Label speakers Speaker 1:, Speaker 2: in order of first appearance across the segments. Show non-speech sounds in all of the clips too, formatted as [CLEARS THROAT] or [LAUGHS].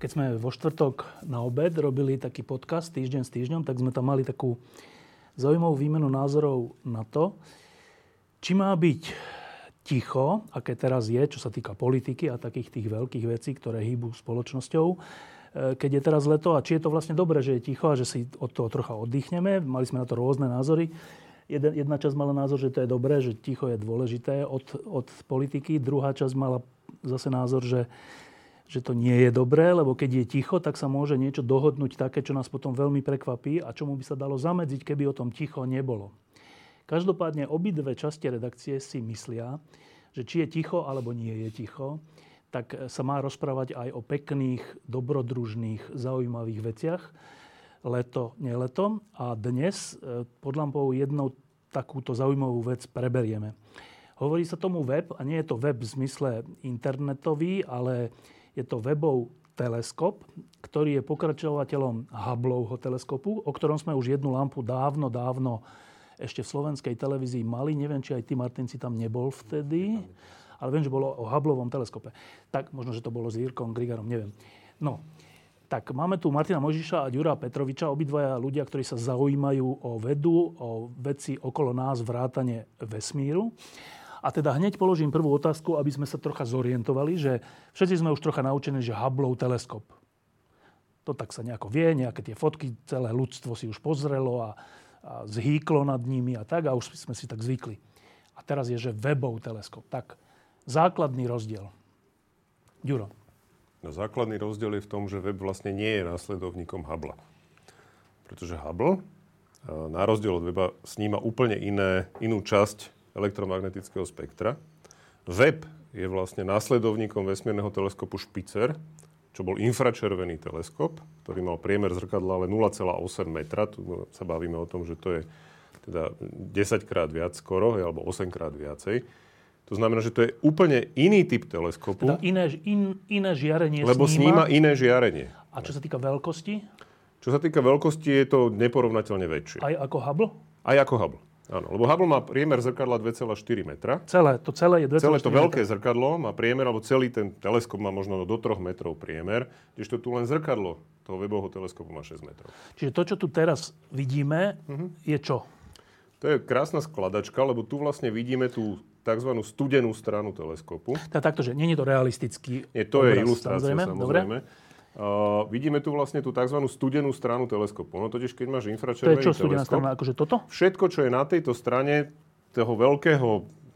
Speaker 1: keď sme vo štvrtok na obed robili taký podcast týždeň s týždňom, tak sme tam mali takú zaujímavú výmenu názorov na to, či má byť ticho, aké teraz je, čo sa týka politiky a takých tých veľkých vecí, ktoré hýbu spoločnosťou, e, keď je teraz leto a či je to vlastne dobré, že je ticho a že si od toho trocha oddychneme. Mali sme na to rôzne názory. Jedna časť mala názor, že to je dobré, že ticho je dôležité od, od politiky. Druhá časť mala zase názor, že že to nie je dobré, lebo keď je ticho, tak sa môže niečo dohodnúť také, čo nás potom veľmi prekvapí a čomu by sa dalo zamedziť, keby o tom ticho nebolo. Každopádne obidve časti redakcie si myslia, že či je ticho alebo nie je ticho, tak sa má rozprávať aj o pekných, dobrodružných, zaujímavých veciach. Leto, neleto. A dnes e, pod lampou jednou takúto zaujímavú vec preberieme. Hovorí sa tomu web a nie je to web v zmysle internetový, ale je to webov teleskop, ktorý je pokračovateľom Hubbleho teleskopu, o ktorom sme už jednu lampu dávno, dávno ešte v slovenskej televízii mali. Neviem, či aj ty, Martin, si tam nebol vtedy, ale viem, že bolo o Hubbleovom teleskope. Tak, možno, že to bolo s Jirkom Grigarom, neviem. No, tak máme tu Martina Možiša a Jura Petroviča, obidvaja ľudia, ktorí sa zaujímajú o vedu, o veci okolo nás, vrátane vesmíru. A teda hneď položím prvú otázku, aby sme sa trocha zorientovali, že všetci sme už trocha naučení, že Hubbleov teleskop. To tak sa nejako vie, nejaké tie fotky, celé ľudstvo si už pozrelo a, a zhýklo nad nimi a tak a už sme si tak zvykli. A teraz je, že webov teleskop. Tak, základný rozdiel. Ďuro.
Speaker 2: No, základný rozdiel je v tom, že web vlastne nie je následovníkom Hubble. Pretože Hubble, e, na rozdiel od weba, sníma úplne iné, inú časť elektromagnetického spektra. Webb je vlastne následovníkom vesmírneho teleskopu Špicer, čo bol infračervený teleskop, ktorý mal priemer zrkadla ale 0,8 metra. Tu sa bavíme o tom, že to je teda 10 krát viac skoro, alebo 8 krát viacej. To znamená, že to je úplne iný typ teleskopu.
Speaker 1: Teda iné, in, iné žiarenie
Speaker 2: Lebo sníma. sníma iné žiarenie.
Speaker 1: A čo sa týka veľkosti?
Speaker 2: Čo sa týka veľkosti, je to neporovnateľne väčšie.
Speaker 1: Aj ako Hubble?
Speaker 2: Aj ako Hubble. Áno, lebo Hubble má priemer zrkadla 2,4 metra.
Speaker 1: Celé, to celé je
Speaker 2: 2,4 Celé to veľké metra. zrkadlo má priemer, alebo celý ten teleskop má možno do 3 metrov priemer, kdežto tu len zrkadlo toho webového teleskopu má 6 metrov.
Speaker 1: Čiže to, čo tu teraz vidíme,
Speaker 2: Mhm.
Speaker 1: mm-hmm. je čo?
Speaker 2: To je krásna skladačka, lebo tu vlastne vidíme tú tzv. studenú stranu teleskopu.
Speaker 1: Tá, Teda takto, že nie je to realistický
Speaker 2: Nie, to obraz, je ilustrácia, samozrejme. samozrejme. Dobre. Uh, vidíme tu vlastne tú tzv. studenú stranu teleskopu. No totiž, keď máš infračervený
Speaker 1: teleskop... To je čo studená
Speaker 2: teleskop,
Speaker 1: strana? Akože toto?
Speaker 2: Všetko, čo je na tejto strane toho veľkého,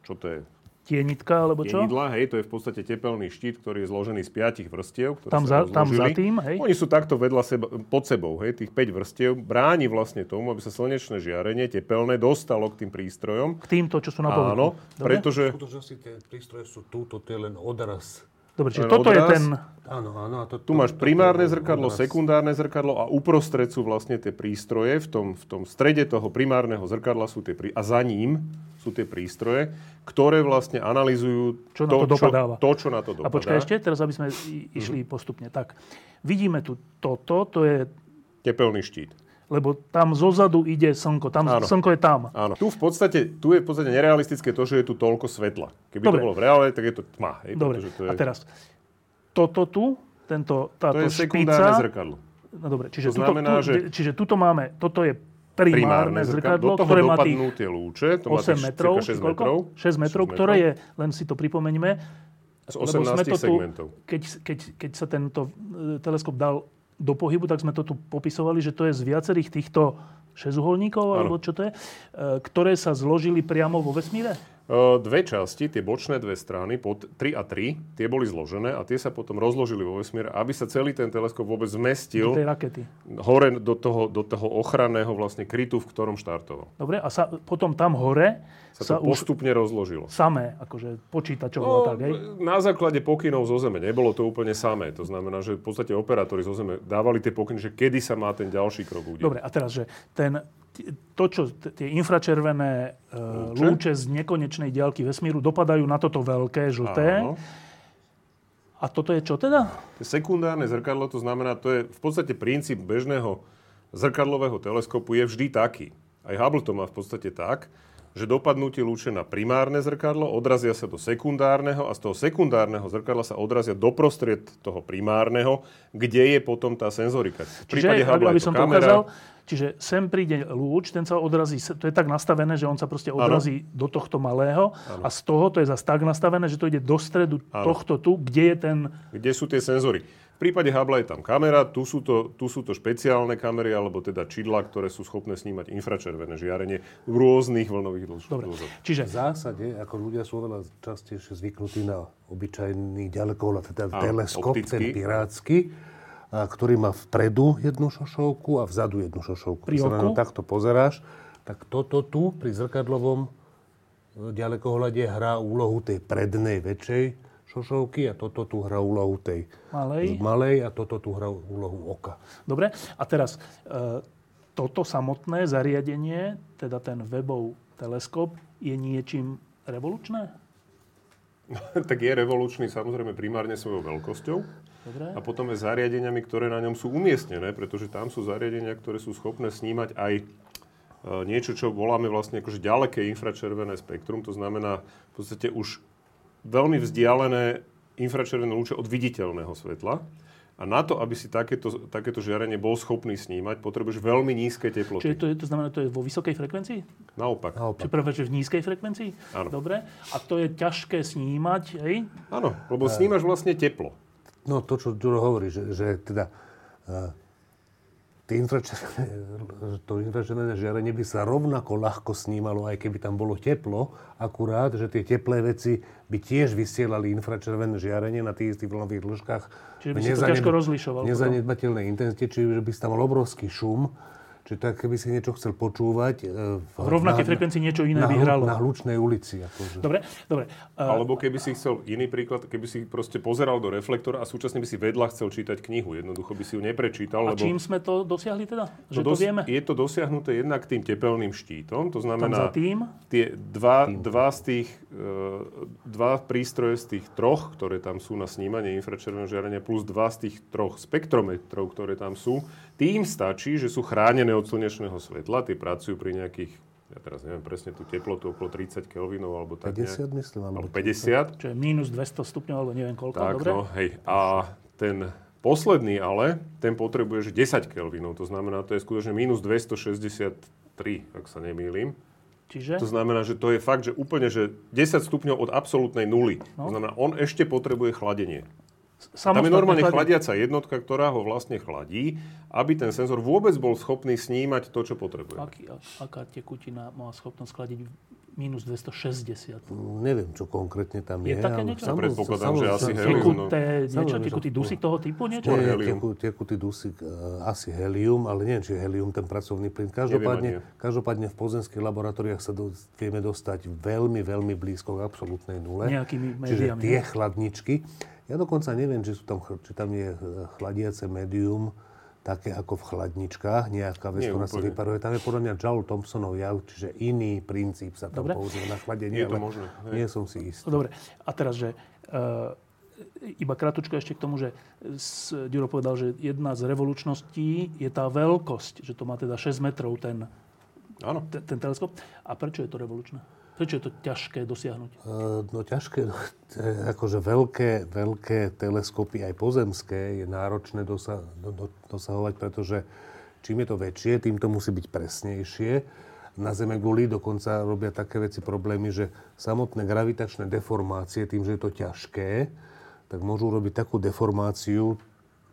Speaker 2: čo to je?
Speaker 1: Tienitka alebo čo?
Speaker 2: Tienidla, hej, to je v podstate tepelný štít, ktorý je zložený z piatich vrstiev. Ktoré
Speaker 1: tam,
Speaker 2: sa
Speaker 1: za, tam za tým, hej?
Speaker 2: Oni sú takto vedľa seba, pod sebou, hej, tých 5 vrstiev bráni vlastne tomu, aby sa slnečné žiarenie, tepelné, dostalo k tým prístrojom.
Speaker 1: K týmto, čo sú na povrchu.
Speaker 2: Áno, Dobre? pretože...
Speaker 3: V skutočnosti tie prístroje sú túto, to je len odraz
Speaker 1: Dobre, čiže toto odraz. je ten...
Speaker 3: Áno, áno. A to,
Speaker 2: tu máš primárne zrkadlo, odraz. sekundárne zrkadlo a uprostred sú vlastne tie prístroje. V tom, v tom strede toho primárneho zrkadla sú tie prí... a za ním sú tie prístroje, ktoré vlastne analizujú
Speaker 1: čo to, na to, dopadáva.
Speaker 2: Čo, to, čo na to dopadá.
Speaker 1: A počkaj ešte, teraz aby sme
Speaker 2: Mhm.
Speaker 1: išli mm-hmm. postupne. Tak, vidíme tu toto, to je...
Speaker 2: Tepelný štít
Speaker 1: lebo tam zozadu ide slnko. Tam áno. slnko je tam.
Speaker 2: Áno. Tu, v podstate, tu je v podstate nerealistické to, že je tu toľko svetla. Keby Dobre. to bolo v reále, tak je to tma. Hej,
Speaker 1: Dobre, a
Speaker 2: to je...
Speaker 1: teraz, toto tu, tento, táto
Speaker 2: to je sekundárne
Speaker 1: špica,
Speaker 2: zrkadlo.
Speaker 1: No dobre, čiže,
Speaker 2: to znamená,
Speaker 1: tuto, tu, že... čiže tuto máme, toto je primárne, primárne zrkadlo,
Speaker 2: do toho
Speaker 1: ktoré má
Speaker 2: tých tie lúče, to
Speaker 1: 8
Speaker 2: má
Speaker 1: metrov,
Speaker 2: 6 metrov,
Speaker 1: 6 metrov, ktoré je, len si to pripomeňme,
Speaker 2: z 18 sme to segmentov.
Speaker 1: Tu, keď, keď, keď sa tento e, teleskop dal do pohybu, tak sme to tu popisovali, že to je z viacerých e, týchto šesťuholníkov, alebo čo to je, ktoré sa zložili priamo vo vesmíre?
Speaker 2: E, Dve časti, tie bočné dve strany, pod 3 a 3, tie boli zložené a tie sa potom rozložili vo vesmíre, aby sa celý ten teleskop vôbec
Speaker 1: do tej
Speaker 2: zmestil
Speaker 1: rakety.
Speaker 2: hore do toho, do toho ochranného vlastne krytu, v ktorom štartoval.
Speaker 1: Dobre, a sa, potom tam hore sa,
Speaker 2: Sa to
Speaker 1: už
Speaker 2: postupne rozložilo.
Speaker 1: samé, akože počítačovo a
Speaker 2: No,
Speaker 1: tak, hej?
Speaker 2: na základe pokynov zo Zeme. Nebolo to úplne samé. To znamená, že v podstate operátori zo Zeme dávali tie pokyny, že kedy sa má ten ďalší krok udiať.
Speaker 1: Dobre, a teraz, že ten, t- to, čo t- tie infračervené e, lúče z nekonečnej diaľky vesmíru dopadajú na toto veľké, žlté.
Speaker 2: Áno.
Speaker 1: A toto je čo teda?
Speaker 2: Sekundárne zrkadlo, to znamená, to je v podstate princíp bežného zrkadlového teleskopu je vždy taký. Aj Hubble to má v podstate tak, že dopadnutie lúče na primárne zrkadlo odrazia sa do sekundárneho a z toho sekundárneho zrkadla sa odrazia doprostred toho primárneho, kde je potom tá senzorika. V prípade
Speaker 1: aby,
Speaker 2: Hubble
Speaker 1: aby
Speaker 2: je to
Speaker 1: som to
Speaker 2: kamera.
Speaker 1: ukázal, čiže sem príde lúč, ten sa odrazí, s- to je tak nastavené, že on sa proste odrazí do tohto malého a z toho to je zase tak nastavené, že to ide do stredu tohto tu, kde je ten...
Speaker 2: kde sú tie senzory. V prípade Hubble je tam kamera, tu sú, to, tu sú to špeciálne kamery, alebo teda čidla, ktoré sú schopné snímať infračervené žiarenie v rôznych vlnových dĺž-
Speaker 1: Dobre,
Speaker 2: dĺžok.
Speaker 3: V
Speaker 1: čiže
Speaker 3: zásade, ako ľudia sú oveľa častejšie zvyknutí na obyčajný ďalekohľad, teda
Speaker 2: Áno,
Speaker 3: teleskop, ten
Speaker 2: optický.
Speaker 3: pirátsky, a ktorý má vpredu jednu šošovku a vzadu jednu šošovku.
Speaker 1: Pri
Speaker 3: Keď sa na
Speaker 1: oku?
Speaker 3: ňo takto pozeráš, tak toto tu pri zrkadlovom e, ďalekohľade hrá úlohu tej prednej väčšej šošovky a toto tu hrá úlohu tej
Speaker 1: Malej.
Speaker 3: malej a toto tu hrá úlohu oka.
Speaker 1: Dobre, a teraz e, toto samotné zariadenie, teda ten webov teleskop, je niečím revolučné?
Speaker 2: [LAUGHS] tak je revolučný samozrejme primárne svojou veľkosťou
Speaker 1: Dobre.
Speaker 2: a potom aj zariadeniami, ktoré na ňom sú umiestnené, pretože tam sú zariadenia, ktoré sú schopné snímať aj e, niečo, čo voláme vlastne akože ďaleké infračervené spektrum, to znamená v podstate už veľmi vzdialené infračervené lúče od viditeľného svetla. A na to, aby si takéto, takéto žiarenie bol schopný snímať, potrebuješ veľmi nízke
Speaker 1: Čiže
Speaker 2: teploty.
Speaker 1: to, je, to znamená, to je vo vysokej frekvencii?
Speaker 2: Naopak.
Speaker 3: Naopak.
Speaker 1: Čiže prvé, že v nízkej frekvencii?
Speaker 2: Áno.
Speaker 1: Dobre. A to je ťažké snímať, hej?
Speaker 2: Áno, lebo snímaš vlastne teplo.
Speaker 3: No to, čo Duro hovorí, že, že teda uh, tie infračervené, [LAUGHS] to infračervené žiarenie by sa rovnako ľahko snímalo, aj keby tam bolo teplo, akurát, že tie teplé veci by tiež vysielali infračervené žiarenie na tých istých vlnových dĺžkach.
Speaker 1: Čiže by
Speaker 3: v
Speaker 1: si to ťažko rozlišoval potom.
Speaker 3: Nezanedbateľnej intenzite, čiže by si tam mal obrovský šum, Čiže tak, keby si niečo chcel počúvať... e, V,
Speaker 1: V rovnakej
Speaker 3: na-
Speaker 1: frekvencii niečo iné
Speaker 3: na,
Speaker 1: by
Speaker 3: hlu-
Speaker 1: hralo.
Speaker 3: Na hlučnej
Speaker 2: Hm.
Speaker 3: ulici. Akože.
Speaker 1: Dobre, dobre. E,
Speaker 2: Alebo keby si chcel iný príklad, keby si proste pozeral do reflektora a súčasne by si vedľa chcel čítať knihu. Jednoducho by si ju neprečítal,
Speaker 1: a
Speaker 2: lebo...
Speaker 1: čím sme to dosiahli teda? Že to,
Speaker 2: dos-
Speaker 1: vieme?
Speaker 2: Je to dosiahnuté jednak tým tepelným štítom, to
Speaker 1: Tam za
Speaker 2: znamená,
Speaker 1: tým?
Speaker 2: tie dva, dva, z tých, e, dva prístroje z tých troch, ktoré tam sú na snímanie infračerveného žiarenia, plus dva z tých troch spektrometrov, ktoré tam sú, tým stačí, že sú chránené od slnečného svetla, tie pracujú pri nejakých, ja teraz neviem presne tú teplotu, okolo 30 kelvinov alebo tak nejak,
Speaker 3: 50, myslím,
Speaker 2: alebo
Speaker 3: alebo
Speaker 2: 50.
Speaker 1: Čo je minus 200 stupňov, alebo neviem koľko,
Speaker 2: Tak,
Speaker 1: dobre?
Speaker 2: no, hej. A ten posledný ale, ten potrebuješ 10 Kelvinov, to znamená, to je skutočne minus 263, ak sa nemýlim.
Speaker 1: Čiže?
Speaker 2: To znamená, že to je fakt, že úplne, že 10 stupňov od absolútnej nuly.
Speaker 1: No.
Speaker 2: To znamená, on ešte potrebuje chladenie. Tam je
Speaker 1: samostatné
Speaker 2: normálne
Speaker 1: chladenie.
Speaker 2: chladiaca jednotka, ktorá ho vlastne chladí, aby ten senzor vôbec bol schopný snímať to, čo potrebuje.
Speaker 1: Aký, aká tekutina má schopnosť chladiť minus 260?
Speaker 3: No Neviem, čo konkrétne tam
Speaker 1: Je
Speaker 3: je.
Speaker 1: také
Speaker 3: ale
Speaker 1: niečo?
Speaker 3: samozrejme-
Speaker 2: Predpokladám, že asi
Speaker 3: samozrejme-
Speaker 2: helium, no.
Speaker 1: Tekuté, niečo,
Speaker 3: Samozrejme, že-
Speaker 1: tekutý dusík toho typu, niečo?
Speaker 2: Skôr
Speaker 3: Nie,
Speaker 2: helium.
Speaker 3: teku- tekutý dusík, e, asi helium, ale neviem, či je helium ten pracovný plyn. Každopádne,
Speaker 2: Neviem ani
Speaker 3: každopádne v pozemských laboratóriách sa do, vieme dostať veľmi, veľmi blízko k absolútnej nule.
Speaker 1: Nejakými
Speaker 3: Čiže
Speaker 1: médiami,
Speaker 3: tie
Speaker 1: ne?
Speaker 3: chladničky. Ja dokonca neviem, či, sú tam, chr- či tam je e, chladiace médium také ako v chladničkách, nejaká vec,
Speaker 2: Nie,
Speaker 3: ktorá sa
Speaker 2: úplne.
Speaker 3: vyparuje. Tam je podľa mňa Joule Thompsonov jav, čiže iný princíp sa tam
Speaker 1: Dobre.
Speaker 3: používa na
Speaker 2: Je
Speaker 3: chladenie,
Speaker 2: to
Speaker 3: ale
Speaker 2: možné, hej.
Speaker 3: nie som si istý.
Speaker 1: No, Dobre, a teraz, že e, iba krátko ešte k tomu, že s, Duro povedal, že jedna z revolučností je tá veľkosť, že to má teda 6 metrov ten,
Speaker 2: Áno.
Speaker 1: ten, ten teleskop. A prečo je to revolučné? Prečo je to ťažké dosiahnuť?
Speaker 3: E, No ťažké, [LAUGHS] no, t- akože veľké, veľké teleskopy, aj pozemské, je náročné dosa, do, do, dosahovať, pretože čím je to väčšie, tým to musí byť presnejšie. Na Zeme guli dokonca robia také veci problémy, že samotné gravitačné deformácie, tým, že je to ťažké, tak môžu robiť takú deformáciu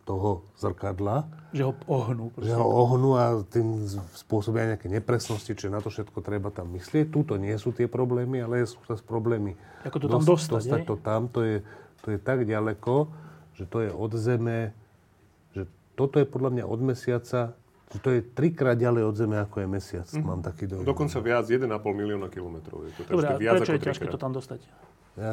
Speaker 3: toho zrkadla,
Speaker 1: Že ho ohnú.
Speaker 3: že
Speaker 1: proste.
Speaker 3: ho ohnú a tým z- spôsobia nejaké nepresnosti, čiže na to všetko treba tam myslieť. Tuto nie sú tie problémy, ale sú zase problémy.
Speaker 1: Ako to tam dostať,
Speaker 3: dostať
Speaker 1: hej?
Speaker 3: to tam, to je, to je tak ďaleko, že to je od zeme, že toto je podľa mňa od mesiaca, že to je trikrát ďalej od zeme, ako je mesiac,
Speaker 1: Mhm.
Speaker 3: mám taký dojem.
Speaker 2: Dokonca viac, 1,5 milióna kilometrov. Je to,
Speaker 1: Dobre,
Speaker 2: takže
Speaker 1: a
Speaker 2: viac
Speaker 1: prečo
Speaker 2: ako
Speaker 1: je ťažké to
Speaker 2: trikrát.
Speaker 1: tam dostať?
Speaker 3: E,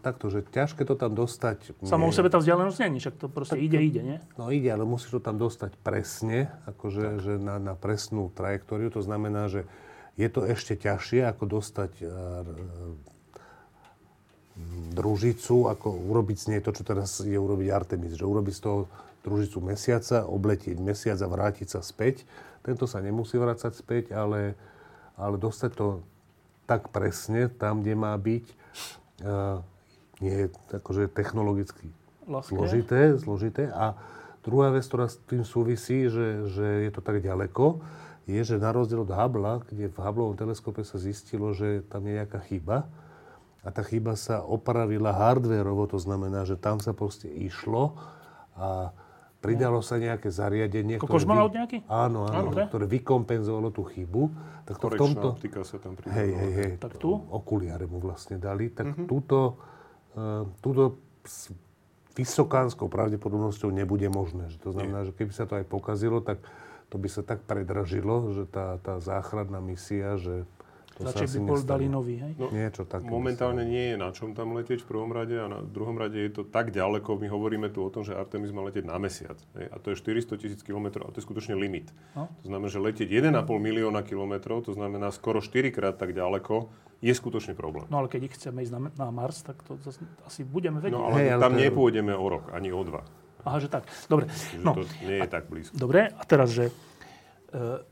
Speaker 3: takto, že ťažké to tam dostať.
Speaker 1: Samo u
Speaker 3: nie.
Speaker 1: sebe tá vzdialenosť není, však to proste ide, ide, nie?
Speaker 3: No ide, ale musíš to tam dostať presne, akože že na, na presnú trajektóriu. To znamená, že je to ešte ťažšie, ako dostať e, r- m, družicu, ako urobiť z nej to, čo teraz je urobiť Artemis. Že urobiť z toho družicu mesiaca, obletieť mesiac a vrátiť sa späť. Tento sa nemusí vrácať späť, ale, ale dostať to tak presne, tam, kde má byť, e, nie je akože technologicky
Speaker 1: Ľahké.
Speaker 3: Zložité, zložité. A druhá vec, ktorá s tým súvisí, že, že je to tak ďaleko, je, že na rozdiel od Hubble, kde v Hubbleovom teleskope sa zistilo, že tam je nejaká chyba, a tá chyba sa opravila hardvérovo, to znamená, že tam sa proste išlo a pridalo sa nejaké zariadenie,
Speaker 1: No. Ako
Speaker 3: ktoré
Speaker 1: kožmonaut nejaký?
Speaker 3: Áno,
Speaker 1: Áno,
Speaker 3: áno,
Speaker 1: že?
Speaker 3: ktoré vykompenzovalo tú chybu. Tak to v
Speaker 2: Korečná
Speaker 3: tomto...
Speaker 2: optika sa tam pridala.
Speaker 3: Hej, hej, hej.
Speaker 1: Tak tu?
Speaker 3: Okuliare mu vlastne dali. Tak
Speaker 2: Mhm.
Speaker 3: túto, uh, túto s vysokánskou pravdepodobnosťou nebude možné. Že to znamená, že keby sa to aj pokazilo, tak to by sa tak predražilo, že tá, tá záchranná misia, že to
Speaker 1: Radšej
Speaker 3: sa asi
Speaker 1: by bol
Speaker 3: nestane.
Speaker 1: dali nový, hej?
Speaker 2: No,
Speaker 3: Niečo také.
Speaker 2: Momentálne nie je na čom tam letieť v prvom rade a na druhom rade je to tak ďaleko. My hovoríme tu o tom, že Artemis má letieť na mesiac. hej, A to je 400 tisíc kilometrov a to je skutočne limit.
Speaker 1: No.
Speaker 2: To znamená, že letieť 1,5 milióna kilometrov, to znamená skoro 4 krát tak ďaleko, je skutočne problém.
Speaker 1: No ale keď ich chceme ísť na, na Mars, tak to zase asi budeme vedieť. No,
Speaker 2: No
Speaker 1: ale...
Speaker 2: ale,
Speaker 3: Hej, ale
Speaker 2: tam
Speaker 3: to je-
Speaker 2: nepôjdeme o rok, ani o dva.
Speaker 1: Aha, že tak. Dobre.
Speaker 2: Čiže
Speaker 1: No,
Speaker 2: to nie je tak blízko.
Speaker 1: dobre. A teraz, že e,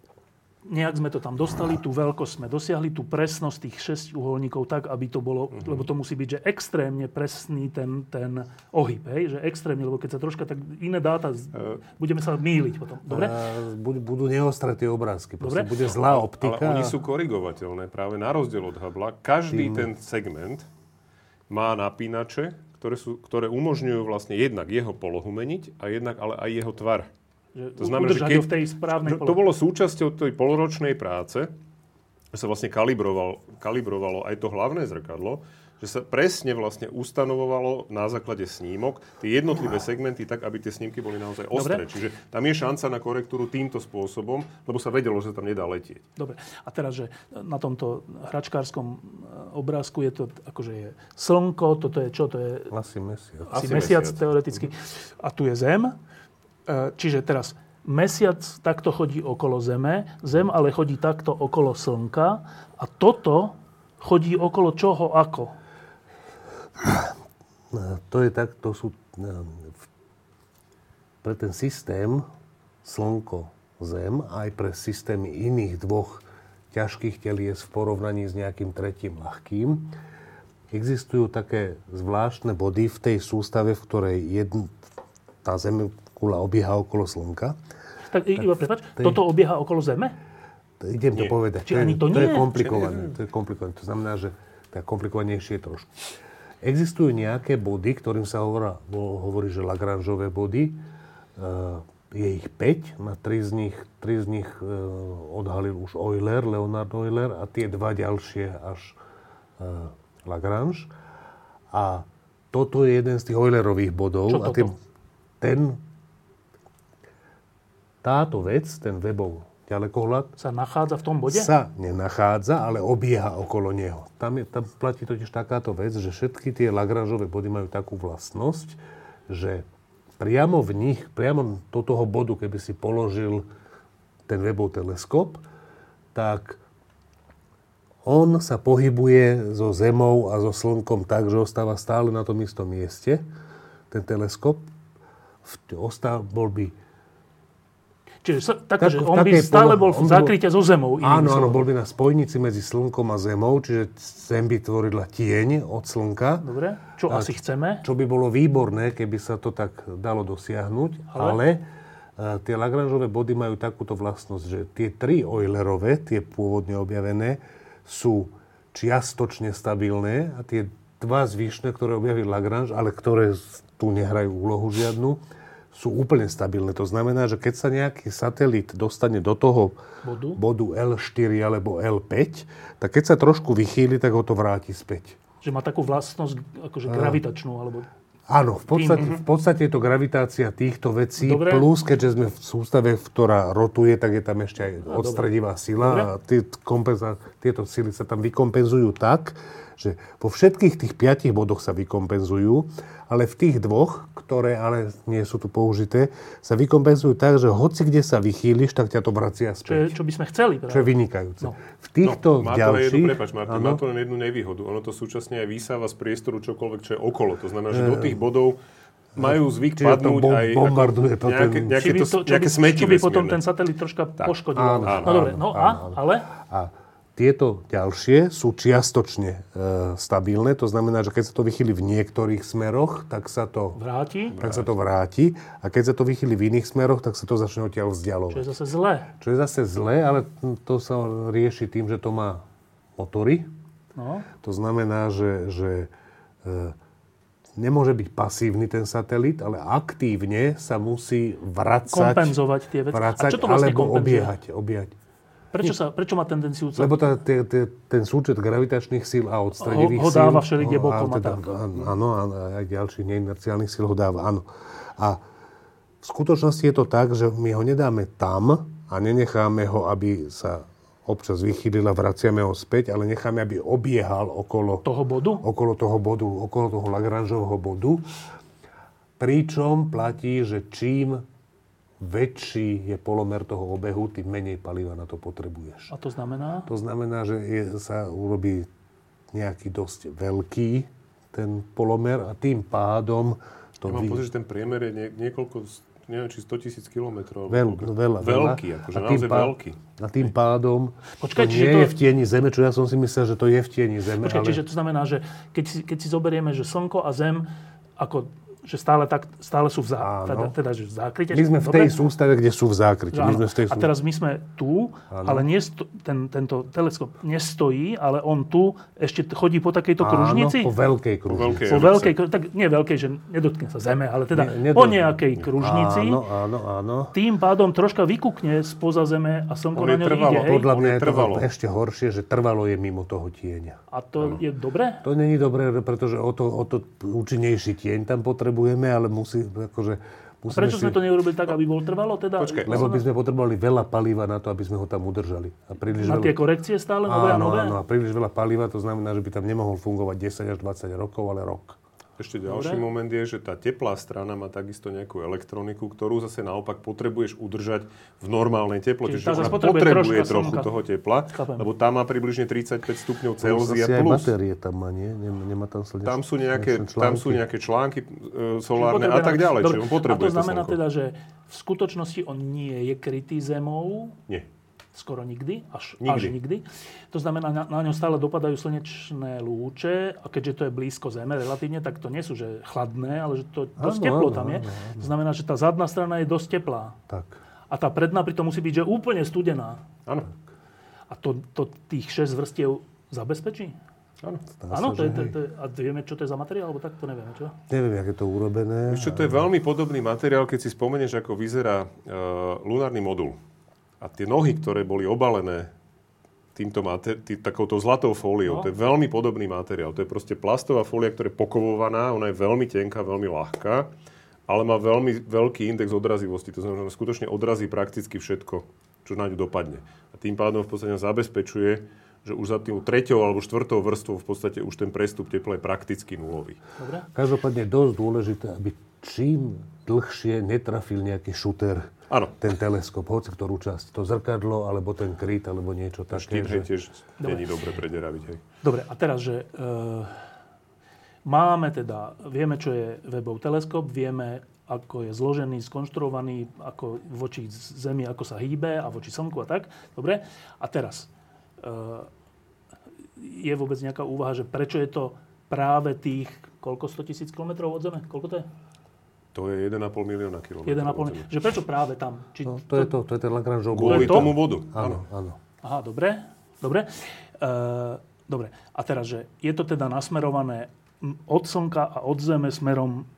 Speaker 1: nejak sme to tam dostali, tú veľkosť sme dosiahli, tú presnosť tých 6 uholníkov tak, aby to bolo,
Speaker 2: Mhm.
Speaker 1: lebo to musí byť, že extrémne presný ten, ten ohyb, hej? Že extrémne, lebo keď sa troška tak iné dáta, z-
Speaker 2: E,
Speaker 1: budeme sa míliť potom. Dobre?
Speaker 3: A buď- budú neostré tie obrázky.
Speaker 1: Dobre.
Speaker 3: Proste bude zlá optika.
Speaker 2: Ale oni sú korigovateľné práve na rozdiel od Hubble. Každý ten segment má napínače, ktoré, sú, ktoré umožňujú vlastne jednak jeho polohu meniť a jednak ale aj jeho tvar.
Speaker 1: Že
Speaker 2: To znamená, že
Speaker 1: udržať
Speaker 2: keď-
Speaker 1: ho v tej správnej
Speaker 2: To, to
Speaker 1: polohe.
Speaker 2: bolo súčasťou tej poloročnej práce, že sa vlastne kalibroval, kalibrovalo aj to hlavné zrkadlo, že sa presne vlastne ustanovovalo na základe snímok tie jednotlivé segmenty tak, aby tie snímky boli naozaj ostré.
Speaker 1: Dobre.
Speaker 2: Čiže tam je šanca na korektúru týmto spôsobom, lebo sa vedelo, že sa tam nedá letieť.
Speaker 1: Dobre, a teraz, že na tomto hračkárskom e, obrázku je to, akože je slnko, toto je čo, to je
Speaker 3: Asi mesiac.
Speaker 1: asi,
Speaker 2: Asi
Speaker 1: mesiac,
Speaker 2: mesiac.
Speaker 1: teoreticky, a tu je Zem. E, Čiže teraz mesiac takto chodí okolo Zeme, Zem ale chodí takto okolo Slnka a toto chodí okolo čoho ako?
Speaker 3: No, To je tak, to sú no, v- pre ten systém Slnko, Zem, aj pre systémy iných dvoch ťažkých telies v porovnaní s nejakým tretím ľahkým, existujú také zvláštne body v tej sústave, v ktorej jedn, tá Zem kula obieha okolo Slnka.
Speaker 1: Tak i- iba prepáč,
Speaker 3: to je-
Speaker 1: toto obieha okolo Zeme?
Speaker 3: To idem to
Speaker 2: Nie.
Speaker 3: povedať.
Speaker 1: Čiže ani to
Speaker 3: to je
Speaker 1: nie?
Speaker 3: komplikované. To je komplikované. To znamená, že to je komplikovanejšie trošku. Existujú nejaké body, ktorým sa hovorí, hovorí že Lagrangeové body. Eh, je ich 5, na 3 z nich, tri z nich eh, odhalil už Euler, Leonard Euler a tie dva ďalšie až eh, Lagrange. A toto je jeden z tých Eulerových bodov.
Speaker 1: Čo
Speaker 3: a
Speaker 1: toto?
Speaker 3: tie, ten, táto vec, ten webov ďalekohľad,
Speaker 1: Sa nachádza v tom bode?
Speaker 3: sa nenachádza, ale obieha okolo neho. Tam, je, tam platí totiž takáto vec, že všetky tie Lagrangeové body majú takú vlastnosť, že priamo v nich, priamo do toho bodu, keby si položil ten webov teleskop, tak on sa pohybuje so Zemou a so Slnkom tak, že ostáva stále na tom istom mieste, ten teleskop. V- Ostál, bol by
Speaker 1: Čiže sa, tak,
Speaker 3: Tak-
Speaker 1: že
Speaker 3: v
Speaker 1: on by
Speaker 3: takej
Speaker 1: stále
Speaker 3: polohe.
Speaker 1: bol v
Speaker 3: On by bol-
Speaker 1: zakryte so Zemou. inými
Speaker 3: Áno, áno,
Speaker 1: slovami.
Speaker 3: bol by na spojnici medzi Slnkom a Zemou, čiže Zem by tvorila tieň od Slnka,
Speaker 1: Dobre, čo
Speaker 3: Tak.
Speaker 1: asi chceme?
Speaker 3: čo by bolo výborné, keby sa to tak dalo dosiahnuť,
Speaker 1: Ale?
Speaker 3: ale, e, tie Lagrangeové body majú takúto vlastnosť, že tie tri Eulerové, tie pôvodne objavené, sú čiastočne stabilné a tie dva zvyšné, ktoré objavil Lagrange, ale ktoré s- tu nehrajú úlohu žiadnu, sú úplne stabilné. To znamená, že keď sa nejaký satelit dostane do toho
Speaker 1: Bodu?
Speaker 3: bodu L4 alebo L5, tak keď sa trošku vychýli, tak ho to vráti späť.
Speaker 1: Že má takú vlastnosť akože gravitačnú, alebo...
Speaker 3: Áno, v podstate, v podstate je to gravitácia týchto vecí,
Speaker 1: Mhm. Dobre.
Speaker 3: dobre. plus keďže sme v sústave, ktorá rotuje, tak je tam ešte aj odstredivá sila a tie kompenza- tieto sily sa tam vykompenzujú tak, že vo všetkých tých piatich bodoch sa vykompenzujú, ale v tých dvoch, ktoré ale nie sú tu použité, sa vykompenzujú tak, že hoci kde sa vychýliš, tak ťa to vracia
Speaker 1: Čo, je,
Speaker 3: späť.
Speaker 1: čo by sme chceli
Speaker 3: Čo je
Speaker 1: práve.
Speaker 3: vynikajúce.
Speaker 1: No.
Speaker 3: V týchto
Speaker 2: má to len jednu,
Speaker 3: ďalších...
Speaker 2: prepáč, Martin,
Speaker 3: Áno.
Speaker 2: má to len jednu nevýhodu. Ono to súčasne aj vysáva z priestoru čokoľvek, čo je okolo. To znamená, že do tých bodov majú zvyk
Speaker 3: Ehm. Čiže to
Speaker 2: padnúť
Speaker 3: bom-
Speaker 2: aj ako
Speaker 3: bombarduje to
Speaker 2: nejaké,
Speaker 3: ten-
Speaker 2: nejaké,
Speaker 1: Či by
Speaker 2: to,
Speaker 1: čo
Speaker 2: nejaké
Speaker 1: by-
Speaker 2: smeti
Speaker 1: čo by potom ten
Speaker 2: vesmírne.
Speaker 1: satelit troška poškodil.
Speaker 3: Áno,
Speaker 1: no dobre,
Speaker 3: áno,
Speaker 1: no a,
Speaker 3: áno, áno.
Speaker 1: ale...
Speaker 3: A tieto ďalšie sú čiastočne e, stabilné, to znamená, že keď sa to vychýli v niektorých smeroch, tak sa to,
Speaker 1: Vráti,
Speaker 3: tak sa to vráti a keď sa to vychýli v iných smeroch, tak sa to začne
Speaker 1: čo
Speaker 3: odtiaľ
Speaker 1: je
Speaker 3: vzdialovať.
Speaker 1: zase zlé.
Speaker 3: Čo je zase zlé, ale to sa rieši tým, že to má motory.
Speaker 1: No,
Speaker 3: To znamená, že, že e, nemôže byť pasívny ten satelit, ale aktívne sa musí vracať,
Speaker 1: kompenzovať tie veci.
Speaker 3: vracať
Speaker 1: a čo to vlastne
Speaker 3: alebo
Speaker 1: kompenzuje?
Speaker 3: obiehať, obiehať.
Speaker 1: Prečo, sa, prečo má tendenciu sa...
Speaker 3: Lebo tá, te, te, ten súčet gravitačných síl a odstredivých
Speaker 1: Ho- ho
Speaker 3: síl...
Speaker 1: dáva všelikde
Speaker 3: ho-
Speaker 1: bokom a
Speaker 3: teda-
Speaker 1: tak.
Speaker 3: áno, Áno, áno, aj ďalších neinerciálnych síl ho dáva, áno. A v skutočnosti je to tak, že my ho nedáme tam a nenecháme ho, aby sa občas vychýlil a vraciame ho späť, ale necháme, aby obiehal okolo
Speaker 1: toho bodu?
Speaker 3: okolo toho bodu, okolo toho Lagrangeovho bodu, pričom platí, že čím väčší je polomer toho obehu, tým menej paliva na to potrebuješ.
Speaker 1: A to znamená?
Speaker 3: To znamená, že je, sa urobí nejaký dosť veľký ten polomer a tým pádom to
Speaker 2: Ja mám
Speaker 3: vy-
Speaker 2: pocit, že ten priemer je nie, niekoľko, s- neviem, či 100 tisíc kilometrov.
Speaker 3: Veľ,
Speaker 2: alebo koľko.
Speaker 3: veľa, veľa.
Speaker 2: Veľký, akože naozaj veľký.
Speaker 3: A tým pádom
Speaker 1: Počkaj,
Speaker 3: to
Speaker 1: čiže
Speaker 3: nie
Speaker 1: to-
Speaker 3: je v tieni Zeme, čo ja som si myslel, že to je v tieni Zeme.
Speaker 1: Počkaj,
Speaker 3: ale...
Speaker 1: čiže to znamená, že keď si, keď si zoberieme, že Slnko a Zem, ako, že stále, tak, stále sú v, zá,
Speaker 3: Áno.
Speaker 1: teda, teda, že v zákryte.
Speaker 3: My sme v
Speaker 1: dobre?
Speaker 3: tej sústave, kde sú v
Speaker 1: Že
Speaker 3: zákryte. My
Speaker 1: áno.
Speaker 3: sme v tej
Speaker 1: A teraz my sme tu, ale nesto- ten, tento teleskop nestojí, ale on tu ešte t- chodí po takejto kružnici.
Speaker 3: Áno, po veľkej
Speaker 2: Po
Speaker 3: kružnici.
Speaker 2: veľkej
Speaker 1: po
Speaker 2: elipse.
Speaker 1: veľkej, kru- tak nie veľkej, že nedotkne sa zeme, ale teda
Speaker 3: Ne- nedotkne.
Speaker 1: po nejakej kružnici.
Speaker 3: Áno, áno, áno.
Speaker 1: Tým pádom troška vykukne spoza zeme a slnko
Speaker 2: On
Speaker 1: na
Speaker 2: je
Speaker 1: ňo
Speaker 2: trvalo,
Speaker 1: ide. Hej?
Speaker 3: Podľa
Speaker 2: on
Speaker 3: mňa
Speaker 2: je
Speaker 3: je to
Speaker 2: trvalo.
Speaker 3: ešte horšie, že trvalo je mimo toho tieňa.
Speaker 1: A to je dobre?
Speaker 3: To není dobré, pretože o to, o to účinnejší tieň tam potrebujeme, ale musí, akože, musíme
Speaker 1: Prečo
Speaker 3: si...
Speaker 1: sme to neurobili tak, aby bol trvalo? Teda,
Speaker 2: Počkaj,
Speaker 3: Lebo by sme potrebovali veľa paliva na to, aby sme ho tam udržali. A príliš
Speaker 1: na
Speaker 3: veľa...
Speaker 1: tie korekcie stále nové a
Speaker 3: áno,
Speaker 1: nové?
Speaker 3: áno, a príliš veľa paliva, to znamená, že by tam nemohol fungovať 10 až 20 rokov, ale rok.
Speaker 2: Ešte
Speaker 1: Dobre.
Speaker 2: ďalší moment je, že tá teplá strana má takisto nejakú elektroniku, ktorú zase naopak potrebuješ udržať v normálnej
Speaker 1: Čiže
Speaker 2: teplote.
Speaker 1: tá
Speaker 2: Čiže ona
Speaker 1: zase potrebuje
Speaker 2: potrebuje
Speaker 1: troška
Speaker 2: trochu
Speaker 1: slnka.
Speaker 2: toho tepla,
Speaker 1: Chápem.
Speaker 2: lebo tá má približne 35 stupňov Celzia
Speaker 3: Zase aj
Speaker 2: plus.
Speaker 3: batérie tam má, nie? Nem- Nemá tam slnečné
Speaker 2: Tam sú nejaké,
Speaker 3: slnečné
Speaker 2: tam sú
Speaker 3: články.
Speaker 2: nejaké články e,
Speaker 1: Čiže
Speaker 2: solárne a
Speaker 1: potrebujeme-
Speaker 2: tak ďalej.
Speaker 1: Dobre,
Speaker 2: Čiže on
Speaker 1: a
Speaker 2: potrebuje
Speaker 1: to znamená
Speaker 2: slnko.
Speaker 1: teda, že v skutočnosti on nie je krytý zemou,
Speaker 2: Nie.
Speaker 1: skoro nikdy, až nikdy.
Speaker 2: Nikdy.
Speaker 1: Až nikdy. To znamená, na, na ňo stále dopadajú slnečné lúče a keďže to je blízko Zeme relatívne, tak to nie sú že chladné, ale že to dosť
Speaker 3: Áno,
Speaker 1: teplo
Speaker 3: áno,
Speaker 1: tam je.
Speaker 3: áno,
Speaker 1: To znamená, že tá zadná strana je dosť teplá.
Speaker 3: Tak.
Speaker 1: A tá predná pritom musí byť že úplne studená.
Speaker 2: Áno.
Speaker 1: A to, to tých 6 vrstiev zabezpečí?
Speaker 2: Áno.
Speaker 3: Zdá sa,
Speaker 1: Áno, to
Speaker 3: že
Speaker 1: je, to, je-
Speaker 3: hej.
Speaker 1: to je, a vieme, čo to je za materiál, alebo tak to nevieme, čo?
Speaker 3: Neviem, jak je to urobené.
Speaker 2: Ešte to je veľmi podobný materiál, keď si spomenieš, ako vyzerá e, lunárny modul. A tie nohy, ktoré boli obalené týmto mater- tý, takouto zlatou
Speaker 1: No.
Speaker 2: fóliou, to je veľmi podobný materiál. To je proste plastová fólia, ktorá je pokovovaná, ona je veľmi tenká, veľmi ľahká, ale má veľmi veľký index odrazivosti. To znamená, že ona skutočne odrazí prakticky všetko, čo na ňu dopadne. A tým pádom v podstate zabezpečuje, že už za tým treťou alebo štvrtou vrstvou v podstate už ten prestup tepla je prakticky nulový.
Speaker 1: Dobre?
Speaker 3: Každopádne je dosť dôležité, aby čím dlhšie netrafil nejaký šuter
Speaker 2: Áno.
Speaker 3: ten teleskop, hoci ktorú časť, to zrkadlo, alebo ten kryt, alebo niečo také.
Speaker 2: Štít, hej, tiež
Speaker 1: Dobre.
Speaker 2: není dobre prederaviť, hej.
Speaker 1: Dobre, a teraz, že e, máme teda, vieme, čo je webov teleskop, vieme, ako je zložený, skonštruovaný, ako voči Zemi, ako sa hýbe a voči Slnku a tak. Dobre, a teraz, e, je vôbec nejaká úvaha, že prečo je to práve tých, koľko, 100 tisíc kilometrov od Zeme? Koľko to je?
Speaker 2: To je 1,5 milióna kilometrov. teda.
Speaker 1: 1,5. Že prečo práve tam? Či,
Speaker 3: No, to je to, to je ten Lagrangeov
Speaker 1: To
Speaker 2: Kvôli
Speaker 1: je to?
Speaker 2: tomu bodu. Áno.
Speaker 3: Áno, áno.
Speaker 1: Aha, dobre, dobre. E, dobre, a teraz, že je to teda nasmerované m, od Slnka a od Zeme smerom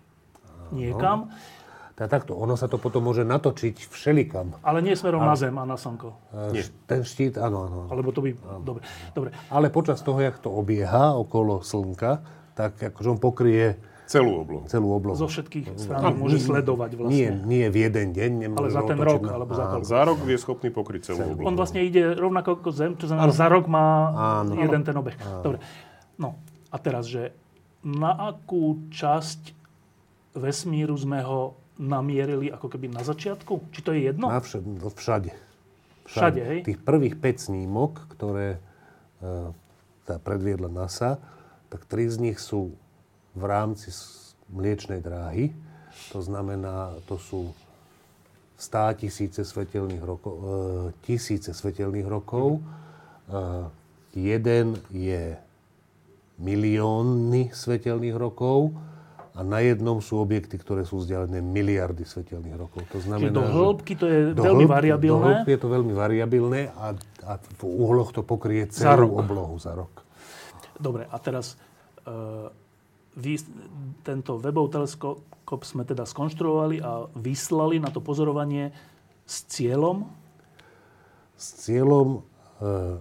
Speaker 1: niekam.
Speaker 3: Teda takto, ono sa to potom môže natočiť všelikam.
Speaker 1: Ale nie smerom na Zem a na Slnko.
Speaker 3: E, š- Ten štít, áno, áno. áno.
Speaker 1: Alebo to by... Dobre, dobre.
Speaker 3: Ale počas toho, jak to obieha okolo Slnka, tak akože on pokrie
Speaker 2: Celú oblohu.
Speaker 3: celú oblohu.
Speaker 1: Zo všetkých strán to môže sledovať
Speaker 3: Nie,
Speaker 1: vlastne.
Speaker 3: nie v jeden deň. nemôže
Speaker 1: Ale za ten
Speaker 3: otočiť
Speaker 1: rok,
Speaker 3: na-
Speaker 1: alebo za
Speaker 3: áno.
Speaker 1: koľko.
Speaker 2: Za rok je schopný pokryť celú
Speaker 1: On
Speaker 2: oblohu.
Speaker 1: vlastne ide rovnako ako Zem, to znamená, za rok má
Speaker 3: Áno.
Speaker 1: jeden ten obeh. Dobre. No a teraz, že na akú časť vesmíru sme ho namierili ako keby na začiatku? Či to je jedno?
Speaker 3: Na všade, všade.
Speaker 1: No. Všade, hej?
Speaker 3: Tých prvých 5 snímok, ktoré e, tá predviedla NASA, tak tri z nich sú v rámci s- mliečnej dráhy. To znamená, to sú stá tisíce svetelných rokov, e, tisíce svetelných rokov. E, jeden je milióny svetelných rokov a na jednom sú objekty, ktoré sú vzdialené miliardy svetelných rokov. To
Speaker 1: Čiže
Speaker 3: znamená,
Speaker 1: do
Speaker 3: že-
Speaker 1: hĺbky to je veľmi
Speaker 3: hĺb- Do
Speaker 1: variabilné.
Speaker 3: hĺbky je to veľmi variabilné a, a v uhloch to pokrie
Speaker 1: Za
Speaker 3: celú
Speaker 1: rok.
Speaker 3: oblohu za rok.
Speaker 1: Dobre, a teraz e, vy, tento webov teleskop sme teda skonštruovali a vyslali na to pozorovanie s cieľom,
Speaker 3: S cieľom e,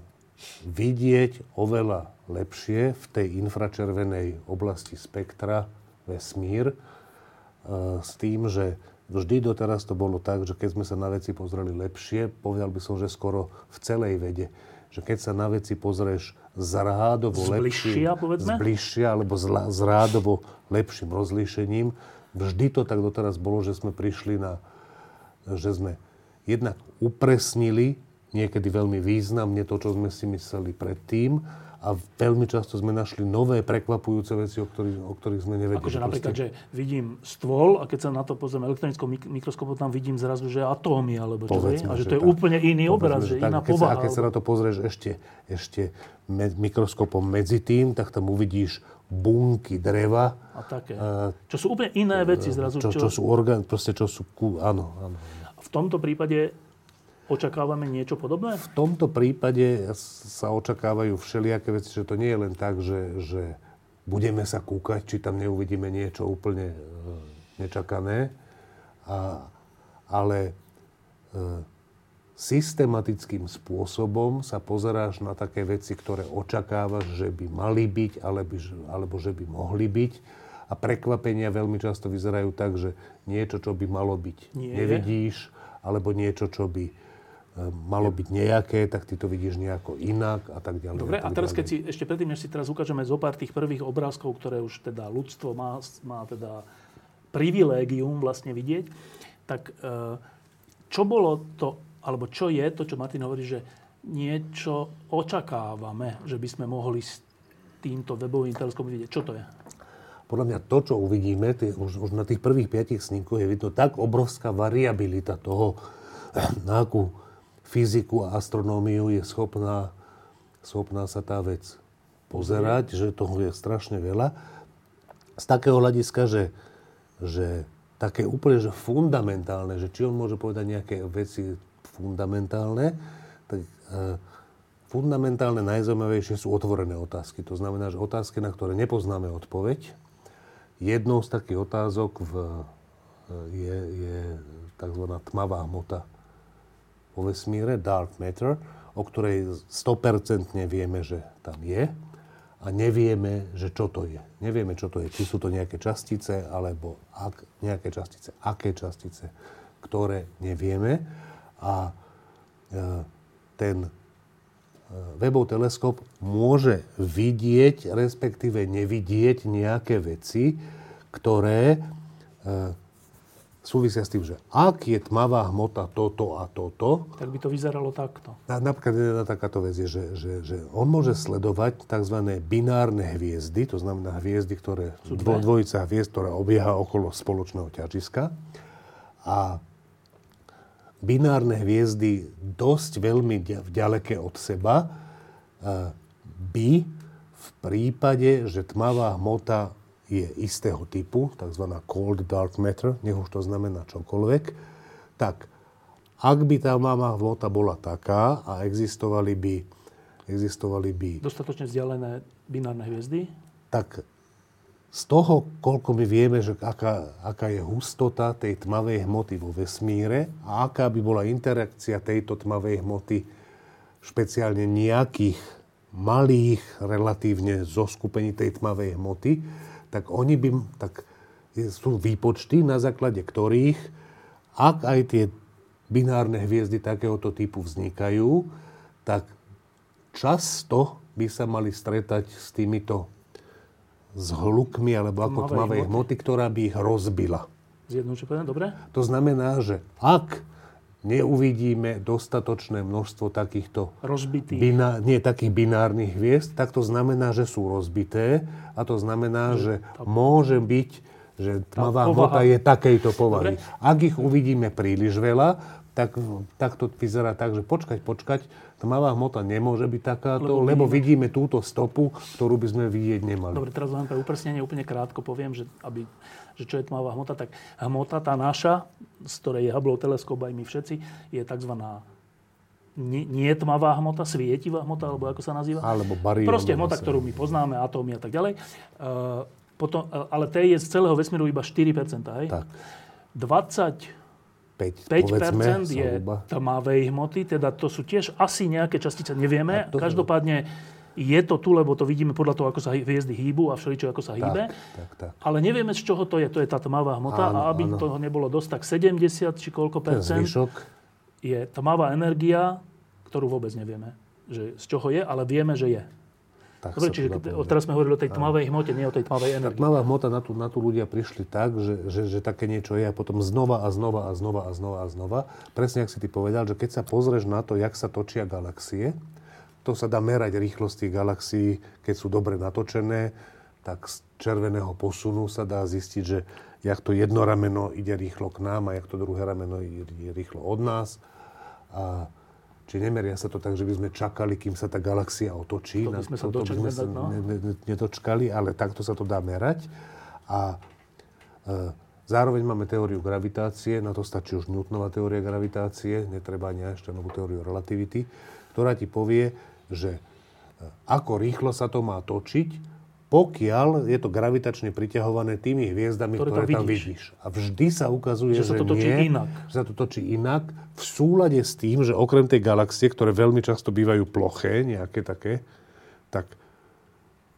Speaker 3: vidieť oveľa lepšie v tej infračervenej oblasti spektra vesmír e, s tým, že vždy doteraz to bolo tak, že keď sme sa na veci pozreli lepšie, povedal by som, že skoro v celej vede, že keď sa na veci pozrieš zrádovo lepšie,
Speaker 1: Zbližšia, povedzme?
Speaker 3: bližšie alebo zla, s rádovo lepším rozlíšením. Vždy to tak doteraz bolo, že sme prišli na, že sme jednak upresnili niekedy veľmi významne to, čo sme si mysleli predtým a veľmi často sme našli nové prekvapujúce veci, o ktorých, o ktorých sme nevedeli.
Speaker 1: akože
Speaker 3: Proste
Speaker 1: napríklad, že vidím stôl a keď sa na to pozriem elektronickou mik- mikroskopom, tam vidím zrazu, že atómy alebo čo je,
Speaker 3: Povedzme,
Speaker 1: a že
Speaker 3: že
Speaker 1: to je
Speaker 3: tak.
Speaker 1: úplne iný obraz, že
Speaker 3: Povedzme,
Speaker 1: iná
Speaker 3: keď sa,
Speaker 1: povaha.
Speaker 3: a keď sa na to pozrieš ešte, ešte me, mikroskopom medzi tým, tak tam uvidíš bunky dreva,
Speaker 1: a také.
Speaker 3: a- e,
Speaker 1: Čo sú úplne iné veci zrazu.
Speaker 3: čo, čo, sú orgán, proste čo sú... Ku, áno, áno.
Speaker 1: V tomto prípade očakávame niečo podobné?
Speaker 3: V tomto prípade sa očakávajú všelijaké veci, že to nie je len tak, že, že budeme sa kúkať, či tam neuvidíme niečo úplne e, nečakané, a, ale e, systematickým spôsobom sa pozeráš na také veci, ktoré očakávaš, že by mali byť alebo, alebo že by mohli byť. A prekvapenia veľmi často vyzerajú tak, že niečo, čo by malo byť,
Speaker 1: Nie je.
Speaker 3: nevidíš, alebo niečo, čo by e, malo byť nejaké, tak ty to vidíš nejako inak a tak ďalej.
Speaker 1: Dobre, a
Speaker 3: tak
Speaker 1: teraz keď
Speaker 3: ďalej.
Speaker 1: si, ešte predtým, než si teraz ukážeme zo pár tých prvých obrázkov, ktoré už teda ľudstvo má, má teda privilégium vlastne vidieť, tak e, čo bolo to, alebo čo je to, čo Martin hovorí, že niečo očakávame, že by sme mohli s týmto webovým teleskopom vidieť. Čo to je?
Speaker 3: Podľa mňa to, čo uvidíme, tie, už, už na tých prvých piatich snímkoch je vidno tak obrovská variabilita toho, [CLEARS THROAT] na akú fyziku a astronómiu je schopná, schopná sa tá vec pozerať, že toho je strašne veľa. Z takého hľadiska, že, že také úplne že fundamentálne, že či on môže povedať nejaké veci fundamentálne, tak e, Fundamentálne najzaujímavejšie sú otvorené otázky. To znamená, že otázky, na ktoré nepoznáme odpoveď. Jednou z takých otázok v, eh, je, je tzv. tmavá hmota vo vesmíre, dark matter, o ktorej 100% vieme, že tam je a nevieme, že čo to je. Nevieme, čo to je. Či sú to nejaké častice, alebo ak, nejaké častice, aké častice, ktoré nevieme. A e, ten webov teleskop môže vidieť, respektíve nevidieť nejaké veci, ktoré e, súvisia s tým, že ak je tmavá hmota toto a toto,
Speaker 1: Tak by to vyzeralo takto.
Speaker 3: na- Napríklad jedna takáto vec je, že, že, že on môže sledovať tzv. binárne hviezdy, to znamená hviezdy, ktoré sú dvo, dvojica hviezd, ktorá obieha okolo spoločného ťažiska. A binárne hviezdy dosť veľmi ďa- v ďaleke od seba eh, by v prípade, že tmavá hmota je istého typu, tzv. cold dark matter, nech už to znamená čokoľvek, tak ak by tá mama hmota bola taká a existovali by, existovali by
Speaker 1: Dostatočne vzdialené binárne hviezdy.
Speaker 3: tak z toho, koľko my vieme, že aká, aká je hustota tej tmavej hmoty vo vesmíre a aká by bola interakcia tejto tmavej hmoty špeciálne nejakých malých relatívne zoskupení tej tmavej hmoty, tak oni by, tak sú výpočty, na základe ktorých, ak aj tie binárne hviezdy takéhoto typu vznikajú, tak často by sa mali stretať s týmito s hlukmi alebo ako
Speaker 1: Tmavej
Speaker 3: tmavej
Speaker 1: hmoty.
Speaker 3: hmoty, ktorá by ich rozbila.
Speaker 1: Zjednodušene povedané, dobre?
Speaker 3: To znamená, že ak neuvidíme dostatočné množstvo takýchto
Speaker 1: Rozbitý.
Speaker 3: biná, nie takých binárnych hviezd, tak to znamená, že sú rozbité a to znamená, že môže byť, že tmavá
Speaker 1: povaha-
Speaker 3: hmota je takejto povahy.
Speaker 1: Dobre.
Speaker 3: Ak ich uvidíme príliš veľa, tak, tak to vyzerá tak, že počkať, počkať, tmavá hmota nemôže byť takáto,
Speaker 1: Lebo
Speaker 3: lebo, vidíme túto stopu, ktorú by sme vidieť nemali.
Speaker 1: Dobre, teraz len pre upresnenie úplne krátko poviem, že, aby, že čo je tmavá hmota, tak hmota tá naša, z ktorej je Hubble teleskop aj my všetci, je tzv. ni- netmavá hmota, svietivá hmota, alebo ako sa nazýva.
Speaker 3: Alebo bariónová
Speaker 1: Proste hmota,
Speaker 3: sa-
Speaker 1: ktorú my poznáme, atómy a tak ďalej. E, potom, e, ale tej je z celého vesmíru iba 4%, hej?
Speaker 3: Tak,
Speaker 1: 20 5%
Speaker 3: 5, povedzme,
Speaker 1: je
Speaker 3: zhruba.
Speaker 1: tmavej hmoty, teda to sú tiež asi nejaké častice, nevieme.
Speaker 3: A to-
Speaker 1: Každopádne je to tu, lebo to vidíme podľa toho, ako sa hy- hviezdy hýbu a všeličo, ako sa hýbe.
Speaker 3: Tak, tak, tak.
Speaker 1: Ale nevieme, z čoho to je. To je tá tmavá hmota. a
Speaker 3: Áno,
Speaker 1: aby
Speaker 3: áno.
Speaker 1: toho nebolo dosť, tak 70 či koľko
Speaker 3: Ten
Speaker 1: percent
Speaker 3: zvyšok,
Speaker 1: je tmavá energia, ktorú vôbec nevieme, že z čoho je, ale vieme, že je. Dobre,
Speaker 3: tak sa to
Speaker 1: čiže
Speaker 3: dá
Speaker 1: keď-
Speaker 3: povedať.
Speaker 1: teraz sme hovorili o tej tmavej hmote, nie o tej tmavej
Speaker 3: Tak
Speaker 1: energii.
Speaker 3: malá hmota na tu, na tu ľudia prišli tak, že, že, že také niečo je a potom znova a znova a znova a znova a znova. Presne, ak si ty povedal, že keď sa pozrieš na to, jak sa točia galaxie, to sa dá merať rýchlosti galaxií, keď sú dobre natočené, tak z červeného posunu sa dá zistiť, že jak to jedno rameno ide rýchlo k nám a jak to druhé rameno ide rýchlo od nás. A či nemeria sa to tak, že by sme čakali, kým sa tá galaxia otočí.
Speaker 1: To by
Speaker 3: Na
Speaker 1: sme sa
Speaker 3: toto
Speaker 1: dočkali,
Speaker 3: by sme sa
Speaker 1: no.
Speaker 3: ne- ne- ne- nedočkali, ale takto sa to dá merať. A e, zároveň máme teóriu gravitácie, na to stačí už Newtonova teória gravitácie, netreba ani Einsteinovú teóriu relativity, ktorá ti povie, že e, ako rýchlo sa to má točiť, pokiaľ je to gravitačne priťahované tými hviezdami,
Speaker 1: Ktoré tam
Speaker 3: ktoré, tam
Speaker 1: vidíš.
Speaker 3: vidíš. A vždy sa ukazuje,
Speaker 1: Že sa
Speaker 3: že,
Speaker 1: to točí
Speaker 3: nie,
Speaker 1: inak.
Speaker 3: Že sa to točí inak v súlade s tým, že okrem tej galaxie, ktoré veľmi často bývajú ploché, nejaké také, tak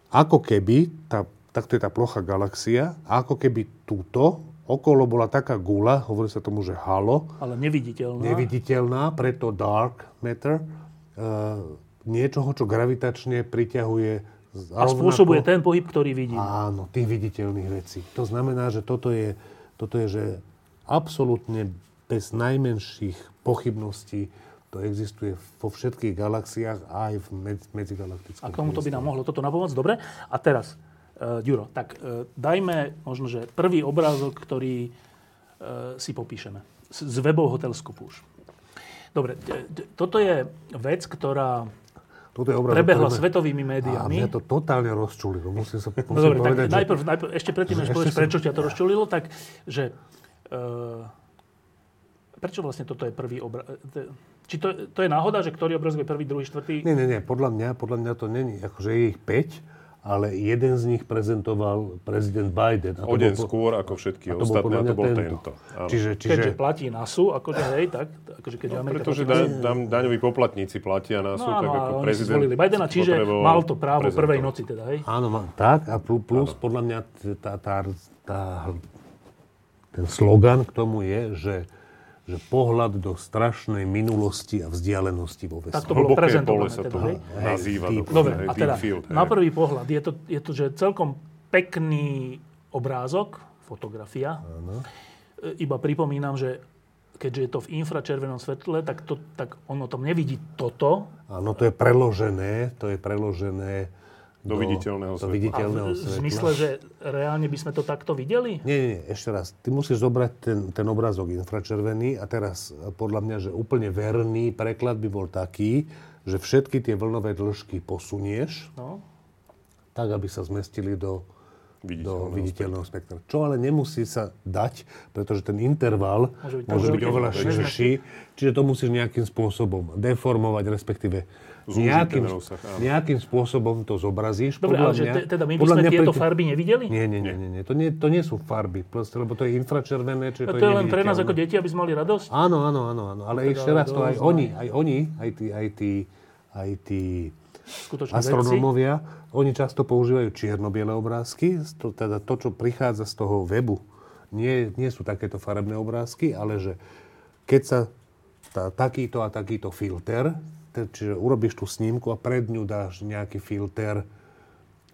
Speaker 3: ako keby, tá, takto je tá plocha galaxia, a ako keby túto, okolo bola taká gula, hovorí sa tomu, že halo,
Speaker 1: Ale neviditeľná.
Speaker 3: neviditeľná, preto dark matter, e, niečoho, čo gravitačne priťahuje z-
Speaker 1: A spôsobuje ten pohyb, ktorý vidíme.
Speaker 3: Áno, tých viditeľných vecí. To znamená, že toto je, toto je že absolútne bez najmenších pochybností to existuje vo všetkých galaxiách a aj v med- medzigalaktickom
Speaker 1: A k tomuto by
Speaker 3: priestore.
Speaker 1: nám mohlo toto napomôcť. Dobre, a teraz, uh, Ďuro, tak uh, dajme možno, že prvý obrázok, ktorý uh, si popíšeme. Z, z webov hotelskupu už. Dobre, t- t- toto je vec, ktorá
Speaker 3: Toto je obraz,
Speaker 1: prebehla
Speaker 3: ktorý ma-
Speaker 1: svetovými
Speaker 3: A mňa
Speaker 1: médiami.
Speaker 3: to totálne rozčulilo. Musím sa musím
Speaker 1: No dobre, tak
Speaker 3: povedať,
Speaker 1: najprv, najprv, ešte predtým, než
Speaker 3: že ešte
Speaker 1: povieš,
Speaker 3: som-
Speaker 1: prečo ťa to rozčulilo, tak, že... Uh, prečo vlastne toto je prvý obrázok? Či to, to je náhoda, že ktorý obrázok je prvý, druhý, štvrtý?
Speaker 3: Nie, nie, nie, podľa mňa, podľa mňa to není, akože je ich 5, ale jeden z nich prezentoval prezident Biden. A
Speaker 2: O deň skôr ako všetky ostatné, a to bol tento. Áno.
Speaker 3: Čiže, čiže,
Speaker 1: Keďže platí NASU, akože hej, tak, akože keď no, Amerika
Speaker 2: Pretože
Speaker 1: platí
Speaker 2: da, da, daňoví poplatníci platia nás,
Speaker 1: NASU,
Speaker 2: no, tak
Speaker 1: áno, a
Speaker 2: ako
Speaker 1: oni si
Speaker 2: prezident
Speaker 1: zvolili Bidena, čiže
Speaker 2: potreboval
Speaker 1: mal to právo
Speaker 2: prezentovať.
Speaker 1: prvej noci teda, hej.
Speaker 3: áno, má, tak, a plus, plus podľa mňa t- tá, tá, tá, ten slogan k tomu je, že, že pohľad do strašnej minulosti a vzdialenosti vo vesmíre.
Speaker 1: Tak to bolo
Speaker 2: Hlboké
Speaker 1: prezentované
Speaker 2: pole sa to
Speaker 1: teda, hej.
Speaker 2: nazýva.
Speaker 3: Deep
Speaker 2: dokonca,
Speaker 1: Dobre,
Speaker 2: hej,
Speaker 1: a
Speaker 2: deep
Speaker 1: teda
Speaker 2: field, hej.
Speaker 1: na prvý pohľad je to, je to že celkom pekný obrázok, fotografia. E, Iba pripomínam, že keďže je to v infračervenom svetle, tak, to, tak ono tam nevidí toto,
Speaker 3: Áno, to je preložené, to je preložené
Speaker 2: Do viditeľného
Speaker 3: do
Speaker 2: svetla.
Speaker 1: a
Speaker 3: viditeľného
Speaker 1: v, v
Speaker 3: svetla.
Speaker 1: zmysle, že reálne by sme to takto videli.
Speaker 3: Nie, nie, nie, ešte raz. Ty musíš zobrať ten, ten obrázok infračervený a teraz e, podľa mňa, že úplne verný preklad by bol taký, že všetky tie vlnové dĺžky posunieš,
Speaker 1: No,
Speaker 3: tak aby sa zmestili do, do
Speaker 2: Viditeľného
Speaker 3: viditeľného spektra. Čo ale nemusí sa dať, pretože ten interval
Speaker 1: Môže byť
Speaker 3: môže
Speaker 1: tak
Speaker 3: byť
Speaker 2: veľký.
Speaker 3: oveľa
Speaker 2: Veľký.
Speaker 3: širší, čiže to musíš nejakým spôsobom deformovať, respektíve
Speaker 2: Zúžiť
Speaker 3: nejakým,
Speaker 2: ten rozsah, áno.
Speaker 3: nejakým spôsobom to zobrazíš.
Speaker 1: Dobre, ale že te- teda my by sme tieto
Speaker 3: pre-
Speaker 1: farby nevideli?
Speaker 3: Nie, nie, nie, nie, nie. To, nie, to nie sú farby, proste, lebo to je infračervené, čiže
Speaker 1: To,
Speaker 3: to,
Speaker 1: je len pre nás
Speaker 3: neviditeľné.
Speaker 1: ako teda deti, aby sme mali radosť?
Speaker 3: Áno, áno, áno, áno. Ale ešte raz to aj oni, aj oni, aj tí, aj tí, aj tí
Speaker 1: Skutočné veci.
Speaker 3: astronómovia, oni často používajú čierno-biele obrázky, to, teda to, čo prichádza z toho webu. Nie, nie sú takéto farebné obrázky, ale že keď sa tá, takýto a takýto filter, te- čiže urobíš tú snímku a pred ňu dáš nejaký filter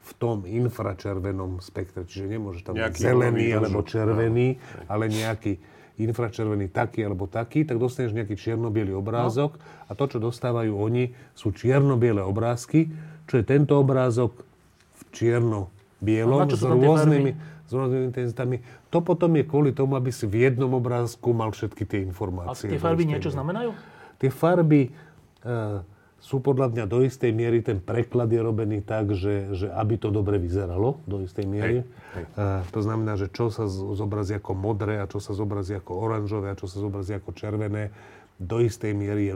Speaker 3: v tom infračervenom spektre, čiže nemôže tam byť
Speaker 2: Nejaký
Speaker 3: zelený
Speaker 2: oranžový.
Speaker 3: alebo červený, ale nejaký infračervený taký alebo taký, tak dostaneš nejaký čierno-biely obrázok a to, čo dostávajú oni, sú čierno-biele obrázky, čo je tento obrázok v
Speaker 1: A
Speaker 3: čierno-bielom
Speaker 1: na No, čo
Speaker 3: s
Speaker 1: sú tam tie
Speaker 3: rôznymi, s rôznymi intenzitami. To potom je kvôli tomu, aby si v jednom obrázku mal všetky tie
Speaker 1: A
Speaker 3: informácie.
Speaker 1: tie
Speaker 3: do
Speaker 1: farby
Speaker 3: istej
Speaker 1: niečo
Speaker 3: miery.
Speaker 1: znamenajú?
Speaker 3: Tie farby e, sú podľa mňa do istej miery, ten preklad je robený tak, že, že aby to dobre vyzeralo, do istej miery.
Speaker 2: hej.
Speaker 3: E, to znamená, že čo sa z- zobrazí ako modré a čo sa zobrazí ako oranžové a čo sa zobrazí ako červené, do istej miery je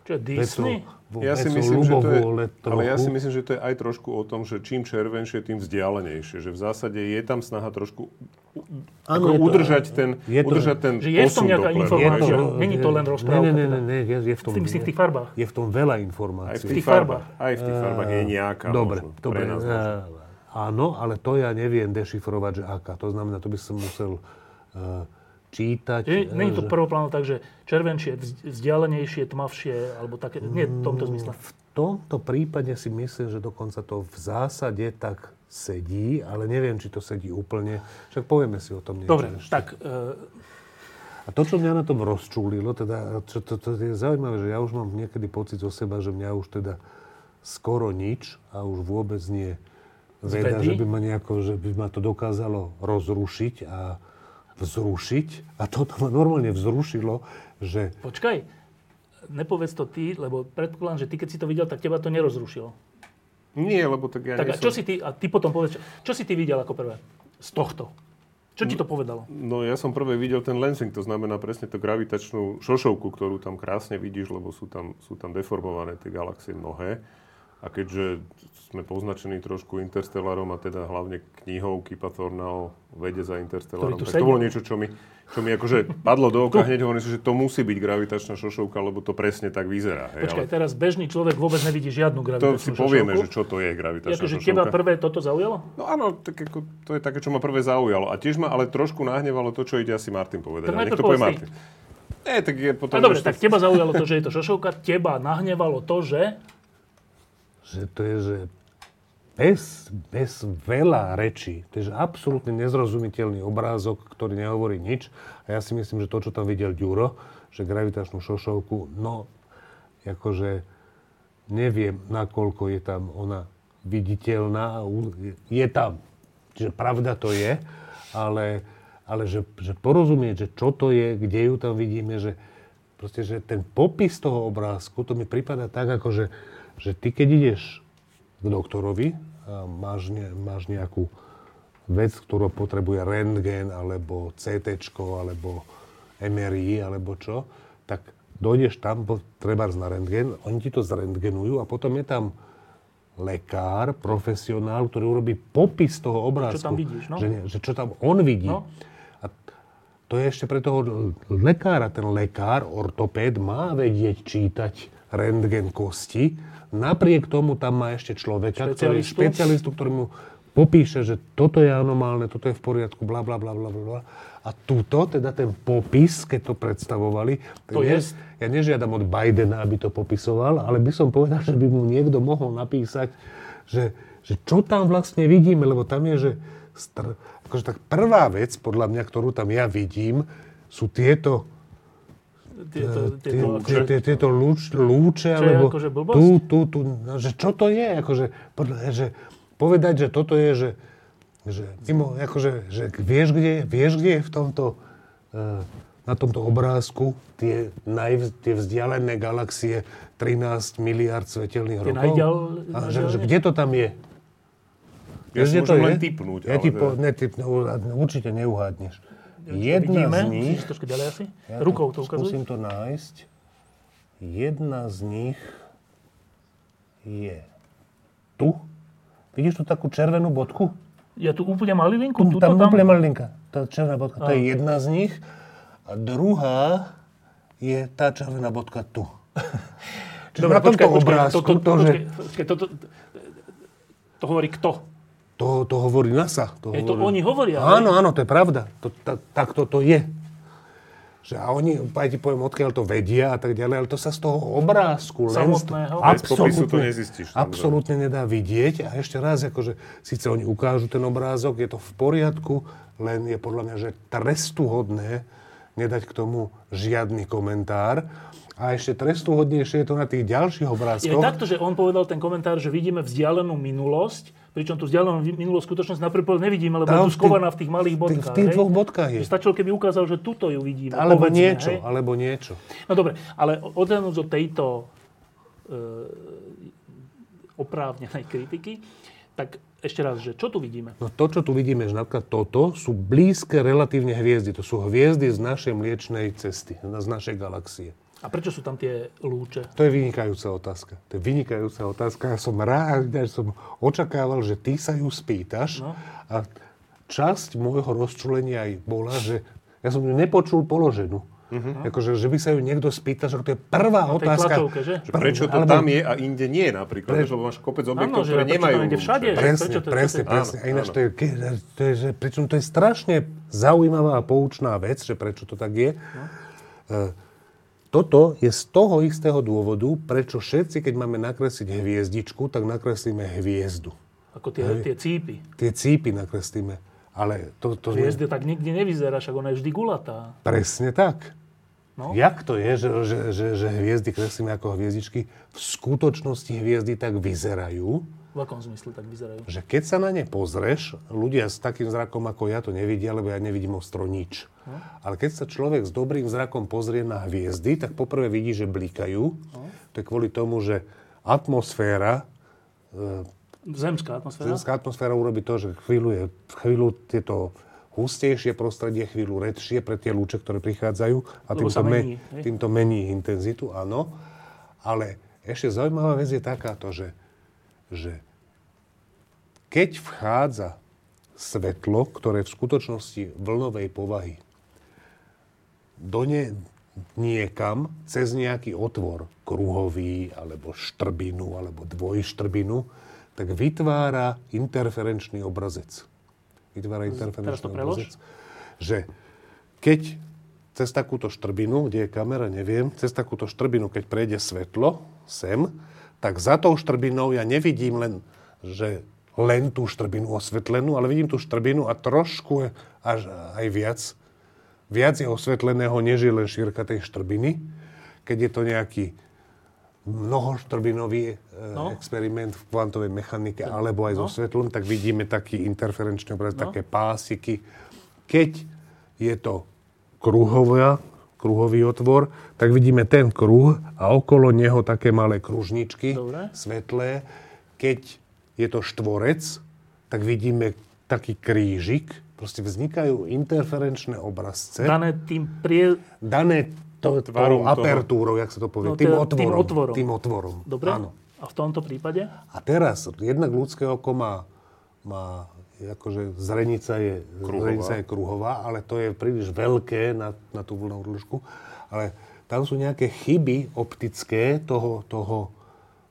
Speaker 1: Čo je Disney?
Speaker 2: Ja si myslím, že to je, ale ja si
Speaker 3: myslím,
Speaker 2: myslím, že to je aj trošku o tom, že čím červenšie, tým vzdialenejšie. Že v zásade je tam snaha trošku u- ako
Speaker 3: Áno, je to-
Speaker 2: udržať, ten,
Speaker 3: je to-
Speaker 2: udržať ten
Speaker 1: Že je v tom
Speaker 2: posun
Speaker 1: nejaká
Speaker 2: dopredu,
Speaker 1: informácia.
Speaker 2: že-
Speaker 1: že není to len rozprávka
Speaker 3: Nie, nie,
Speaker 1: teda.
Speaker 3: nie, nie, je, je v tom,
Speaker 1: tým- s tým v tých farbách.
Speaker 3: Je v tom veľa
Speaker 2: Aj v
Speaker 3: informácií.
Speaker 2: tých
Speaker 1: tých farbách.
Speaker 2: farbách. Aj v tých farbách je nejaká
Speaker 3: Dobre,
Speaker 2: možno, pre
Speaker 3: dobre.
Speaker 2: nás
Speaker 3: e,
Speaker 2: možno.
Speaker 3: áno, ale to ja neviem dešifrovať, že aká. To znamená, to by som musel e, čítať.
Speaker 1: Že
Speaker 3: e,
Speaker 1: Není to
Speaker 3: že
Speaker 1: prvoplánové, takže červenšie, vz- vzdialenejšie, tmavšie, alebo také, nie v tomto zmysle.
Speaker 3: v tomto prípade si myslím, že dokonca to v zásade tak sedí, ale neviem, či to sedí úplne. Však povieme si o tom niečo.
Speaker 1: Dobre,
Speaker 3: ešte.
Speaker 1: tak e,
Speaker 3: A to, čo mňa na tom rozčúlilo, teda, čo, to, to je zaujímavé, že ja už mám niekedy pocit zo seba, že mňa už teda skoro nič a už vôbec nie veda,
Speaker 1: Zvedí?
Speaker 3: že by ma, nejako, že by ma to dokázalo rozrušiť a vzrušiť. A toto ma normálne vzrušilo, že
Speaker 1: počkaj, nepovedz to ty, lebo predpokladám, že ty keď si to videl, tak teba to nerozrušilo.
Speaker 2: Nie, lebo tak ja
Speaker 1: Tak a
Speaker 2: nie
Speaker 1: čo
Speaker 2: som...
Speaker 1: si ty, a ty potom povedz, čo- čo si ty videl ako prvé z tohto? Čo ti to povedalo?
Speaker 2: No ja som prvé videl ten lensing, to znamená presne tú gravitačnú šošovku, ktorú tam krásne vidíš, lebo sú tam, sú tam deformované tie galaxie mnohé. A keďže sme poznačení trošku Interstellarom a teda hlavne knihou Kipa Thorna o vede za Interstellarom,
Speaker 1: Ktorý tu
Speaker 2: tak to
Speaker 1: sedí.
Speaker 2: bolo niečo, čo mi, čo mi akože padlo do oka hneď, hovorím si, že to musí byť gravitačná šošovka, lebo to presne tak vyzerá. Hej,
Speaker 1: Počkaj, teraz bežný človek vôbec nevidí žiadnu
Speaker 2: to
Speaker 1: gravitačnú
Speaker 2: si povieme, že
Speaker 1: šošovku.
Speaker 2: čo to je gravitačná
Speaker 1: Akože
Speaker 2: šošovka.
Speaker 1: teba prvé toto zaujalo?
Speaker 2: No áno, tak ako, to je také, čo ma prvé zaujalo. A tiež ma ale trošku nahnevalo to, čo ide asi Martin povedať.
Speaker 1: Tak
Speaker 2: Ale
Speaker 1: najprv
Speaker 2: nech to povie
Speaker 1: povedz ty.
Speaker 2: Martin. Nie, tak je potom...
Speaker 1: No dobre,
Speaker 2: ešte-
Speaker 1: tak teba zaujalo to, že je to šošovka, teba nahnevalo to, že...
Speaker 3: že to je, že bez, bez veľa rečí. To je že absolútne nezrozumiteľný obrázok, ktorý nehovorí nič. A ja si myslím, že to, čo tam videl Ďuro, že gravitačnú šošovku, no, akože neviem, nakoľko je tam ona viditeľná. a u- Je tam. Čiže pravda to je, ale, ale že, že porozumieť, že čo to je, kde ju tam vidíme, že proste, že ten popis toho obrázku, to mi prípada tak, ako že, že ty keď ideš k doktorovi a máš, ne, máš nejakú vec, ktorú potrebuje rentgen, alebo CT, alebo MRI, alebo čo, tak dojdeš tam, po- trebárs na rentgen, oni ti to zrentgenujú a potom je tam lekár, profesionál, ktorý urobí popis toho obrázku.
Speaker 1: tam vidíš, no?
Speaker 3: Že, nie, že čo tam on vidí.
Speaker 1: No.
Speaker 3: A to je ešte pre toho l- lekára. Ten lekár, ortopéd, má vedieť čítať rentgen kosti. Napriek tomu tam má ešte človeka, ktorý,
Speaker 1: Špecialistu.
Speaker 3: špecialistu, ktorý mu popíše, že toto je anomálne, toto je v poriadku, bla, bla, bla, bla, bla. bla. A tuto, teda ten popis, keď to predstavovali,
Speaker 1: To
Speaker 3: nie-
Speaker 1: jest?
Speaker 3: ja nežiadam od Bidena, aby to popisoval, ale by som povedal, že by mu niekto mohol napísať, že, že čo tam vlastne vidíme, lebo tam je, že str... akože tak prvá vec, podľa mňa, ktorú tam ja vidím, sú tieto,
Speaker 1: Tieto,
Speaker 3: tie,
Speaker 1: tieto,
Speaker 3: tie, tie, tieto lúč,
Speaker 1: Čo je
Speaker 3: lúče, alebo
Speaker 1: akože blbosť?
Speaker 3: tu, tu, tu, no, že čo to je, akože, podľa, že povedať, že toto je, že, že, mimo, akože, že vieš, kde, vieš, kde je v tomto, eh, na tomto obrázku tie, najv, tie vzdialené galaxie 13 miliard svetelných
Speaker 1: Tie
Speaker 3: rokov.
Speaker 1: najďal-
Speaker 3: a, že, že,
Speaker 1: najďalej?
Speaker 3: kde to tam je?
Speaker 2: Ja
Speaker 3: Vieš,
Speaker 2: si
Speaker 3: kde
Speaker 2: môžem
Speaker 3: je?
Speaker 2: len tipnúť,
Speaker 3: Ja
Speaker 2: ale
Speaker 3: ti
Speaker 2: teda-
Speaker 3: po, netyp, určite neuhádneš. Jedna
Speaker 1: Vidíme,
Speaker 3: z nich...
Speaker 1: Chceš trošku ďalej asi?
Speaker 3: Ja
Speaker 1: Rukou to ukazuj.
Speaker 3: Skúsim to nájsť. Jedna z nich je tu. Vidíš tu takú červenú bodku?
Speaker 1: Ja tu úplne malý linku,
Speaker 3: Tu,
Speaker 1: tuto
Speaker 3: tam,
Speaker 1: tam.
Speaker 3: úplne malinka. Tá červená bodka, to je jedna z nich. A druhá je tá červená bodka tu. [LAUGHS] Čiže na tomto obrázku,
Speaker 1: to, to,
Speaker 3: to, že,
Speaker 1: počkaj, počkaj, to, to, to hovorí kto?
Speaker 3: to, to hovorí NASA. To,
Speaker 1: Je
Speaker 3: hovorí,
Speaker 1: to oni hovoria, hej?
Speaker 3: Áno, áno, to je pravda. To, ta, tak toto je. Že a oni, aj ti poviem, odkiaľ to vedia a tak ďalej, ale to sa z toho obrázku len z-
Speaker 1: Samotného.
Speaker 2: Bez popisu to nezistíš, samozrejme.
Speaker 3: absolútne nedá vidieť. A ešte raz, akože, síce oni ukážu ten obrázok, je to v poriadku, len je podľa mňa, že trestuhodné nedať k tomu žiadny komentár. A ešte trestuhodnejšie je to na tých
Speaker 1: Je
Speaker 3: ďalších obrázkoch.
Speaker 1: aj takto, že on povedal ten komentár, že vidíme vzdialenú minulosť, pričom tú vzdialenú vi- minulosť skutočnosť na prvý pohľad nevidíme, lebo je tu
Speaker 3: Tam v tých-
Speaker 1: skovaná v tých malých
Speaker 3: v tých- v
Speaker 1: bodkách.
Speaker 3: tých
Speaker 1: hej?
Speaker 3: dvoch bodkách je.
Speaker 1: Že Stačilo, keby ukázal, že tuto ju vidíme.
Speaker 3: alebo
Speaker 1: povedzme,
Speaker 3: niečo,
Speaker 1: hej?
Speaker 3: alebo niečo.
Speaker 1: No dobre, ale odhľadnúť od tejto e, oprávnenej kritiky, tak ešte raz, že čo tu vidíme?
Speaker 3: No to, čo tu vidíme, že napríklad toto, sú blízke relatívne hviezdy. To sú hviezdy z našej mliečnej cesty, z našej galaxie.
Speaker 1: A prečo sú tam tie lúče?
Speaker 3: To je vynikajúca otázka. To je vynikajúca otázka. Ja som rád, že som očakával, že ty sa ju spýtaš.
Speaker 1: No.
Speaker 3: A časť môjho rozčulenia aj bola, že ja som ju nepočul položenú. Akože, že by sa ju niekto spýtal, že to je prvá
Speaker 1: Mhm. tej
Speaker 3: otázka.
Speaker 1: tlačovke, že?
Speaker 2: Že prečo to
Speaker 3: Alebo-
Speaker 2: tam je a inde nie napríklad,
Speaker 3: Pre-
Speaker 2: vieš, lebo máš kopec
Speaker 1: Áno, že
Speaker 2: objektov, ktoré
Speaker 1: prečo to
Speaker 2: nemajú
Speaker 1: nejde
Speaker 2: lúče.
Speaker 1: všade? Že
Speaker 3: Presne,
Speaker 1: prečo to-
Speaker 3: presne,
Speaker 1: prečo to-
Speaker 3: presne. A
Speaker 2: Áno,
Speaker 3: ináč
Speaker 2: áno.
Speaker 3: to je, ke- to je, že, pričom to je strašne zaujímavá a poučná vec, že prečo to tak je.
Speaker 1: No.
Speaker 3: E, Toto je z toho istého dôvodu, prečo všetci, keď máme nakresliť hviezdičku, tak nakreslíme hviezdu.
Speaker 1: Ako tie, tie cípy.
Speaker 3: Tie cípy nakreslíme. Ale to, to
Speaker 1: Hviezda tak nikdy nevyzerá, však ona je vždy gulatá.
Speaker 3: Presne tak.
Speaker 1: No.
Speaker 3: No? Jak to je, že, že, že, že hviezdy kreslíme ako hviezdičky? V skutočnosti hviezdy tak vyzerajú,
Speaker 1: V akom zmysle tak vyzerajú?
Speaker 3: že keď sa na ne pozrieš, ľudia s takým zrakom ako ja to nevidia, lebo ja nevidím ostro nič. Ale keď sa človek s dobrým zrakom pozrie na hviezdy, tak poprvé vidí, že blikajú. To je kvôli tomu, že atmosféra,
Speaker 1: Zemská atmosféra?
Speaker 3: zemská atmosféra urobí to, že chvíľu, je, chvíľu tieto hustejšie prostredie, chvíľu redšie pre tie lúče, ktoré prichádzajú a
Speaker 1: Lebo
Speaker 3: týmto,
Speaker 1: sa mení,
Speaker 3: mení,
Speaker 1: hej?
Speaker 3: týmto mení intenzitu, áno. Ale ešte zaujímavá vec je takáto, že, že keď vchádza svetlo, ktoré v skutočnosti vlnovej povahy, do ne, niekam cez nejaký otvor, kruhový, alebo štrbinu, alebo dvojštrbinu, tak vytvára interferenčný obrazec. Vytvára interferenčný
Speaker 1: teraz to prelož.
Speaker 3: obrazec. Že keď cez takúto štrbinu, kde je kamera, neviem, cez takúto štrbinu, keď prejde svetlo sem, tak za tou štrbinou ja nevidím len, že len tú štrbinu osvetlenú, ale vidím tú štrbinu a trošku až aj viac viac je osvetleného, než je len šírka tej štrbiny. Keď je to nejaký mnohoštrbinový e,
Speaker 1: No.
Speaker 3: experiment v kvantovej mechanike alebo aj so svetlom, tak vidíme taký interferenčný obraz,
Speaker 1: No.
Speaker 3: také pásiky. Keď je to kruhová, kruhový otvor, tak vidíme ten kruh a okolo neho také malé kružničky
Speaker 1: Dobre.
Speaker 3: svetlé. Keď je to štvorec, tak vidíme taký krížik. Proste vznikajú interferenčné obrazce
Speaker 1: Dané tým prie...
Speaker 3: dané to,
Speaker 2: Tvarom
Speaker 3: tou
Speaker 2: toho.
Speaker 3: apertúrou, jak sa to
Speaker 1: No,
Speaker 3: povie, tým,
Speaker 1: teda tým
Speaker 3: otvorom,
Speaker 1: otvorom.
Speaker 3: Tým otvorom.
Speaker 1: Dobre?
Speaker 3: Áno.
Speaker 1: A v tomto prípade?
Speaker 3: A teraz, jednak ľudské oko má, má je akože zrenica je,
Speaker 2: Kruhová.
Speaker 3: zrenica je kruhová, ale to je príliš veľké na, na tú vlnovú dĺžku. Ale tam sú nejaké chyby optické toho, toho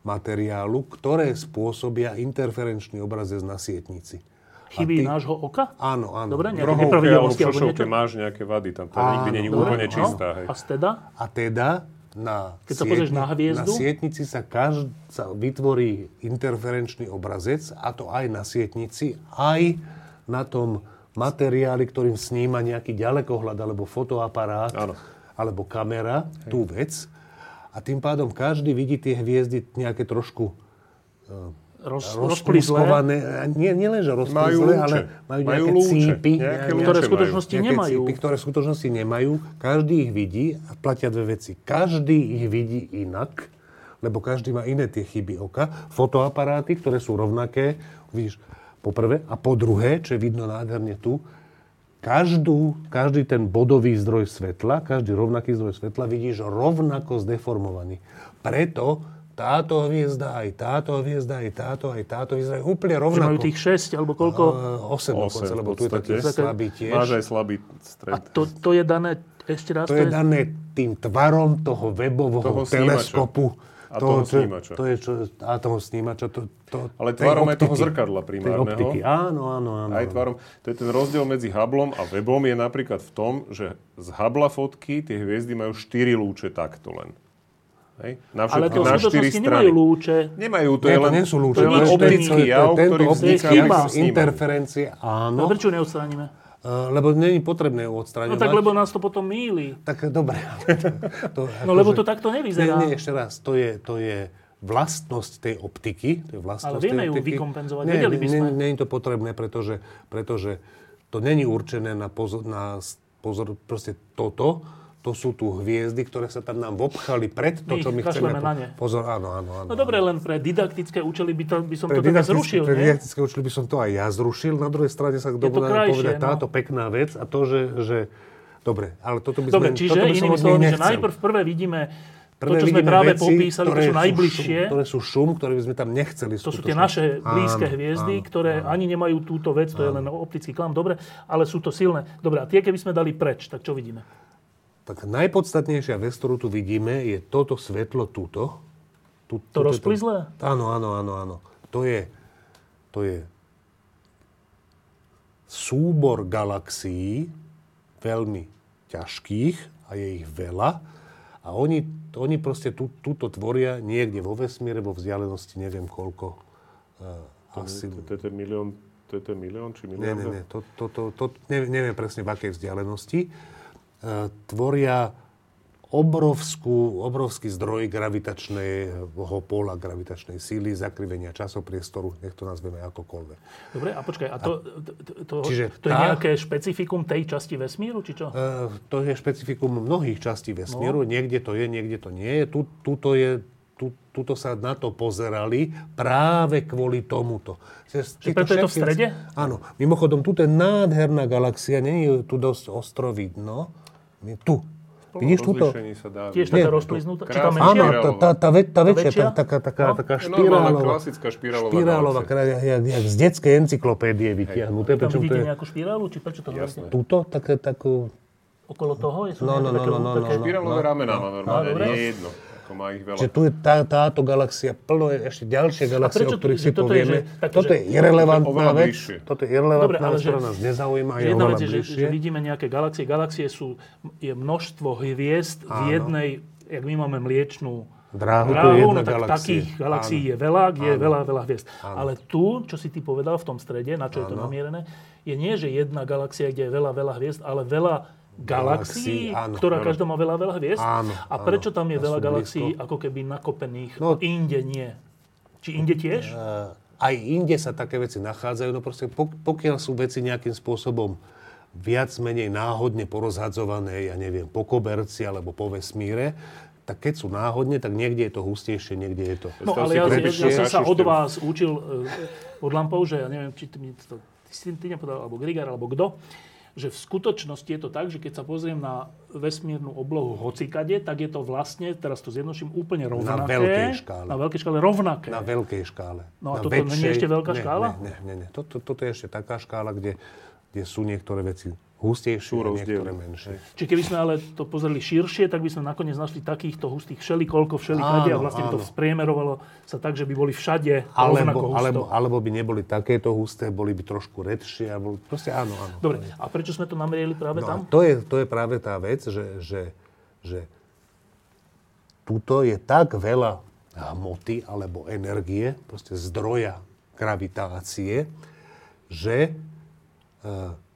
Speaker 3: materiálu, ktoré spôsobia interferenčný obrazec na sietnici.
Speaker 1: Chyby nášho oka?
Speaker 3: Áno, áno.
Speaker 1: Dobre, nejaké
Speaker 2: Rohovke alebo
Speaker 1: nepravidelnosti
Speaker 2: v
Speaker 1: alebo
Speaker 2: šošovke
Speaker 1: niečo?
Speaker 2: máš nejaké vady, tam tá nikdy není
Speaker 3: Áno,
Speaker 2: úplne
Speaker 1: no.
Speaker 2: čistá. Hej.
Speaker 1: A steda?
Speaker 3: A teda na,
Speaker 1: Keď sa pozrieš na hviezdu?
Speaker 3: na sietnici sa, každ- sa vytvorí interferenčný obrazec, a to aj na sietnici, aj na tom materiáli, ktorým sníma nejaký ďalekohľad alebo fotoaparát
Speaker 2: Áno.
Speaker 3: alebo kamera, tú vec. A tým pádom každý vidí tie hviezdy nejaké trošku
Speaker 1: Roz, rozplizlé,
Speaker 3: rozplizlované. Nie, nie len, že
Speaker 2: lúče.
Speaker 3: rozplizlé, ale majú
Speaker 2: Majú
Speaker 3: nejaké
Speaker 2: lúče.
Speaker 3: cípy.
Speaker 2: Nejaké
Speaker 3: nejaké
Speaker 2: lúče
Speaker 1: ktoré v
Speaker 2: majú.
Speaker 1: skutočnosti
Speaker 3: nejaké
Speaker 1: nemajú.
Speaker 3: Cípy, ktoré v skutočnosti nemajú. Každý ich vidí a platia dve veci. Každý ich vidí inak, lebo každý má iné tie chyby oka. Fotoaparáty, ktoré sú rovnaké, vidíš, Po prvé. A po druhé, čo je vidno nádherne tu, každú, každý ten bodový zdroj svetla, každý rovnaký zdroj svetla vidíš rovnako zdeformovaný. Preto táto hviezda, aj táto hviezda, aj táto, aj táto vyzerajú úplne
Speaker 1: Že
Speaker 3: rovnako.
Speaker 1: majú tých 6 alebo koľko?
Speaker 3: Eh, 8 dokonca,
Speaker 2: Osem v
Speaker 3: lebo tu je taký
Speaker 2: podstate.
Speaker 3: slabý tiež.
Speaker 2: Máš aj slabý
Speaker 1: A
Speaker 2: stred.
Speaker 1: to, to je dané, ešte raz,
Speaker 3: To je dané tým tvarom toho webového
Speaker 2: Toho snímača.
Speaker 3: teleskopu.
Speaker 2: A toho
Speaker 3: čo-
Speaker 2: snímača.
Speaker 3: To je čo, a toho snímača. To, to,
Speaker 2: Ale
Speaker 3: tej
Speaker 2: tvarom aj toho
Speaker 3: optiky.
Speaker 2: zrkadla
Speaker 3: Tej
Speaker 2: primárneho.
Speaker 3: optiky. Áno, áno, áno.
Speaker 2: Aj tvarom. To je ten rozdiel medzi Hubblom a Webom je napríklad v tom, že z Hubla fotky tie hviezdy majú 4 lúče takto len. Hej? Na, všet,
Speaker 1: ale to v
Speaker 2: na 4
Speaker 1: skutočnosti
Speaker 2: strany.
Speaker 1: nemajú lúče.
Speaker 2: Nemajú, to
Speaker 3: Nie,
Speaker 2: je
Speaker 3: to
Speaker 2: len,
Speaker 3: nie sú lúče.
Speaker 2: to je len
Speaker 1: to je-
Speaker 2: optický
Speaker 1: to je-
Speaker 2: jav, ktorý
Speaker 3: tento
Speaker 1: optický
Speaker 2: vzniká
Speaker 1: jav
Speaker 2: pri
Speaker 1: s
Speaker 2: snímaní.
Speaker 3: interferencie,
Speaker 1: No
Speaker 3: áno,
Speaker 1: prečo ju neodstránime?
Speaker 3: eh, lebo není potrebné ju
Speaker 1: No
Speaker 3: odstraňovať.
Speaker 1: tak lebo nás to potom míli.
Speaker 3: Tak dobre. ale To, to,
Speaker 1: No lebo to takto
Speaker 3: Nie,
Speaker 1: nevyzerá.
Speaker 3: nie, ešte raz, to je, to je vlastnosť tej optiky. To je
Speaker 1: Ale
Speaker 3: vlastnosť
Speaker 1: vieme
Speaker 3: tej
Speaker 1: ju
Speaker 3: optiky.
Speaker 1: vykompenzovať,
Speaker 3: Nie,
Speaker 1: vedeli by
Speaker 3: nie,
Speaker 1: sme.
Speaker 3: Nie, nie je to potrebné, pretože, pretože to není určené na pozor, na s- pozor, proste toto, to sú tu hviezdy, ktoré sa tam nám vopchali pred
Speaker 1: My
Speaker 3: to, čo
Speaker 1: ich
Speaker 3: my chceme.
Speaker 1: kašleme na ne.
Speaker 3: Pozor, áno, áno, áno.
Speaker 1: No dobre, len pre didaktické účely by, to, by som to
Speaker 3: Pre
Speaker 1: teda
Speaker 3: didaktické-
Speaker 1: zrušil,
Speaker 3: pre
Speaker 1: nie?
Speaker 3: didaktické účely by som to aj ja zrušil. Na druhej strane sa kto
Speaker 1: Je to
Speaker 3: bude
Speaker 1: krajšie,
Speaker 3: povedať
Speaker 1: no.
Speaker 3: táto pekná vec a to, že, že Dobre, ale toto by
Speaker 1: Dobre,
Speaker 3: sme,
Speaker 1: čiže
Speaker 3: toto by som
Speaker 1: inými
Speaker 3: od nich
Speaker 1: slovami, že
Speaker 3: nechcel.
Speaker 1: najprv prvé vidíme to,
Speaker 3: Prvé
Speaker 1: čo sme
Speaker 3: vidíme
Speaker 1: práve
Speaker 3: veci,
Speaker 1: popísali, to
Speaker 3: ktoré
Speaker 1: sú najbližšie.
Speaker 3: Šum, ktoré sú šum, ktoré by sme tam nechceli.
Speaker 1: To sú tie naše blízke hviezdy, ktoré ani nemajú túto vec, to je len optický klam, dobre, ale sú to silné. Dobre, a tie keby sme dali preč, tak čo vidíme?
Speaker 3: Tak najpodstatnejšia vec, ktorú tu vidíme, je toto svetlo túto.
Speaker 1: To
Speaker 3: Tu, tuto-
Speaker 1: rozplyzlé?
Speaker 3: Áno, áno, áno, áno. To je, to je súbor galaxií, veľmi ťažkých a je ich veľa. A oni, oni proste tú, túto tvoria niekde vo vesmíre, vo vzdialenosti neviem koľko. Uh, asi...
Speaker 2: To je ten milión, to je ten milión či
Speaker 3: Nie,
Speaker 2: milión?
Speaker 3: nie, nie. To, to, to, to, neviem, neviem presne v akej vzdialenosti. E, tvoria obrovskú, obrovský zdroj gravitačného pola, gravitačnej síly, zakrivenia časopriestoru, nech to nazveme akokoľvek.
Speaker 1: Dobre, a počkaj, a to, to, to,
Speaker 3: Čiže
Speaker 1: to je
Speaker 3: tá-
Speaker 1: nejaké špecifikum tej časti vesmíru, či čo?
Speaker 3: E, to je špecifikum mnohých častí
Speaker 1: No.
Speaker 3: vesmíru. Niekde to je, niekde to nie je. Tu, tuto je tu, tuto sa na to pozerali práve kvôli tomuto. Čiže tieto
Speaker 1: preto je to v
Speaker 3: všetky-
Speaker 1: strede?
Speaker 3: Áno. Mimochodom, tu je nádherná galaxia. Není ju tu dosť ostro vidno. Je Tu. Vidíš túto?
Speaker 2: sa dá.
Speaker 1: Tiež
Speaker 2: vidieť.
Speaker 1: taká rozplyznutá, či tá
Speaker 2: Krásne.
Speaker 1: menšia?
Speaker 3: Áno,
Speaker 2: Špirálová.
Speaker 3: tá, tá, tá, ve, tá väčšia,
Speaker 1: väčšia?
Speaker 3: tá, taká, taká,
Speaker 1: No.
Speaker 3: taká
Speaker 2: Je normálna,
Speaker 3: špirálová.
Speaker 2: klasická špirálová,
Speaker 3: Špirálová,
Speaker 2: galaxia.
Speaker 3: krá- jak, jak z detskej encyklopédie vytiahnuté.
Speaker 1: Tam
Speaker 3: Pričom to
Speaker 1: vidíte
Speaker 3: je
Speaker 1: nejakú špirálu, či prečo to hovoríte?
Speaker 3: tuto, také, takú...
Speaker 1: Okolo toho? Je sú
Speaker 3: No,
Speaker 1: nejaké
Speaker 3: no, no,
Speaker 1: také
Speaker 3: no, no,
Speaker 1: útoké-
Speaker 3: no, no.
Speaker 2: Špirálové ramená má normálne,
Speaker 1: No, dobre.
Speaker 2: nie je jedno. Ako má ich veľa.
Speaker 3: Že tu je tá, táto galaxia, plno je ešte ďalšie galaxie,
Speaker 1: prečo
Speaker 3: o ktorých
Speaker 1: to-
Speaker 3: si
Speaker 1: že toto je,
Speaker 3: povieme.
Speaker 1: že- tak,
Speaker 3: toto
Speaker 1: že-
Speaker 3: je irrelevantná
Speaker 2: Oveľa
Speaker 3: vec,
Speaker 2: bližšie.
Speaker 3: toto je
Speaker 1: Dobre,
Speaker 3: irrelevantná
Speaker 1: ale
Speaker 3: vec, ktorá
Speaker 1: že-
Speaker 3: nás nezaujíme, je
Speaker 1: Že Jedna
Speaker 3: oveľa
Speaker 1: vec je, že,
Speaker 3: bližšie.
Speaker 1: že vidíme nejaké galaxie. Galaxie sú, je množstvo hviezd v jednej, jak my máme mliečnú
Speaker 3: Dráhu, tu je
Speaker 1: dráhu, no
Speaker 3: jedna
Speaker 1: tak
Speaker 3: galaxia.
Speaker 1: takých galaxií je veľa, kde je veľa, veľa hviezd. Ale tu, čo si ty povedal v tom strede, na čo je to namierené, je nie, že jedna galaxia, kde je veľa, veľa hviezd, ale veľa galaxií,
Speaker 3: Galaxií, áno,
Speaker 1: ktorá
Speaker 3: áno.
Speaker 1: každá má veľa, veľa hviezd.
Speaker 3: Áno,
Speaker 1: a prečo tam je
Speaker 3: A sú
Speaker 1: veľa
Speaker 3: blízko.
Speaker 1: galaxií ako keby nakopených?
Speaker 3: No-
Speaker 1: inde nie. Či inde tiež?
Speaker 3: Eh, aj inde sa také veci nachádzajú, no proste pok- pokiaľ sú veci nejakým spôsobom viac menej náhodne porozhadzované, ja neviem, po koberci alebo po vesmíre, tak keď sú náhodne, tak niekde je to hustejšie, niekde je to...
Speaker 1: No
Speaker 2: Predstav
Speaker 1: ale
Speaker 2: si
Speaker 1: ja,
Speaker 2: prebiehanie
Speaker 1: ja, ja som sa
Speaker 2: našich
Speaker 1: od
Speaker 2: štýlov.
Speaker 1: vás učil eh, od lampov, že ja neviem, či ty, mi to, ty, si- ty nepovedal, alebo Grigar, alebo kto, že v skutočnosti je to tak, že keď sa pozriem na vesmírnu oblohu hocikade, tak je to vlastne, teraz to zjednočím, úplne rovnaké.
Speaker 3: veľkej škále.
Speaker 1: Na veľkej škále rovnaké.
Speaker 3: Na veľkej škále.
Speaker 1: No a
Speaker 3: na
Speaker 1: toto nie je ešte veľká
Speaker 3: nie,
Speaker 1: škála?
Speaker 3: Nie, nie, nie. Toto, toto je ešte taká škála, kde, kde sú niektoré veci hustejšie
Speaker 2: Sú
Speaker 3: a
Speaker 2: rozdielne.
Speaker 3: niektoré menšie.
Speaker 1: Čiže keby sme ale to pozreli širšie, tak by sme nakoniec našli takýchto hustých všelikoľko, všelikade a
Speaker 3: Áno,
Speaker 1: vlastne by to
Speaker 3: áno.
Speaker 1: spriemerovalo sa tak, že by boli všade rovnako
Speaker 3: Alebo,
Speaker 1: husto.
Speaker 3: alebo, alebo by neboli takéto husté, boli by trošku redšie. a bol- Proste áno, áno.
Speaker 1: Dobre, a prečo sme to namierili práve
Speaker 3: No a
Speaker 1: tam?
Speaker 3: to je, to je práve tá vec, že, že, že tuto je tak veľa hmoty alebo energie, proste zdroja gravitácie, že e,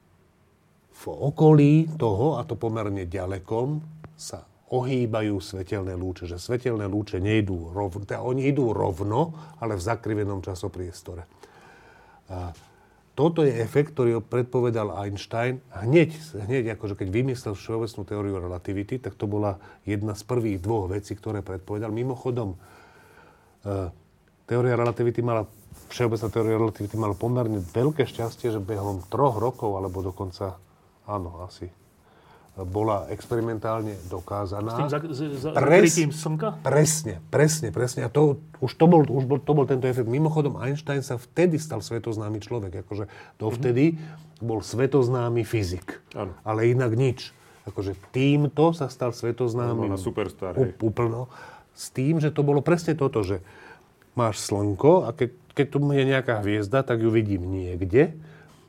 Speaker 3: v okolí toho, a to pomerne ďalekom, sa ohýbajú svetelné lúče. Že svetelné lúče nejdú rovno, teda oni idú rovno, ale v zakrivenom časopriestore. Toto je efekt, ktorý predpovedal Einstein hneď, hneď akože keď vymyslel všeobecnú teóriu relativity, tak to bola jedna z prvých dvoch vecí, ktoré predpovedal. Mimochodom, e, teória relativity mala všeobecná teória relativity mala pomerne veľké šťastie, že behom troch rokov, alebo dokonca, áno, asi, bola experimentálne
Speaker 1: S
Speaker 3: dokázaná.
Speaker 1: tým za, z, za,
Speaker 3: Pres-
Speaker 1: zakrytím slnka?
Speaker 3: Presne, presne, presne. A to, už, to bol, už bol, to bol tento efekt. Mimochodom, Einstein sa vtedy stal svetoznámy človek. Akože dovtedy bol svetoznámy fyzik.
Speaker 2: Áno.
Speaker 3: Ale inak nič. Akože týmto sa stal svetoznámym.
Speaker 2: Bol na superstar,
Speaker 3: Ú-
Speaker 2: hej.
Speaker 3: Úplno. S tým, že to bolo presne toto, že máš slnko a keď, keď tu je nejaká hviezda, tak ju vidím niekde.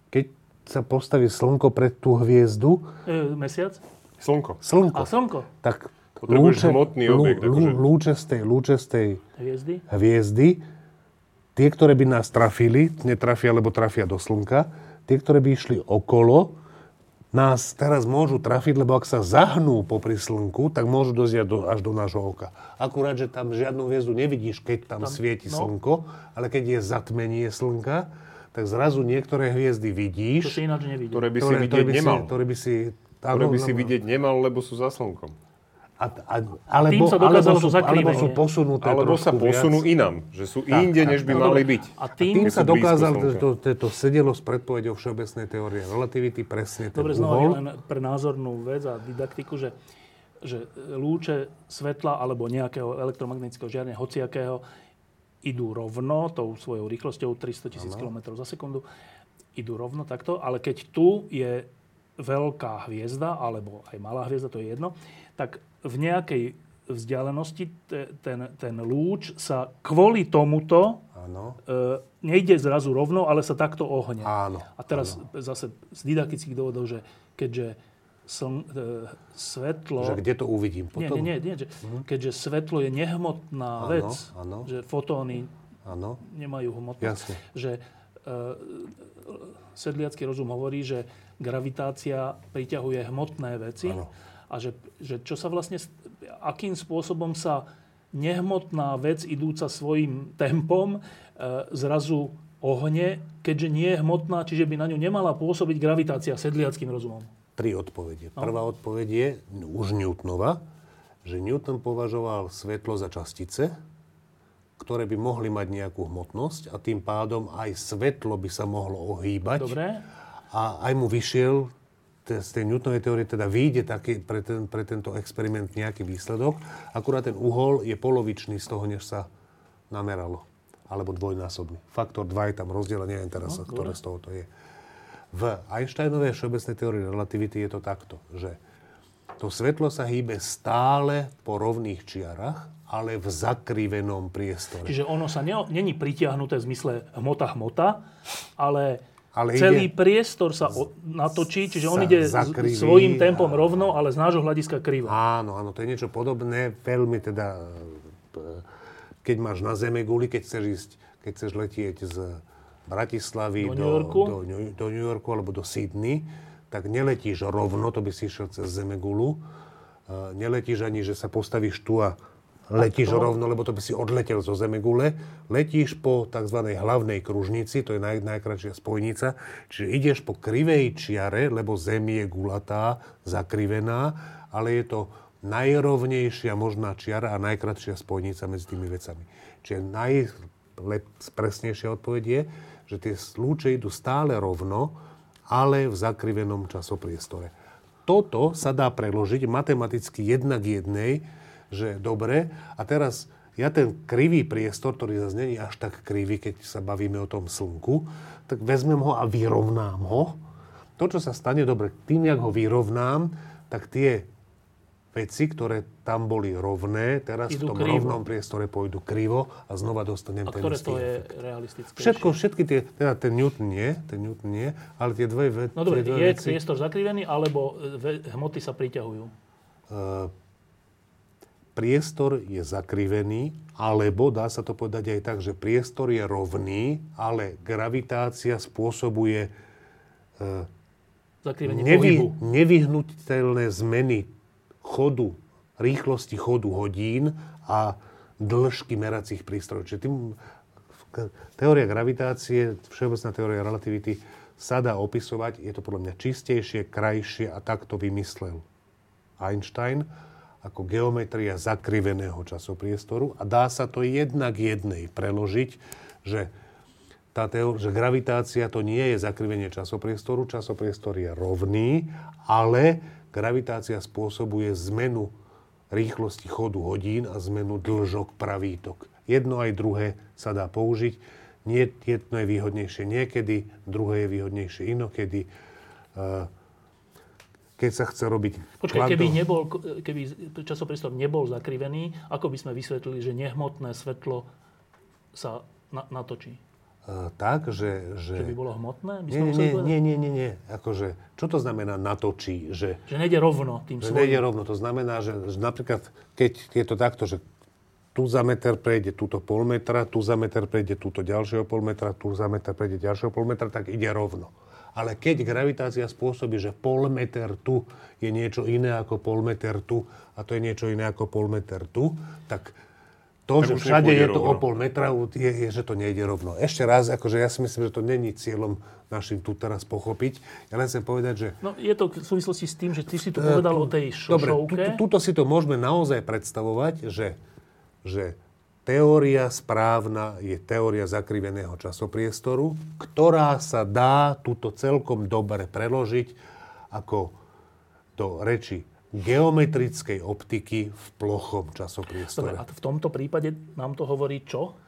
Speaker 3: Keď sa postaví slnko pred tú hviezdu,
Speaker 1: E, mesiac?
Speaker 2: Slnko.
Speaker 3: slnko,
Speaker 1: A slnko?
Speaker 3: tak
Speaker 2: Potrebuješ hmotný
Speaker 3: lú-
Speaker 2: objekt,
Speaker 3: lú-
Speaker 2: akože-
Speaker 3: lúče z tej, lúče z tej
Speaker 1: Hviezdy?
Speaker 3: hviezdy, tie, ktoré by nás trafili, netrafia, lebo trafia do slnka, tie, ktoré by išli okolo, nás teraz môžu trafiť, lebo ak sa zahnú popri slnku, tak môžu dozrieť do, až do nášho oka. Akurát, že tam žiadnu hviezdu nevidíš, keď tam,
Speaker 1: Tam-
Speaker 3: svieti
Speaker 1: no.
Speaker 3: slnko, ale keď je zatmenie slnka, tak zrazu niektoré hviezdy
Speaker 1: To
Speaker 3: vidíš,
Speaker 1: si ináč nevidí.
Speaker 2: Ktoré by si vidieť
Speaker 3: by si,
Speaker 2: nemal.
Speaker 3: ktoré by si...
Speaker 2: Ktoré
Speaker 3: áno,
Speaker 2: by si
Speaker 3: no, no.
Speaker 2: vidieť nemal, lebo sú za slnkom.
Speaker 3: A, a, alebo,
Speaker 1: sa
Speaker 3: alebo,
Speaker 1: dokázalo
Speaker 3: sú,
Speaker 1: to zakrývenie.
Speaker 3: alebo sú posunuté
Speaker 2: Alebo sa
Speaker 3: trošku
Speaker 2: posunú
Speaker 3: viac.
Speaker 2: inam. Že sú inde,
Speaker 3: tak,
Speaker 2: než by
Speaker 1: No
Speaker 2: mali
Speaker 1: dobre.
Speaker 2: byť.
Speaker 1: A
Speaker 3: A
Speaker 1: tým,
Speaker 3: tým
Speaker 2: keď
Speaker 3: sa
Speaker 2: sú blízko
Speaker 3: dokázal,
Speaker 2: slnka.
Speaker 3: že to, to, to sedelo s predpovedou všeobecnej teórie relativity, presne ten
Speaker 1: Dobre, znova
Speaker 3: uhol.
Speaker 1: len pre názornú vec a didaktiku, že, že lúče svetla alebo nejakého elektromagnetického žiarenia, hociakého, idú rovno tou svojou rýchlosťou 300 tisíc km za sekundu, idú rovno takto, ale keď tu je veľká hviezda, alebo aj malá hviezda, to je jedno, tak v nejakej vzdialenosti te- ten, ten lúč sa kvôli tomuto
Speaker 3: Áno,
Speaker 1: e, nejde zrazu rovno, ale sa takto ohne.
Speaker 3: Áno,
Speaker 1: A teraz zase z didaktických dôvodov, že keďže sln, e, svetlo...
Speaker 3: že kde to uvidím
Speaker 1: nie,
Speaker 3: potom? Mhm.
Speaker 1: nie, nie, nie, že, keďže svetlo je nehmotná
Speaker 3: Áno,
Speaker 1: vec,
Speaker 3: áno.
Speaker 1: že fotóny
Speaker 3: Áno,
Speaker 1: nemajú hmotnosť,
Speaker 3: Jasne.
Speaker 1: že e, sedliacký rozum hovorí, že gravitácia priťahuje hmotné veci
Speaker 3: Áno.
Speaker 1: a že, že čo sa vlastne, s- akým spôsobom sa nehmotná vec idúca svojim tempom e, zrazu ohne, keďže nie je hmotná, čiže by na ňu nemala pôsobiť gravitácia sedliackým rozumom.
Speaker 3: tri odpovede. Prvá odpoveď je no, už Newtonova, že Newton považoval svetlo za častice, ktoré by mohli mať nejakú hmotnosť a tým pádom aj svetlo by sa mohlo ohýbať.
Speaker 1: Dobre?
Speaker 3: A aj mu vyšiel te- z tej Newtonovej teórie teda vyjde taký pre, ten, pre tento experiment nejaký výsledok. Akurát ten uhol je polovičný z toho, než sa nameralo. Alebo dvojnásobný. Faktor 2 je tam rozdiel, a neviem teraz, no, ktoré z toho to je. V Einsteinovej všeobecnej teórii relativity je to takto, že to svetlo sa hýbe stále po rovných čiarach, ale v zakrivenom priestore.
Speaker 1: Čiže ono sa ne, není pritiahnuté v zmysle hmota-hmota, ale,
Speaker 3: Ale
Speaker 1: celý
Speaker 3: ide-
Speaker 1: priestor sa o, natočí, čiže on
Speaker 3: sa
Speaker 1: ide s-
Speaker 3: zakriví
Speaker 1: svojim tempom
Speaker 3: a-
Speaker 1: rovno, ale z nášho hľadiska krivo.
Speaker 3: Áno, áno, to je niečo podobné, veľmi teda, e, keď máš na zeme guli, keď chceš ísť, keď chceš letieť z Bratislavy
Speaker 1: Do
Speaker 3: do,
Speaker 1: New Yorku?
Speaker 3: do, New- do New Yorku alebo do Sydney, tak neletíš rovno, to by si išiel cez zemegulu. E, Neletíš ani, že sa postavíš tu a letíš rovno, lebo to by si odletel zo zemegule. Letíš po tzv. hlavnej kružnici, to je naj, najkračšia spojnica, čiže ideš po krivej čiare, lebo Zem je gulatá, zakrivená, ale je to najrovnejšia možná čiara a najkratšia spojnica medzi tými vecami. Čiže najpresnejšia odpoveď je, že tie lúče idú stále rovno, ale v zakrivenom časopriestore. Toto sa dá preložiť matematicky jednak jednej, že dobre, a teraz ja ten krivý priestor, ktorý zase není až tak krivý, keď sa bavíme o tom slnku, tak vezmem ho a vyrovnám ho. To, čo sa stane, dobre, tým, jak ho vyrovnám, tak tie veci, ktoré tam boli rovné, teraz
Speaker 1: Idú
Speaker 3: v tom
Speaker 1: krivo.
Speaker 3: rovnom priestore pôjdu krivo a znova dostanem
Speaker 1: A
Speaker 3: ten
Speaker 1: ktoré
Speaker 3: istý
Speaker 1: to je
Speaker 3: efekt.
Speaker 1: realistické?
Speaker 3: Všetko, všetky tie, teda ten Newton nie, ten Newton nie, ale tie dve, ve,
Speaker 1: No dobre,
Speaker 3: tie dve
Speaker 1: je
Speaker 3: veci...
Speaker 1: priestor zakrivený, alebo e, ve- hmoty sa priťahujú.
Speaker 3: priestor je zakrivený, alebo dá sa to povedať aj tak, že priestor je rovný, ale gravitácia spôsobuje
Speaker 1: Zakrivenie pohybu.
Speaker 3: nevy, nevyhnutelné zmeny chodu, rýchlosti chodu hodín a dĺžky meracích prístrojov. Čiže tým, k- teória gravitácie, všeobecná teória relativity sa dá opisovať, je to podľa mňa čistejšie, krajšie a tak to vymyslel Einstein ako geometria zakriveného časopriestoru a dá sa to jednak jednej preložiť, že tá teó- že gravitácia to nie je zakrivenie časopriestoru, časopriestor je rovný, ale gravitácia spôsobuje zmenu rýchlosti chodu hodín a zmenu dlžok pravítok. Jedno aj druhé sa dá použiť. Nie, jedno je výhodnejšie niekedy, druhé je výhodnejšie inokedy. Eh, Keď sa chce robiť...
Speaker 1: Počkaj,
Speaker 3: kvantov-
Speaker 1: keby, nebol, e, keby časopriestor nebol zakrivený, ako by sme vysvetlili, že nehmotné svetlo sa na, natočí?
Speaker 3: Eh, Tak, že...
Speaker 1: Že
Speaker 3: že...
Speaker 1: by bolo hmotné? By
Speaker 3: Nie,
Speaker 1: sme
Speaker 3: nie,
Speaker 1: museli
Speaker 3: nie,
Speaker 1: povedať?
Speaker 3: nie, nie, nie, nie. Akože, čo to znamená natočí? Že,
Speaker 1: Že nejde rovno tým
Speaker 3: že
Speaker 1: svojim.
Speaker 3: nejde rovno. To znamená, že, že napríklad, keď je to takto, že tu za meter prejde túto pol metra, tu za meter prejde túto ďalšieho pol metra, tu za meter prejde ďalšieho pol metra, tak ide rovno. Ale keď gravitácia spôsobí, že pol meter tu je niečo iné ako pol meter tu a to je niečo iné ako pol meter tu, tak to,
Speaker 2: Tak
Speaker 3: že
Speaker 2: už
Speaker 3: všade
Speaker 2: nepôjde
Speaker 3: je to o
Speaker 2: rovno.
Speaker 3: pol metra, je, je, že to nejde rovno. Ešte raz, akože ja si myslím, že to není cieľom našim tu teraz pochopiť. Ja len chcem povedať, že
Speaker 1: No, je to v súvislosti s tým, že ty si tu povedal o tej
Speaker 3: E, Dobre, tu-
Speaker 1: šošovke.
Speaker 3: tu- tuto si to môžeme naozaj predstavovať, že, že teória správna je teória zakriveného časopriestoru, ktorá sa dá tuto celkom dobre preložiť ako do reči geometrickej optiky v plochom
Speaker 1: Dobre,
Speaker 3: časopriestore.
Speaker 1: a v tomto prípade nám to hovorí čo?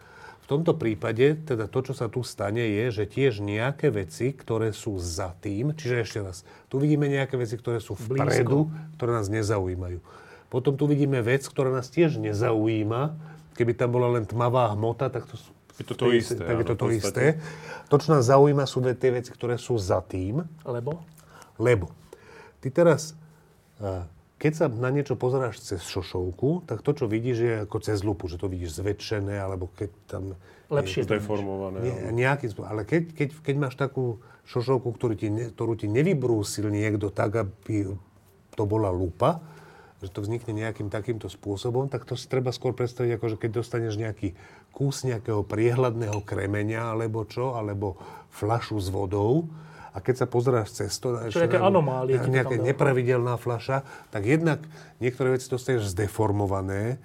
Speaker 3: V tomto prípade, teda to, čo sa tu stane, je, že tiež nejaké veci, ktoré sú za tým, čiže ešte raz, tu vidíme nejaké veci, ktoré sú vpredu, ktoré nás nezaujímajú. Potom tu vidíme vec, ktorá nás tiež nezaujíma. Keby tam bola len tmavá hmota, tak to sú
Speaker 2: Je to to
Speaker 3: v tej-
Speaker 2: isté,
Speaker 3: Tak je
Speaker 2: áno,
Speaker 3: to to
Speaker 2: v
Speaker 3: isté.
Speaker 2: podstate.
Speaker 3: To, čo nás zaujíma, sú dve tie veci, ktoré sú za tým.
Speaker 1: Lebo?
Speaker 3: Lebo ty teraz, eh, keď sa na niečo pozeráš cez šošovku, tak to, čo vidíš, je ako cez lupu, že to vidíš zväčšené, alebo keď tam...
Speaker 1: Lepšie to než.
Speaker 2: Zdeformované.
Speaker 3: Nie,
Speaker 2: alebo-
Speaker 3: nejakým spôsobom. Ale keď, keď, keď máš takú šošovku, ktorú ti, ne, ktorú ti nevybrúsil niekto tak, aby to bola lupa, že to vznikne nejakým takýmto spôsobom, tak to si treba skôr predstaviť, ako že keď dostaneš nejaký kus nejakého priehľadného kremenia, alebo čo, alebo flašu s vodou, a keď sa pozeráš cez to,
Speaker 1: Čo nejaké anomálie ti to tam
Speaker 3: nejaká
Speaker 1: dáva.
Speaker 3: nepravidelná fľaša, tak jednak niektoré veci dostaneš zdeformované,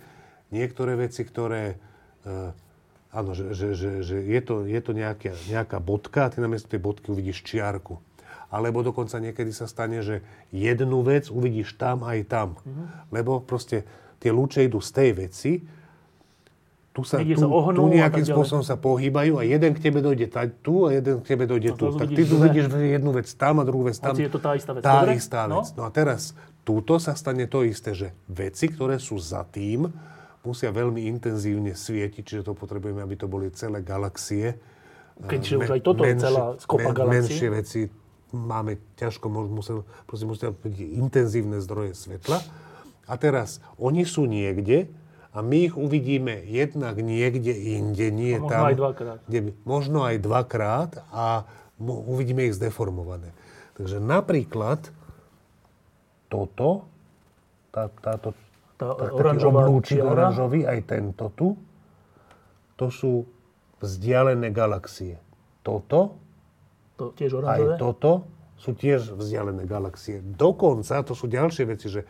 Speaker 3: niektoré veci, ktoré... e, áno, že, že, že, že je to, je to nejaká, nejaká bodka a ty namiesto tej bodky uvidíš čiarku. Alebo dokonca niekedy sa stane, že jednu vec uvidíš tam aj tam.
Speaker 1: Mhm.
Speaker 3: Lebo proste tie lúče idú z tej veci, tu sa, tu,
Speaker 1: Niekde sa ohnú
Speaker 3: tu
Speaker 1: a
Speaker 3: nejakým
Speaker 1: tak ďalej.
Speaker 3: spôsobom sa pohýbajú a jeden k tebe dojde tať tu a jeden k tebe dojde tu.
Speaker 1: to
Speaker 3: Tak ty
Speaker 1: vidíš
Speaker 3: tu
Speaker 1: dve.
Speaker 3: vidíš jednu vec tam a druhú vec tam.
Speaker 1: Hoci je to tá istá vec.
Speaker 3: Tá
Speaker 1: Dobre?
Speaker 3: istá
Speaker 1: No.
Speaker 3: vec. No. a teraz, túto sa stane to isté, že veci, ktoré sú za tým, musia veľmi intenzívne svietiť, čiže to potrebujeme, aby to boli celé galaxie.
Speaker 1: Keďže už
Speaker 3: Me-
Speaker 1: aj toto je celá skopa galaxií.
Speaker 3: Menšie veci máme ťažko, mo- musel, proste musia byť intenzívne zdroje svetla. A teraz, oni sú niekde a my ich uvidíme jednak niekde inde, nie
Speaker 1: možno
Speaker 3: tam.
Speaker 1: aj dvakrát.
Speaker 3: Kde by, možno aj dvakrát a mo- uvidíme ich zdeformované. Takže napríklad toto, tá, táto,
Speaker 1: Tá
Speaker 3: tak, taký
Speaker 1: oranžová
Speaker 3: oblúčik
Speaker 1: čiara.
Speaker 3: oranžový, aj tento tu, to sú vzdialené galaxie. Toto
Speaker 1: To tiež
Speaker 3: aj
Speaker 1: oranžové.
Speaker 3: toto sú tiež vzdialené galaxie. Dokonca, to sú ďalšie veci, že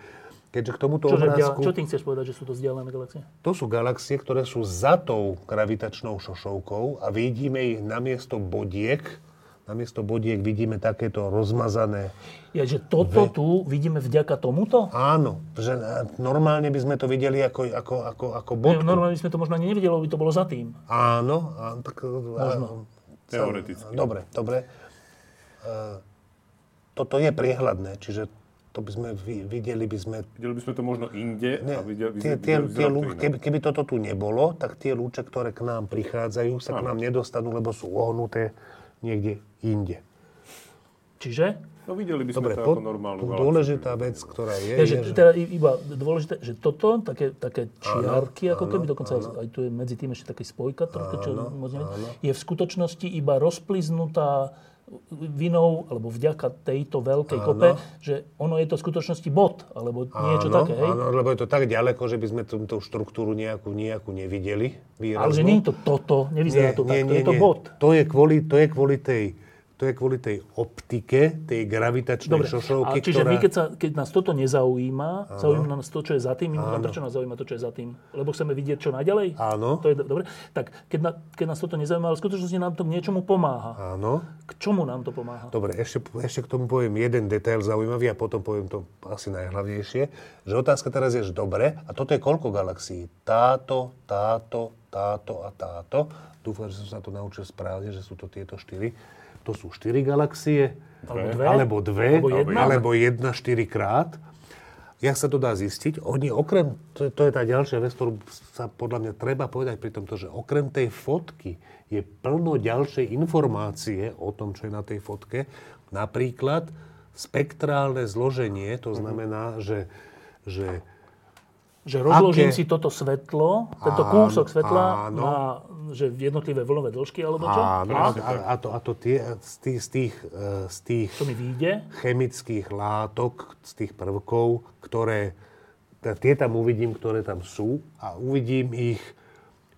Speaker 3: keďže k tomuto
Speaker 1: Čože, dia-
Speaker 3: obrázku...
Speaker 1: čo tým chceš povedať, že sú to vzdialené galaxie?
Speaker 3: To sú galaxie, ktoré sú za tou gravitačnou šošovkou a vidíme ich namiesto bodiek. Namiesto bodiek vidíme takéto rozmazané.
Speaker 1: Je, že toto tu vidíme vďaka tomuto?
Speaker 3: Áno, že eh, normálne by sme to videli ako, ako, ako, ako
Speaker 1: Ne,
Speaker 3: bodku.
Speaker 1: Normálne by sme to možno ani nevideli, lebo by to bolo za tým.
Speaker 3: Áno, a, tak... Možno.
Speaker 2: Teoreticky.
Speaker 3: Dobre, dobre. Eh, Toto je priehľadné, čiže to by sme vi- videli, by sme
Speaker 2: Videli by sme to možno inde
Speaker 3: Nie,
Speaker 2: a vidia, vidia,
Speaker 3: tie, tie,
Speaker 2: vyzerá
Speaker 3: tie
Speaker 2: to
Speaker 3: lú,
Speaker 2: inak.
Speaker 3: keby, keby toto tu nebolo, tak tie lúče, ktoré k nám prichádzajú, sa k
Speaker 2: Áno.
Speaker 3: nám nedostanú, lebo sú ohnuté niekde inde.
Speaker 1: Čiže?
Speaker 2: No videli by sme
Speaker 3: Dobre,
Speaker 2: to
Speaker 3: po,
Speaker 2: ako normálnu
Speaker 3: po-
Speaker 2: galaxiu.
Speaker 3: dôležitá vec, ktorá je,
Speaker 1: Je,
Speaker 3: je,
Speaker 1: že,
Speaker 3: že
Speaker 1: teda i- iba dôležité, že toto, také, také čiarky, ako keby, dokonca aj- aj tu je medzi tým ešte taký spojka trošku, čo moc neviem, je v skutočnosti iba rozpliznutá vinou, alebo vďaka tejto veľkej kope, že ono je to v skutočnosti bod, alebo niečo
Speaker 3: áno,
Speaker 1: také, hej?
Speaker 3: áno, lebo je to tak ďaleko, že by sme tú, tú štruktúru nejakú, nejakú nevideli.
Speaker 1: Ale
Speaker 3: Výraznú.
Speaker 1: že nie je to toto, nevyzerá to tak, to je to bod.
Speaker 3: To je kvôli, to je kvôli tej, To je kvôli tej optike, tej
Speaker 1: Dobre,
Speaker 3: gravitačnej
Speaker 1: ale
Speaker 3: šošovky,
Speaker 1: čiže
Speaker 3: ktorá...
Speaker 1: my, keď, sa, keď nás toto nezaujíma, zaujíma nás to, čo je za tým, a prečo nás zaujíma to, čo je za tým? Lebo chceme vidieť čo najďalej?
Speaker 3: Áno,
Speaker 1: To je do- dobre. Tak keď, na, keď nás toto nezaujíma, ale v skutočnosti nám to k niečomu pomáha.
Speaker 3: áno.
Speaker 1: K čomu nám to pomáha?
Speaker 3: Dobre, ešte, ešte k tomu poviem jeden detail zaujímavý a potom poviem to asi najhlavnejšie. Že otázka teraz je, že dobre, a toto je koľko galaxií? Táto, táto, táto a táto. Dúfam, že som sa to naučil správne, že sú to tieto štyri. To sú štyri galaxie,
Speaker 1: Alebo dve?
Speaker 3: alebo dve,
Speaker 1: Alebo jedna?
Speaker 3: alebo jedna štyrikrát. Jak sa to dá zistiť? Oni okrem, to, je- to je tá ďalšia vec, ktorú sa podľa mňa treba povedať pri tomto, že okrem tej fotky je plno ďalšej informácie o tom, čo je na tej fotke. Napríklad spektrálne zloženie,
Speaker 1: Mhm.
Speaker 3: to znamená, že, že
Speaker 1: Že rozložím
Speaker 3: aké-
Speaker 1: si toto svetlo, tento
Speaker 3: Áno,
Speaker 1: kúsok svetla
Speaker 3: áno.
Speaker 1: na že jednotlivé vlnové dĺžky alebo čo?
Speaker 3: áno, a,
Speaker 1: A
Speaker 3: a, a to, a to tie, z tých, z tých, eh, z tých
Speaker 1: čo mi vyjde?
Speaker 3: chemických látok, z tých prvkov, ktoré, t- tie tam uvidím, ktoré tam sú a uvidím ich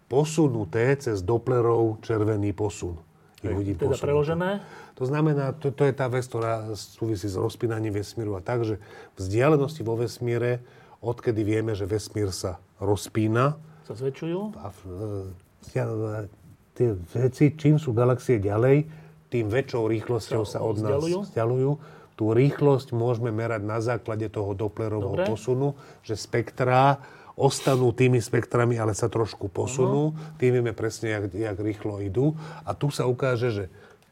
Speaker 3: posunuté cez Dopplerov červený posun. Ich uvidím
Speaker 1: Teda
Speaker 3: posunuté.
Speaker 1: preložené?
Speaker 3: To znamená, to, to je tá vec, ktorá súvisí s rozpínaním vesmíru a tak, že vzdialenosti vo vesmíre, odkedy vieme, že vesmír sa rozpína,
Speaker 1: Sa zväčšujú?
Speaker 3: a v- e, vzdial- tie veci, čím sú galaxie ďalej, tým väčšou rýchlosťou
Speaker 1: Sa
Speaker 3: sa od nás
Speaker 1: vzdialujú?
Speaker 3: vzdialujú. Tú rýchlosť môžeme merať na základe toho Dopplerovho
Speaker 1: Dobre.
Speaker 3: posunu, že spektrá ostanú tými spektrami, ale sa trošku posunú. Tým vieme presne, jak, jak rýchlo idú. A tu sa ukáže, že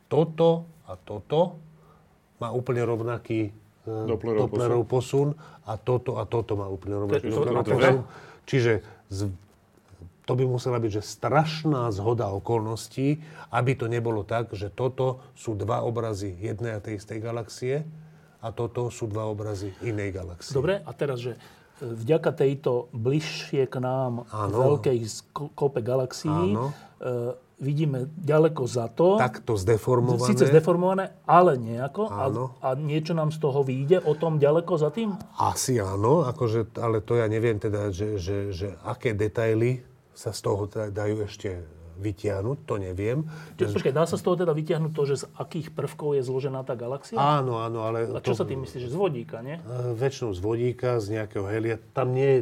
Speaker 3: toto a toto má úplne rovnaký e,
Speaker 2: Dopplerov
Speaker 3: Dopplerov posun a toto a toto má úplne rovnaký
Speaker 1: to-
Speaker 3: Dopplerov
Speaker 2: to- to-
Speaker 3: posun. Čiže z, to by musela byť že strašná zhoda okolností, aby to nebolo tak, že toto sú dva obrazy jednej a tej istej galaxie a toto sú dva obrazy inej galaxie.
Speaker 1: Dobre, a teraz, že e, vďaka tejto bližšie k nám
Speaker 3: Áno.
Speaker 1: veľkej sk- kope galaxií
Speaker 3: Áno.
Speaker 1: e, vidíme ďaleko za to,
Speaker 3: Takto zdeformované.
Speaker 1: Sice zdeformované, ale nejako. A,
Speaker 3: Áno.
Speaker 1: a niečo nám z toho vyjde o tom ďaleko za tým?
Speaker 3: Asi áno, akože, ale to ja neviem teda, že, že, že aké detaily sa z toho teda dajú ešte vytiahnuť, to neviem.
Speaker 1: Čiže, počkaj, dá sa z toho teda vytiahnuť to, že z akých prvkov je zložená tá galaxia?
Speaker 3: Áno, áno, ale... e,
Speaker 1: A čo sa tým myslíš? Z vodíka, nie?
Speaker 3: Väčšinou z vodíka, z nejakého helia. Tam nie je...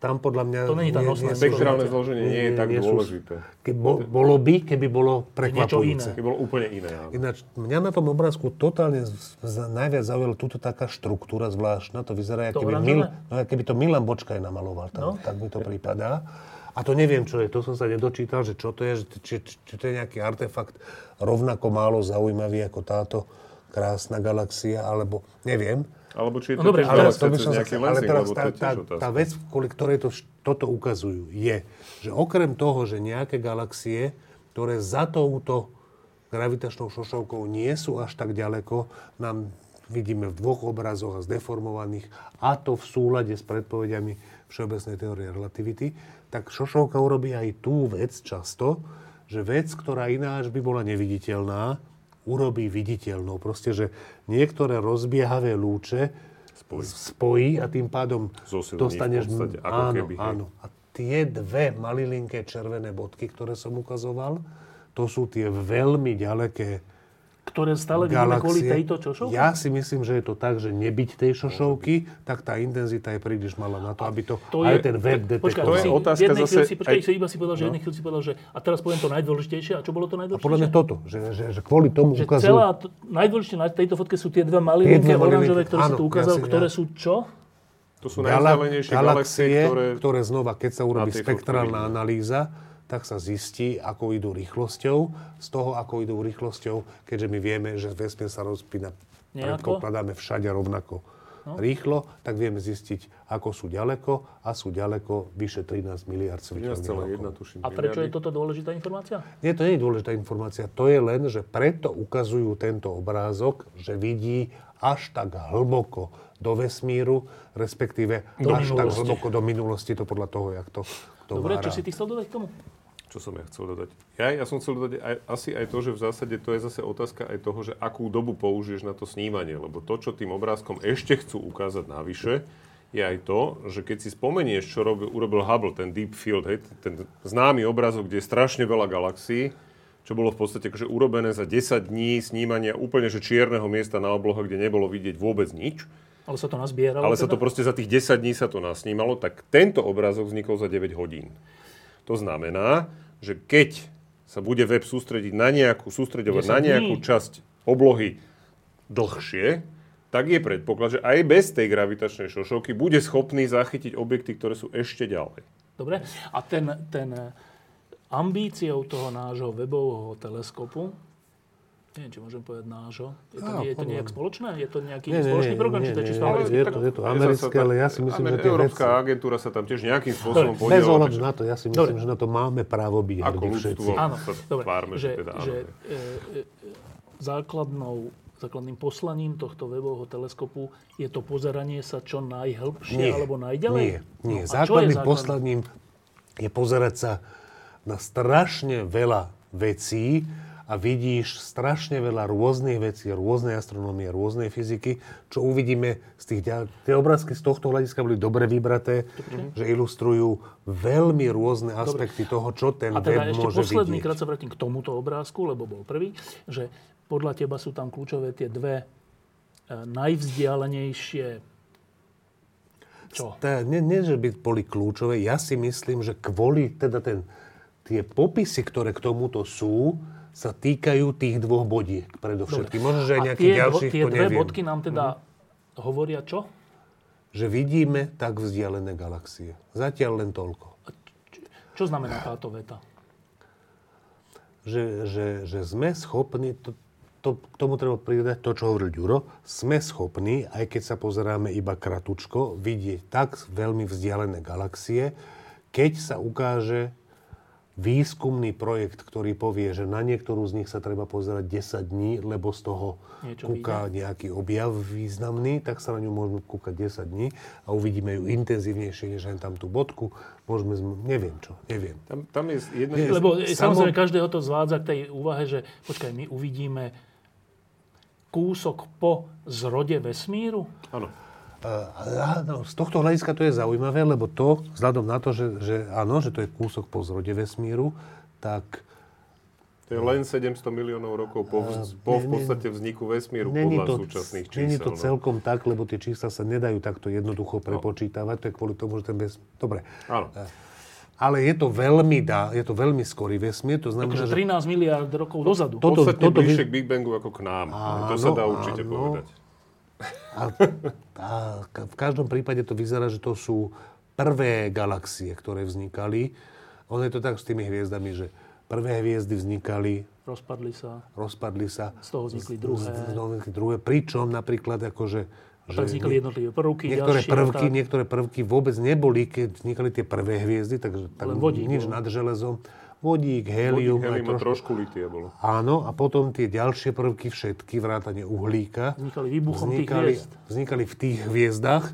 Speaker 3: Tam podľa mňa...
Speaker 1: To není tá nosná
Speaker 2: Spektrálne zloženie nie je tak
Speaker 3: nie sú-
Speaker 2: dôležité.
Speaker 3: Ke, bo, bolo by, keby bolo prekvapujúce.
Speaker 2: Keby bolo úplne iné. áno.
Speaker 3: Ináč, mňa na tom obrázku totálne z- z- najviac zaujala túto taká štruktúra zvláštna. To vyzerá,
Speaker 1: To
Speaker 3: ako keby,
Speaker 1: oranžové?
Speaker 3: Mil, no, ako keby to Milan Bočkaj namaloval. Tam, no. Tak mi to pripadá. A to neviem, čo je. To som sa nedočítal, že čo to je. Že, či, či, či to je nejaký artefakt rovnako málo zaujímavý ako táto krásna galaxia, alebo neviem.
Speaker 2: Alebo či je to
Speaker 1: No dobre,
Speaker 2: tiež
Speaker 1: ale
Speaker 3: Ale,
Speaker 2: galaxia
Speaker 3: to by
Speaker 2: cez
Speaker 3: som sa
Speaker 2: nejaký
Speaker 3: chcel, ale
Speaker 2: lensing,
Speaker 3: teraz
Speaker 2: lebo to
Speaker 3: tá,
Speaker 2: je
Speaker 3: tá,
Speaker 2: tiež
Speaker 3: tá
Speaker 2: otázka.
Speaker 3: vec, kvôli ktorej to, vš- toto ukazujú, je, že okrem toho, že nejaké galaxie, ktoré za touto gravitačnou šošovkou nie sú až tak ďaleko, nám vidíme v dvoch obrazoch a zdeformovaných, a to v súlade s predpovediami Všeobecnej teórie relativity, tak šošovka urobí aj tú vec často, že vec, ktorá ináč by bola neviditeľná, urobí viditeľnou. Proste, že niektoré rozbiehavé lúče spojí. a tým pádom
Speaker 2: Zosilní v
Speaker 3: dostaneš...
Speaker 2: podstate, ako
Speaker 3: áno,
Speaker 2: keby, hej.
Speaker 3: áno. A tie dve malilinké červené bodky, ktoré som ukazoval, to sú tie veľmi ďaleké
Speaker 1: Ktoré stále vidíme
Speaker 3: galaxie.
Speaker 1: kvôli tejto čošovke?
Speaker 3: Ja si myslím, že je to tak, že nebyť tej šošovky, tak tá intenzita je príliš malá na to, aby to,
Speaker 1: to
Speaker 3: aj
Speaker 1: je-
Speaker 3: ten web
Speaker 1: Počkaj,
Speaker 2: To
Speaker 3: detekoval.
Speaker 2: je
Speaker 1: si,
Speaker 2: otázka
Speaker 1: v jednej chvíli
Speaker 2: zase
Speaker 1: si, počkaj,
Speaker 2: aj-
Speaker 1: si iba si povedal, že v jednej chvíli si povedal, že a teraz poviem to najdôležitejšie. A čo bolo to najdôležitejšie?
Speaker 3: no. Podľa mňa toto, že, že, že kvôli tomu
Speaker 1: že
Speaker 3: ukazujú...
Speaker 1: celá, t- najdôležitejšie na tejto fotke sú tie dve malilinké
Speaker 3: Tie dve malilinké,
Speaker 1: oranžové, ktoré si
Speaker 3: áno,
Speaker 1: tu ukázal,
Speaker 3: ja si-
Speaker 1: ktoré
Speaker 3: ja-
Speaker 1: sú čo?
Speaker 2: To sú
Speaker 3: Gala-
Speaker 2: najvzdialenejšie galaxie, ktoré...
Speaker 3: ktoré znova, keď sa urobí
Speaker 2: Na tej fotke
Speaker 3: spektrálna
Speaker 2: vidíme.
Speaker 3: analýza, tak sa zistí, ako idú rýchlosťou. Z toho, ako idú rýchlosťou, keďže my vieme, že vesmír sa rozpína,
Speaker 1: Nejako?
Speaker 3: predpokladáme všade rovnako rýchlo, tak vieme zistiť, ako sú ďaleko a sú ďaleko vyše 13 miliard svetelných rokov.
Speaker 2: 11,1 tuším.
Speaker 1: A prečo je
Speaker 2: miliardy.
Speaker 1: toto dôležitá informácia?
Speaker 3: Nie, to nie je dôležitá informácia. To je len, že preto ukazujú tento obrázok, že vidí až tak hlboko do vesmíru, respektíve
Speaker 1: Do
Speaker 3: až tak
Speaker 1: minulosti.
Speaker 3: hlboko do minulosti, to podľa toho, jak to kto
Speaker 1: Dobre,
Speaker 3: má
Speaker 1: čo
Speaker 3: rád.
Speaker 1: si ty chcel dodať k tomu?
Speaker 2: Čo som ja chcel dodať? Ja, ja som chcel dodať aj, asi aj to, že v zásade to je zase otázka aj toho, že akú dobu použiješ na to snímanie. Lebo to, čo tým obrázkom ešte chcú ukázať navyše, je aj to, že keď si spomenieš, čo robil, urobil Hubble, ten Deep Field, hej, ten, ten známy obrázok, kde je strašne veľa galaxií, čo čo bolo v podstate akože urobené za 10 dní snímania úplne že čierneho miesta na oblohe, kde nebolo vidieť vôbec nič.
Speaker 1: Ale sa to nazbieralo.
Speaker 2: Ale sa
Speaker 1: teda?
Speaker 2: to proste za tých 10 dní sa to nasnímalo, tak tento obrázok vznikol za 9 hodín. To znamená, že keď sa bude web sústrediť na nejakú, sústredovať
Speaker 1: 10
Speaker 2: na nejakú
Speaker 1: dní.
Speaker 2: časť oblohy dlhšie, tak je predpoklad, že aj bez tej gravitačnej šošovky bude schopný zachytiť objekty, ktoré sú ešte ďalej.
Speaker 1: Dobre. A ten, ten eh, ambíciou toho nášho webového teleskopu, neviem, či môžem povedať nášho, je to,
Speaker 3: Á,
Speaker 1: je to
Speaker 3: podľa
Speaker 1: nejak
Speaker 3: mňa.
Speaker 1: spoločné? Je to nejaký
Speaker 3: Nie, nie,
Speaker 1: spoločný
Speaker 3: nie,
Speaker 1: program?
Speaker 3: nie,
Speaker 1: či to je
Speaker 3: nie,
Speaker 1: čisto
Speaker 3: ale
Speaker 1: americké?
Speaker 3: je to- je to americké, ale ja si myslím, že tie
Speaker 2: Európska
Speaker 3: veci-
Speaker 2: agentúra sa tam tiež nejakým spôsobom
Speaker 3: Bez
Speaker 2: podielala.
Speaker 3: ohľadu na to, ja si
Speaker 1: Dobre.
Speaker 3: myslím, že na to máme právo byť
Speaker 2: Ako
Speaker 3: hrdí
Speaker 2: ľudstvo.
Speaker 3: všetci.
Speaker 1: Áno,
Speaker 2: sa
Speaker 1: dobre,
Speaker 2: tvárme,
Speaker 1: že,
Speaker 2: že teda áno.
Speaker 1: že e, e, základnou, základným poslaním tohto webového teleskopu je to pozeranie sa čo najhlbšie
Speaker 3: Nie,
Speaker 1: alebo najďalej?
Speaker 3: Nie, nie.
Speaker 1: No, a čo je
Speaker 3: základným
Speaker 1: základný-
Speaker 3: poslaním je pozerať sa na strašne veľa vecí a vidíš strašne veľa rôznych vecí, rôznej astronómie, rôznej fyziky, čo uvidíme z tých... ďal- Tie obrázky z tohto hľadiska boli dobre vybraté, že ilustrujú veľmi rôzne aspekty toho, čo ten
Speaker 1: A teda
Speaker 3: web
Speaker 1: ešte
Speaker 3: môže
Speaker 1: posledný
Speaker 3: vidieť.
Speaker 1: krát sa vrátim k tomuto obrázku, lebo bol prvý, že podľa teba sú tam kľúčové tie dve e, najvzdialenejšie čo?
Speaker 3: Tá, nie, nie, že by boli kľúčové. Ja si myslím, že kvôli teda ten, tie popisy, ktoré k tomuto sú, sa týkajú tých dvoch bodiek predovšetkým. Možno, že aj
Speaker 1: A
Speaker 3: nejakých
Speaker 1: tie dvo-
Speaker 3: ďalších,
Speaker 1: tie
Speaker 3: to
Speaker 1: dve
Speaker 3: neviem. Mhm.
Speaker 1: bodky nám teda hovoria čo?
Speaker 3: Že vidíme tak vzdialené galaxie. Zatiaľ len toľko.
Speaker 1: A č- Čo znamená táto veta?
Speaker 3: Že, že, že sme schopní, to, to, k tomu treba pridať to, čo hovoril Ďuro, sme schopní, aj keď sa pozeráme iba kratučko, vidieť tak veľmi vzdialené galaxie, keď sa ukáže výskumný projekt, ktorý povie, že na niektorú z nich sa treba pozerať 10 dní, lebo z toho
Speaker 1: Niečo
Speaker 3: kúka nejaký objav významný, tak sa na ňu môžeme kúkať 10 dní a uvidíme ju intenzívnejšie, než len tam tú bodku. Môžeme, zm- neviem čo, neviem.
Speaker 2: Tam, tam je jedna...
Speaker 3: Nie,
Speaker 1: Lebo e,
Speaker 3: Samo-
Speaker 1: samozrejme každého to zvádza k tej úvahe, že počkaj, my uvidíme kúsok po zrode vesmíru.
Speaker 2: Áno.
Speaker 3: Uh, áno, z tohto hľadiska to je zaujímavé, lebo to, vzhľadom na to, že, že áno, že to je kúsok po zrode vesmíru, tak
Speaker 2: To je len 700 miliónov rokov po, vz, po v podstate vzniku vesmíru
Speaker 3: není
Speaker 2: podľa
Speaker 3: to,
Speaker 2: súčasných čísel.
Speaker 3: není
Speaker 2: no.
Speaker 3: to celkom tak, lebo tie čísla sa nedajú takto jednoducho prepočítavať, to je kvôli tomu, že ten vesmír... Dobre,
Speaker 2: Áno.
Speaker 3: ale je to veľmi, dá, je to veľmi skorý vesmír, to znamená,
Speaker 1: Takže
Speaker 3: že
Speaker 1: 13 Akože miliárd rokov dozadu.
Speaker 3: To- toto-
Speaker 2: Podstatne
Speaker 3: toto vy-
Speaker 2: bližšie k Big Bangu ako k nám. to sa dá
Speaker 3: Áno,
Speaker 2: určite
Speaker 3: áno.
Speaker 2: povedať.
Speaker 3: A, a ka- v každom prípade to vyzerá, že to sú prvé galaxie, ktoré vznikali. Ono je to tak s tými hviezdami, že prvé hviezdy vznikali,
Speaker 1: Rozpadli sa,
Speaker 3: rozpadli sa.
Speaker 1: z toho vznikli
Speaker 3: z-
Speaker 1: druhé.
Speaker 3: z- z- vznikli druhé. Pričom napríklad akože...
Speaker 1: A tak vznikali jednotlivé prvky,
Speaker 3: Niektoré
Speaker 1: ďalšie. a
Speaker 3: prvky,
Speaker 1: tak.
Speaker 3: niektoré prvky vôbec neboli, keď vznikali tie prvé hviezdy, takže tam
Speaker 1: Len vodík no.
Speaker 3: nič
Speaker 1: bol.
Speaker 3: nad železom. Vodík, helium,
Speaker 2: Helium
Speaker 3: aj
Speaker 2: a
Speaker 3: trošku-
Speaker 2: trošku litia bolo.
Speaker 3: Áno, a potom tie ďalšie prvky všetky, vrátane uhlíka,
Speaker 1: Vznikali výbuchom tých hviezd.
Speaker 3: vznikali v tých hviezdách,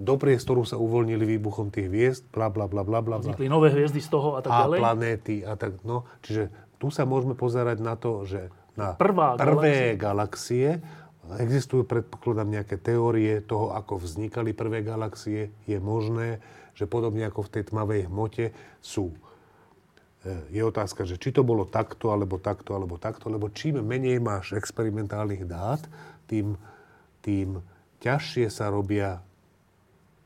Speaker 3: do priestoru sa uvoľnili výbuchom tých hviezd, bla bla bla bla bla. bla.
Speaker 1: Vznikli nové hviezdy z toho a tak
Speaker 3: A
Speaker 1: ďalej.
Speaker 3: planéty a tak, no. Čiže tu sa môžeme pozerať na to, že na
Speaker 1: Prvá
Speaker 3: prvé galaxie. existujú, predpokladám, nejaké teórie toho, ako vznikali prvé galaxie. Je možné, že podobne ako v tej tmavej hmote sú E, je otázka, že či to bolo takto, alebo takto, alebo takto, lebo čím menej máš experimentálnych dát, tým, tým ťažšie sa robia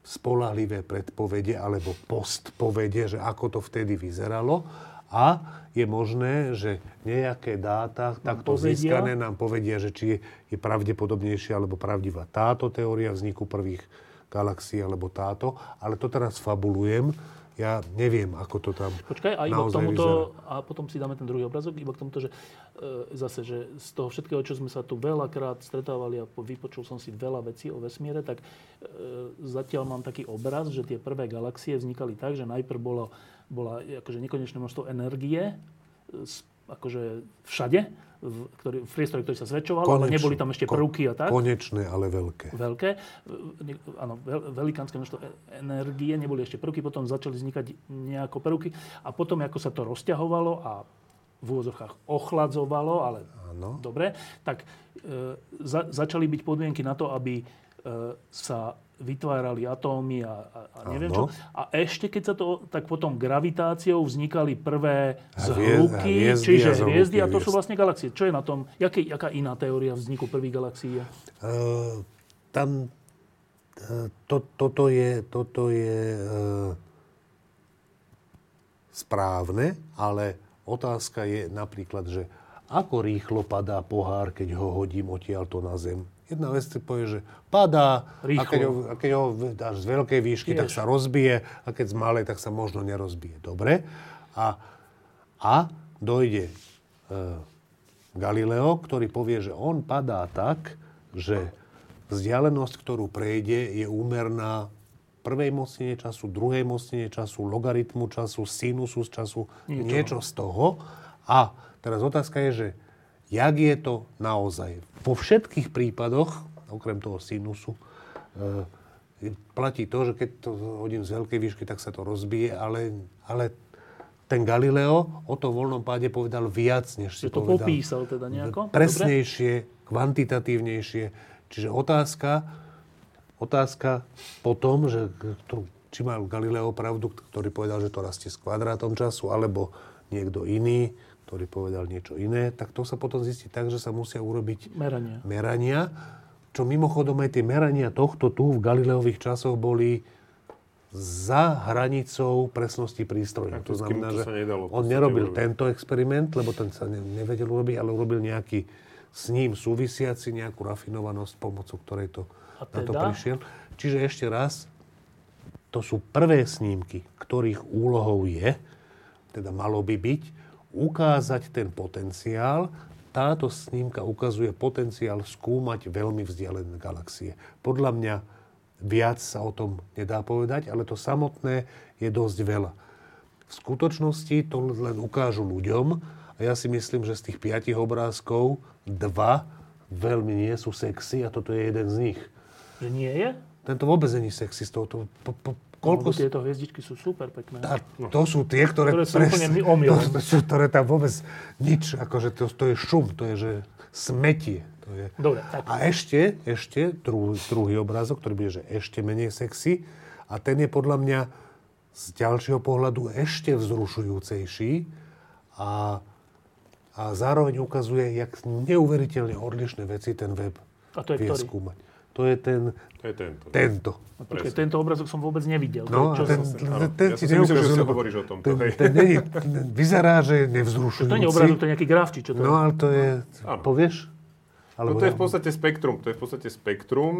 Speaker 3: spolahlivé predpovede alebo postpovede, že ako to vtedy vyzeralo. A je možné, že nejaké dáta takto
Speaker 1: povedia.
Speaker 3: získané nám povedia, že či je, je pravdepodobnejšia alebo pravdivá táto teória vzniku prvých galaxií alebo táto. Ale to teraz fabulujem. Ja neviem, ako to tam
Speaker 1: Počkaj, a iba k
Speaker 3: naozaj
Speaker 1: tomuto,
Speaker 3: vyzerá.
Speaker 1: a potom si dáme ten druhý obrazok, iba k tomuto, že e, zase, že z toho všetkého, čo sme sa tu veľakrát stretávali a po- vypočul som si veľa vecí o vesmíre, tak e, zatiaľ mám taký obraz, že tie prvé galaxie vznikali tak, že najprv bolo, bola e, akože nekonečné množstvo energie, e, s- akože všade, v, ktorý, v priestore, ktorý sa zväčšoval, ale
Speaker 3: Konečne.
Speaker 1: neboli tam ešte
Speaker 3: Ko-
Speaker 1: prvky a tak.
Speaker 3: Konečné, ale veľké.
Speaker 1: veľké. Ne- Áno, veľ- velikánske množstvo e- energie, neboli ešte prvky, potom začali vznikať nejako prvky a potom, ako sa to rozťahovalo a v úvodzovkách ochladzovalo, ale
Speaker 3: Áno.
Speaker 1: dobre, tak e, za, začali byť podmienky na to, aby e, sa vytvárali atómy a, a, a neviem čo.
Speaker 3: Áno.
Speaker 1: A ešte keď sa to, tak potom gravitáciou vznikali prvé
Speaker 3: Hviezd-
Speaker 1: zhlúky,
Speaker 3: hviezdy a
Speaker 1: čiže
Speaker 3: zhlúky
Speaker 1: hviezdy a to sú
Speaker 3: hviezd.
Speaker 1: vlastne galaxie. Čo je na tom, jaký, jaká iná teória vzniku prvých galaxií je?
Speaker 3: Eh, tam eh, to, toto je, toto je eh, správne, ale otázka je napríklad, že ako rýchlo padá pohár, keď ho hodím odtiaľto na zem. Jedna vec si povie, že padá a
Speaker 1: Rýchlo.
Speaker 3: keď, ho, a keď ho v- dáš z veľkej výšky, tak
Speaker 1: Tiež.
Speaker 3: sa rozbije a keď z malej, tak sa možno nerozbije. Dobre. A, a dojde eh, Galileo, ktorý povie, že on padá tak, že vzdialenosť, ktorú prejde, je úmerná prvej mocnine času, druhej mocnine času, logaritmu času, sinusu z času, niečo, z toho. A teraz otázka je, že jak je to naozaj? Po všetkých prípadoch, okrem toho sinusu, e, platí to, že keď to hodím z veľkej výšky, tak sa to rozbije, ale, ale ten Galileo o tom voľnom páde povedal viac, než si
Speaker 1: Že to
Speaker 3: povedal.
Speaker 1: popísal teda nejako? Dobre?
Speaker 3: Presnejšie, kvantitatívnejšie. Čiže otázka, otázka po tom, že tu, či mal Galileo pravdu, ktorý povedal, že to rastie s kvadrátom času, alebo niekto iný, ktorý povedal niečo iné, tak to sa potom zistí tak, že sa musia urobiť
Speaker 1: Merania.
Speaker 3: merania, čo mimochodom aj tie merania tohto tu v Galileových časoch boli za hranicou presnosti prístroja. To
Speaker 2: Prakticky mu
Speaker 3: znamená,
Speaker 2: to
Speaker 3: že
Speaker 2: sa nedalo v
Speaker 3: on
Speaker 2: podstate
Speaker 3: nerobil
Speaker 2: urobiť.
Speaker 3: tento experiment, lebo ten sa ne- nevedel urobiť, ale urobil nejaký s ním súvisiaci, nejakú rafinovanosť, pomocou ktorej to,
Speaker 1: A
Speaker 3: na to
Speaker 1: teda?
Speaker 3: prišiel. Čiže ešte raz, to sú prvé snímky, ktorých úlohou je, teda malo by byť, ukázať ten potenciál. Táto snímka ukazuje potenciál skúmať veľmi vzdialené galaxie. Podľa mňa viac sa o tom nedá povedať, ale to samotné je dosť veľa. V skutočnosti to len ukážu ľuďom a ja si myslím, že z tých piatich obrázkov dva veľmi nie sú sexy a toto je jeden z nich.
Speaker 1: Že nie je?
Speaker 3: Tento vôbec není sexistov. To, po, po,
Speaker 1: Lebo
Speaker 3: koľko
Speaker 1: tieto hviezdičky sú super pekné.
Speaker 3: a to sú tie, ktoré...
Speaker 1: Ktoré sú úplne mi- omylom.
Speaker 3: [LAUGHS] to, sú, ktoré tam vôbec nič, akože to, to je šum, to je že smetie. To je.
Speaker 1: Dobre, tak.
Speaker 3: A ešte, ešte druhý, druhý obrázok, ktorý bude že ešte menej sexy a ten je podľa mňa z ďalšieho pohľadu ešte vzrušujúcejší a, a zároveň ukazuje, jak neuveriteľne odlišné veci ten web
Speaker 1: A to je
Speaker 3: vie
Speaker 1: ktorý?
Speaker 3: skúmať. To je ten,
Speaker 2: To je tento.
Speaker 3: tento.
Speaker 1: A počkaj, tento obrazok som vôbec nevidel.
Speaker 3: No,
Speaker 1: To
Speaker 3: a
Speaker 1: je-
Speaker 3: ten,
Speaker 1: som-
Speaker 3: ten,
Speaker 2: áno.
Speaker 3: ten
Speaker 2: Ja
Speaker 3: ti
Speaker 2: som si myslel, že
Speaker 3: neukazuje,
Speaker 2: si
Speaker 3: lebo
Speaker 2: hovoríš o tomto,
Speaker 3: Ten,
Speaker 2: hej.
Speaker 3: ten, není, ten vyzerá, že je nevzrušujúci.
Speaker 1: to nie je obrazok, to je nejaký grafčík, čo to
Speaker 3: No,
Speaker 1: je.
Speaker 3: ale to je,
Speaker 2: Áno.
Speaker 3: povieš?
Speaker 2: No
Speaker 3: Alebo
Speaker 2: to je v podstate spektrum, to je v podstate spektrum,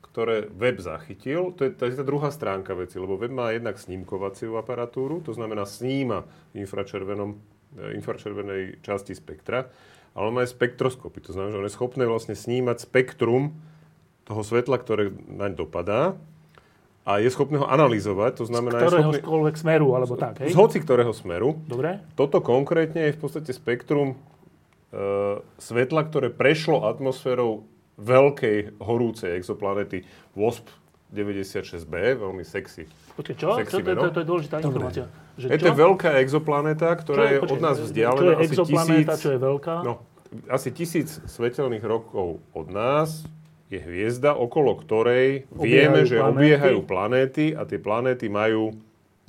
Speaker 2: ktoré web zachytil, to je, to je tá druhá stránka veci, lebo web má jednak snímkovaciu aparatúru, to znamená sníma v infračervenom, e, infračervenej časti spektra, ale on má aj spektroskopy, to znamená, že on je schopný vlastne snímať spektrum toho svetla, ktoré naň dopadá a je schopný ho analyzovať, to znamená, je schopný
Speaker 1: ktoréhokoľvek smeru, alebo tak, hej?
Speaker 2: z hoci ktorého smeru,
Speaker 1: Dobre?
Speaker 2: toto konkrétne je v podstate spektrum e, svetla, ktoré prešlo atmosférou veľkej horúcej exoplanety WASP 96b, veľmi sexy.
Speaker 1: Počkaj, čo?
Speaker 2: Sexy
Speaker 1: čo to, to,
Speaker 2: meno.
Speaker 1: to je dôležitá informácia. Že
Speaker 2: Je to veľká exoplaneta, ktorá je, od
Speaker 1: počkaj,
Speaker 2: nás
Speaker 1: Čo je
Speaker 2: vzdialená asi
Speaker 1: exoplanéta,
Speaker 2: tisíc,
Speaker 1: čo je veľká?
Speaker 2: no, asi tisíc svetelných rokov od nás je hviezda, okolo ktorej vieme,
Speaker 1: Obiehajú
Speaker 2: že
Speaker 1: planéty.
Speaker 2: obiehajú planéty a tie planéty majú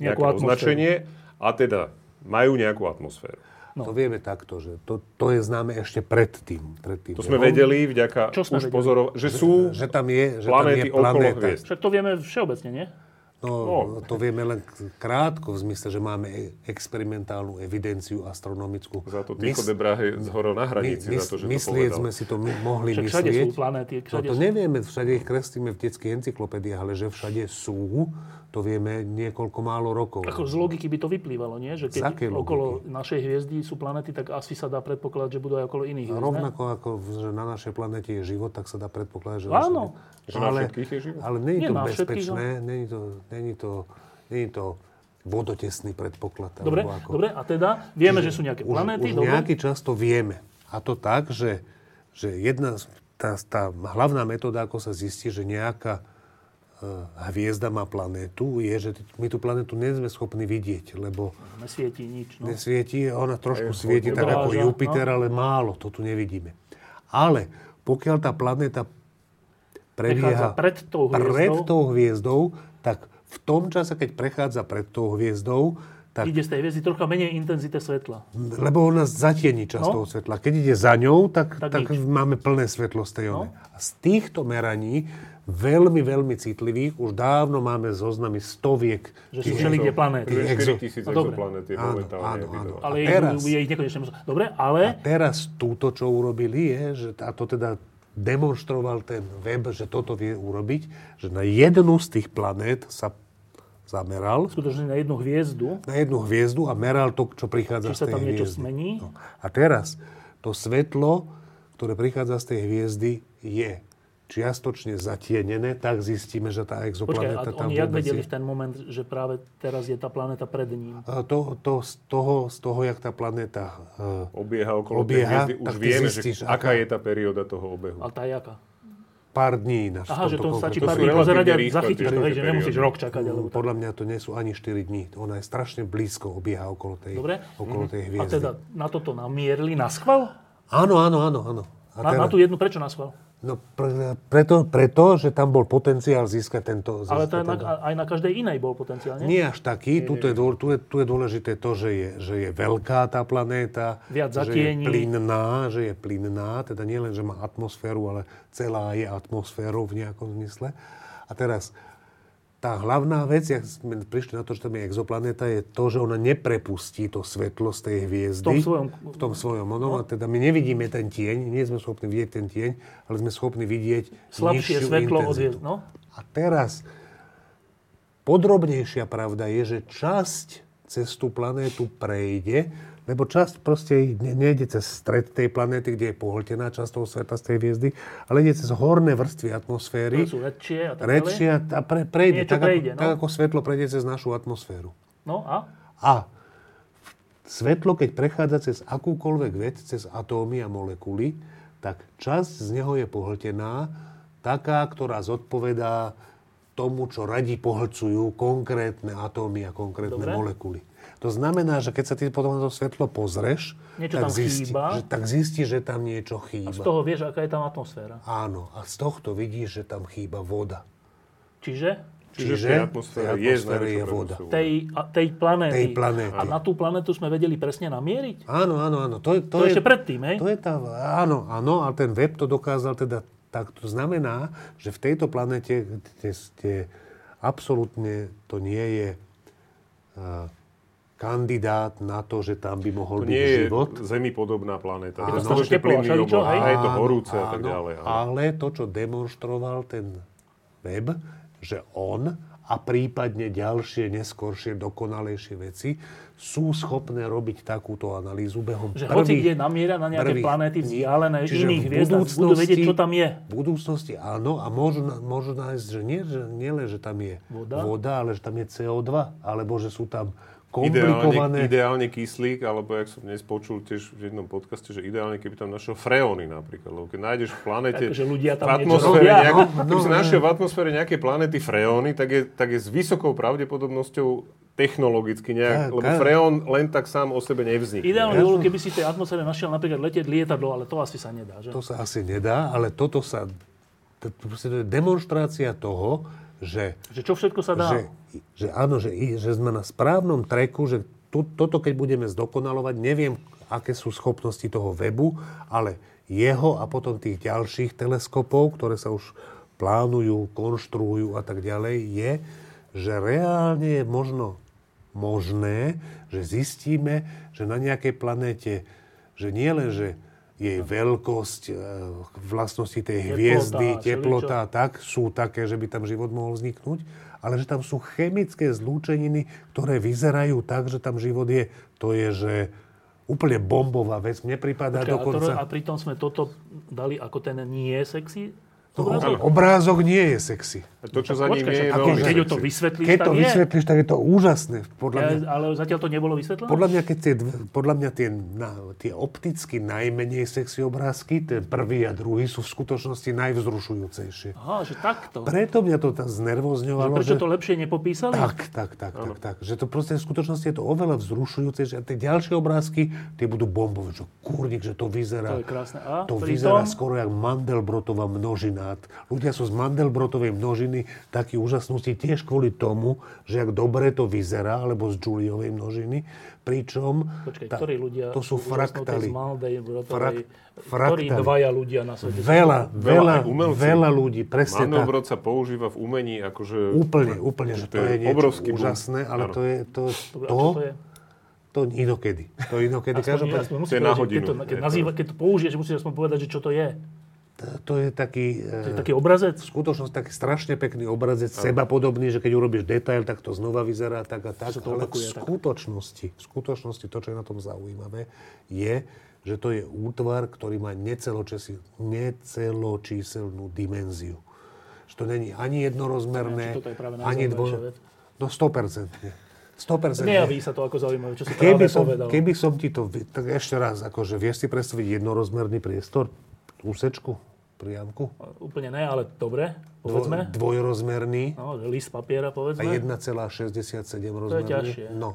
Speaker 2: nejaké
Speaker 1: Nejakú atmosféru.
Speaker 2: označenie a teda majú nejakú atmosféru.
Speaker 1: No.
Speaker 3: to vieme takto, že to, to je známe ešte pred tým. Pred tým
Speaker 2: To sme
Speaker 3: webom,
Speaker 2: vedeli vďaka
Speaker 1: Čo sme
Speaker 2: už
Speaker 1: vedeli?
Speaker 2: pozorov, že sú
Speaker 3: Že tam je, že tam je
Speaker 2: planéty okolo
Speaker 3: planéta.
Speaker 2: hviezd.
Speaker 1: Však to vieme všeobecne, nie?
Speaker 3: No,
Speaker 2: No.
Speaker 3: to vieme len k- krátko, v zmysle, že máme e- experimentálnu evidenciu astronomickú.
Speaker 2: Za to Tycho de Brahe zhorel na
Speaker 3: my-
Speaker 2: hranici, za
Speaker 3: mys-
Speaker 2: to, že to
Speaker 3: myslieť
Speaker 2: povedal.
Speaker 3: sme si to my, mohli
Speaker 1: Však všade
Speaker 3: myslieť.
Speaker 1: sú planéty,
Speaker 3: No
Speaker 1: všade
Speaker 3: to
Speaker 1: sú.
Speaker 3: nevieme, všade ich kreslíme v detských encyklopédiách, ale že všade sú, to vieme niekoľko málo rokov.
Speaker 1: Ako z logiky by to vyplývalo, nie? Že
Speaker 3: Z akej
Speaker 1: keď
Speaker 3: logiky?
Speaker 1: okolo našej hviezdy sú planéty, tak asi sa dá predpokladať, že budú aj okolo iných
Speaker 3: A
Speaker 1: hviezd, ne?
Speaker 3: No, Rovnako ako že na našej planete je život, tak sa dá predpokladať, že...
Speaker 1: Áno.
Speaker 3: naša-
Speaker 2: Že na všetkých je život?
Speaker 3: Ale není
Speaker 1: Nie
Speaker 3: to
Speaker 1: na všetkých, no.
Speaker 3: bezpečné, není to, není to, není to vodotesný predpoklad.
Speaker 1: Dobre,
Speaker 3: alebo ako.
Speaker 1: dobre, a teda vieme, že sú nejaké
Speaker 3: Už,
Speaker 1: planéty,
Speaker 3: už
Speaker 1: dobre?
Speaker 3: nejaký čas to vieme. A to tak, že, že jedna z- tá, tá hlavná metóda, ako sa zistí, že nejaká eh, hviezda má planétu, je, že my tú planétu nie sme schopní vidieť, lebo
Speaker 1: Nesvietí nič, no.
Speaker 3: nesvieti, ona trošku svieti tak
Speaker 1: Odráža,
Speaker 3: ako Jupiter, ale málo, to tu nevidíme. Ale pokiaľ tá planéta
Speaker 1: Prechádza
Speaker 3: prebieha
Speaker 1: pred tou hviezdou.
Speaker 3: pred tou hviezdou, tak v tom čase, keď prechádza pred tou hviezdou, tak
Speaker 1: Ide z tej hviezdy trocha menej intenzite svetla.
Speaker 3: Lebo ona zatieni časť
Speaker 1: No.
Speaker 3: toho svetla. Keď ide za ňou, tak,
Speaker 1: Tak
Speaker 3: tak, tak
Speaker 1: nič. No.
Speaker 3: máme plné svetlo z tej one. A z týchto meraní, veľmi, veľmi citlivých, už dávno máme zoznamy stoviek.
Speaker 1: Že sú
Speaker 3: tých-
Speaker 1: všelikde planéty.
Speaker 3: Tých exo-
Speaker 2: 4000
Speaker 1: No, dobre.
Speaker 2: exoplanet je
Speaker 3: Áno, áno,
Speaker 2: momentálne
Speaker 3: áno.
Speaker 2: evidovaných.
Speaker 1: Ale
Speaker 3: A
Speaker 1: je,
Speaker 3: teraz?
Speaker 1: je ich nekonečné množstvo. Dobre, ale
Speaker 3: Teraz túto, čo urobili, je, že a to teda demonstroval ten web, že toto vie urobiť, že na jednu z tých planét sa zameral,
Speaker 1: skutočne na jednu hviezdu,
Speaker 3: na jednu hviezdu a meral to, čo prichádza
Speaker 1: či sa
Speaker 3: z tej
Speaker 1: tam niečo
Speaker 3: hviezdy.
Speaker 1: zmení.
Speaker 3: No. A teraz to svetlo, ktoré prichádza z tej hviezdy, je čiastočne zatienené, tak zistíme, že tá
Speaker 1: Počkaj, a
Speaker 3: exoplanéta tam
Speaker 1: oni jak
Speaker 3: vôbec
Speaker 1: vedeli
Speaker 3: je.
Speaker 1: v ten moment, že práve teraz je tá planéta pred ním?
Speaker 3: A To, to, z, toho, z toho, jak tá planéta e,
Speaker 2: Obieha okolo
Speaker 3: Obieha,
Speaker 2: tej hviezdy, už
Speaker 3: tak ty
Speaker 2: vieme,
Speaker 3: zistíš,
Speaker 2: že aká
Speaker 3: aká-
Speaker 2: je tá perióda toho obehu.
Speaker 1: A tá jaká?
Speaker 3: pár dní ináč. v
Speaker 1: Aha, že to
Speaker 3: tomto
Speaker 1: stačí
Speaker 3: konkrétnom-
Speaker 1: pár
Speaker 2: sú
Speaker 1: dní
Speaker 2: relatívne
Speaker 1: pozerať a
Speaker 2: rýchle
Speaker 1: zachytíš to,
Speaker 2: tie
Speaker 1: hej, že
Speaker 2: periódy.
Speaker 1: nemusíš rok čakať. Alebo tak.
Speaker 3: Podľa mňa to nie sú ani 4 dní. Ona je strašne blízko, obieha okolo tej,
Speaker 1: Dobre.
Speaker 3: okolo tej
Speaker 1: A
Speaker 3: hviezdy.
Speaker 1: teda na toto namierili na schval?
Speaker 3: Áno, áno, áno, áno. A
Speaker 1: Na, na tú jednu prečo na schval?
Speaker 3: No pre, preto, preto, že tam bol potenciál získať tento...
Speaker 1: Ale to
Speaker 3: získať
Speaker 1: je na,
Speaker 3: tento.
Speaker 1: aj na každej inej bol potenciálne.
Speaker 3: teda. Nie až taký, tu je, dôl- tu, je, tu je dôležité to, že je, že je veľká tá planéta,
Speaker 1: Viac
Speaker 3: že je
Speaker 1: zatiení.
Speaker 3: plynná, že je plynná, teda nie len, že má atmosféru, ale celá je atmosférou v nejakom zmysle. A teraz tá hlavná vec, jak sme prišli na to, že tam je exoplanéta, je to, že ona neprepustí to svetlo z tej hviezdy.
Speaker 1: V tom svojom- No.
Speaker 3: V tom svojom onom. A teda my nevidíme ten tieň, nie sme schopní vidieť ten tieň, ale sme schopní vidieť
Speaker 1: Slabšie
Speaker 3: nižšiu
Speaker 1: svetlo od hviezd.
Speaker 3: intenzitu.
Speaker 1: No?
Speaker 3: A teraz podrobnejšia pravda je, že časť cez tú planétu prejde, lebo časť proste ne- nejde cez stred tej planéty, kde je pohltená časť toho sveta z tej hviezdy, ale ide cez horné vrstvy atmosféry,
Speaker 1: Ktoré sú redšie a tak ďalej.
Speaker 3: rečia a pre, prejde,
Speaker 1: Niečo
Speaker 3: tak,
Speaker 1: prejde,
Speaker 3: ako,
Speaker 1: no.
Speaker 3: tak ako svetlo prejde cez našu atmosféru.
Speaker 1: No a?
Speaker 3: A svetlo, keď prechádza cez akúkoľvek vec, cez atómy a molekuly, tak časť z neho je pohltená, taká, ktorá zodpovedá tomu, čo radi pohlcujú konkrétne atómy a konkrétne
Speaker 1: Dobre.
Speaker 3: molekuly. To znamená, že keď sa ty potom na to svetlo pozrieš,
Speaker 1: Niečo tam
Speaker 3: zistí,
Speaker 1: chýba.
Speaker 3: Že, tak zistíš, že tam niečo
Speaker 1: Z
Speaker 3: chýba.
Speaker 1: toho vieš, aká je tam atmosféra.
Speaker 3: Áno, a z tohto vidíš, že tam chýba voda.
Speaker 1: Čiže
Speaker 2: Čiže v tej atmosfére
Speaker 3: v tej
Speaker 2: je
Speaker 3: atmosfére
Speaker 2: najväčšou
Speaker 3: je voda.
Speaker 2: pravdou.
Speaker 1: tej, a, tej planéty.
Speaker 3: Tej planéty.
Speaker 1: A na tú planétu sme vedeli presne namieriť?
Speaker 3: Áno, áno, áno. To, je, to,
Speaker 1: To,
Speaker 3: je,
Speaker 1: ešte predtým, hej?
Speaker 3: To je tá, áno, áno, ale ten web to dokázal teda tak. To znamená, že v tejto planete, kde ste absolútne, to nie je a, kandidát na to, že tam by mohol
Speaker 2: To
Speaker 3: byť
Speaker 2: nie je
Speaker 3: život.
Speaker 2: zemi podobná
Speaker 1: Je to
Speaker 2: planéta. Je to
Speaker 1: strašne
Speaker 2: strašne
Speaker 1: teplo a
Speaker 2: plynný
Speaker 1: všeličo,
Speaker 2: obor,
Speaker 1: hej?
Speaker 2: a je to horúce a tak
Speaker 3: áno,
Speaker 2: ďalej. áno.
Speaker 3: Ale to, čo demonstroval ten web, že on a prípadne ďalšie, neskoršie, dokonalejšie veci sú schopné robiť takúto analýzu behom
Speaker 1: Že
Speaker 3: prvých-
Speaker 1: hoci kde namieria na nejaké
Speaker 3: prvých
Speaker 1: planéty
Speaker 3: dní.
Speaker 1: vzdialené
Speaker 3: Čiže
Speaker 1: iných
Speaker 3: v
Speaker 1: hviezd, a budú vedieť,
Speaker 3: budúcnosti-
Speaker 1: čo tam je.
Speaker 3: V budúcnosti áno, a môžu, na- môžu nájsť, že nie, že nie len, že tam je
Speaker 1: Voda?
Speaker 3: ale že tam je CO2, alebo že sú tam
Speaker 2: Ideálne,
Speaker 3: komplikované...
Speaker 2: ideálne kyslík, alebo jak som dnes počul tiež v jednom podcaste, že ideálne, keby tam našiel freóny napríklad. Lebo keď nájdeš v planete,
Speaker 3: Akože
Speaker 1: Takže ľudia tam
Speaker 2: v
Speaker 1: niečo
Speaker 2: atmosfére,
Speaker 1: robia.
Speaker 2: nejakú,
Speaker 3: No,
Speaker 2: keby
Speaker 3: no,
Speaker 2: si našiel v atmosfére nejakej planety freóny, tak je, tak je s vysokou pravdepodobnosťou technologicky nejak,
Speaker 3: Tak,
Speaker 2: lebo
Speaker 3: tak.
Speaker 2: freón len tak sám o sebe nevznikne.
Speaker 1: Ideálne bolo, keby si v tej atmosfére našiel napríklad letieť lietadlo, ale to asi sa nedá, že?
Speaker 3: To sa asi nedá, ale toto sa... To, to, proste to je demonstrácia toho, že,
Speaker 1: Že čo všetko sa dá?
Speaker 3: že, že áno, že, i- že sme na správnom treku, že tu, toto keď budeme zdokonalovať, neviem, aké sú schopnosti toho webu, ale jeho a potom tých ďalších teleskopov, ktoré sa už plánujú, konštruujú a tak ďalej, je, že reálne je možno možné, že zistíme, že na nejakej planéte, že nie len, že jej veľkosť, e, vlastnosti tej hviezdy,
Speaker 1: všeličo.
Speaker 3: teplota a tak sú také, že by tam život mohol vzniknúť, ale že tam sú chemické zlúčeniny, ktoré vyzerajú tak, že tam život je. To je, že úplne bombová vec. Mne pripadá
Speaker 1: Počkaj, a, to,
Speaker 3: dokonca...
Speaker 1: a pritom sme toto dali ako ten nie sexy
Speaker 3: No,
Speaker 1: obrázok?
Speaker 3: obrázok nie je sexy.
Speaker 2: A to, čo za
Speaker 1: Počkaj,
Speaker 2: ním je, je
Speaker 1: však
Speaker 2: veľmi
Speaker 3: akože-
Speaker 1: keď ju to
Speaker 2: sexy.
Speaker 1: vysvetlíš,
Speaker 3: Keď
Speaker 1: tak
Speaker 3: to
Speaker 1: je.
Speaker 3: vysvetlíš, tak je to úžasné. Podľa
Speaker 1: Ja,
Speaker 3: mňa,
Speaker 1: ale zatiaľ to nebolo vysvetlené?
Speaker 3: podľa mňa, keď tie, dve- podľa mňa tie, na, tie opticky najmenej sexy obrázky, ten prvý a druhý, sú v skutočnosti najvzrušujúcejšie.
Speaker 1: Aha, že takto.
Speaker 3: Preto mňa to
Speaker 1: No.
Speaker 3: tak
Speaker 1: Že
Speaker 3: znervozňovalo,
Speaker 1: prečo to lepšie nepopísali?
Speaker 3: Tak, tak, tak, tak, tak. Že to proste v skutočnosti je to oveľa vzrušujúce, že tie ďalšie obrázky, tie budú bombové, že kurník, že to vyzerá.
Speaker 1: To je krásne. A
Speaker 3: to
Speaker 1: pritom-
Speaker 3: vyzerá skoro jak Mandelbrotova množina, koordinát. Ľudia sú z Mandelbrotovej množiny takí úžasnosti tiež kvôli tomu, že ak dobre to vyzerá, alebo z Giuliovej množiny, pričom...
Speaker 1: Počkaj, ktorí ľudia
Speaker 3: to sú
Speaker 1: sú úžasnou tej
Speaker 3: fraktály.
Speaker 1: z Maldej, Brotovej,
Speaker 3: Frak-
Speaker 1: ktorí
Speaker 3: fraktály.
Speaker 1: dvaja ľudia na svete? sú?
Speaker 3: Veľa, veľa,
Speaker 2: aj umelci.
Speaker 3: veľa ľudí, presne tak.
Speaker 2: Mandelbrot sa používa v umení akože...
Speaker 3: Úplne, úplne, že to, je, niečo
Speaker 2: obrovský boom.
Speaker 3: úžasné, ale
Speaker 2: Áno.
Speaker 3: to je to,
Speaker 1: Dobre, a
Speaker 3: to,
Speaker 1: čo to je?
Speaker 3: to inokedy. To inokedy.
Speaker 1: [LAUGHS] Aspoň,
Speaker 3: Každopádne,
Speaker 1: aspoň
Speaker 2: To
Speaker 1: musíš
Speaker 2: je na
Speaker 1: povedať, že keď,
Speaker 2: hodinu.
Speaker 1: to, keď,
Speaker 2: Je to-
Speaker 1: nazýva, keď to použiješ, musíš aspoň povedať, že čo to je.
Speaker 3: t- to je taký,
Speaker 1: To je
Speaker 3: e,
Speaker 1: taký obrazec?
Speaker 3: v skutočnosti taký strašne pekný obrazec, seba podobný, že keď urobíš detail, tak to znova vyzerá tak a tak.
Speaker 1: to
Speaker 3: ale
Speaker 1: opakuje,
Speaker 3: v
Speaker 1: tak.
Speaker 3: skutočnosti, v skutočnosti to, čo je na tom zaujímavé, je, že to je útvar, ktorý má neceločísel, neceločíselnú dimenziu. Že to není ani jednorozmerné,
Speaker 1: Neviem, či toto je práve
Speaker 3: ani
Speaker 1: najzaujímavejšia
Speaker 3: dvo...
Speaker 1: vec.
Speaker 3: No 100%. 100%.
Speaker 1: Nejaví sa to ako zaujímavé, čo si
Speaker 3: Keby
Speaker 1: práve
Speaker 3: som,
Speaker 1: povedal.
Speaker 3: keby som ti to... vy- Tak ešte raz, akože vieš si predstaviť jednorozmerný priestor? Úsečku? Priamku?
Speaker 1: Úplne ne, ale dobre, povedzme.
Speaker 3: dvojrozmerný
Speaker 1: No, že list papiera,
Speaker 3: a
Speaker 1: povedzme.
Speaker 3: 1,67 rozmerný.
Speaker 1: ťažšie.
Speaker 3: No.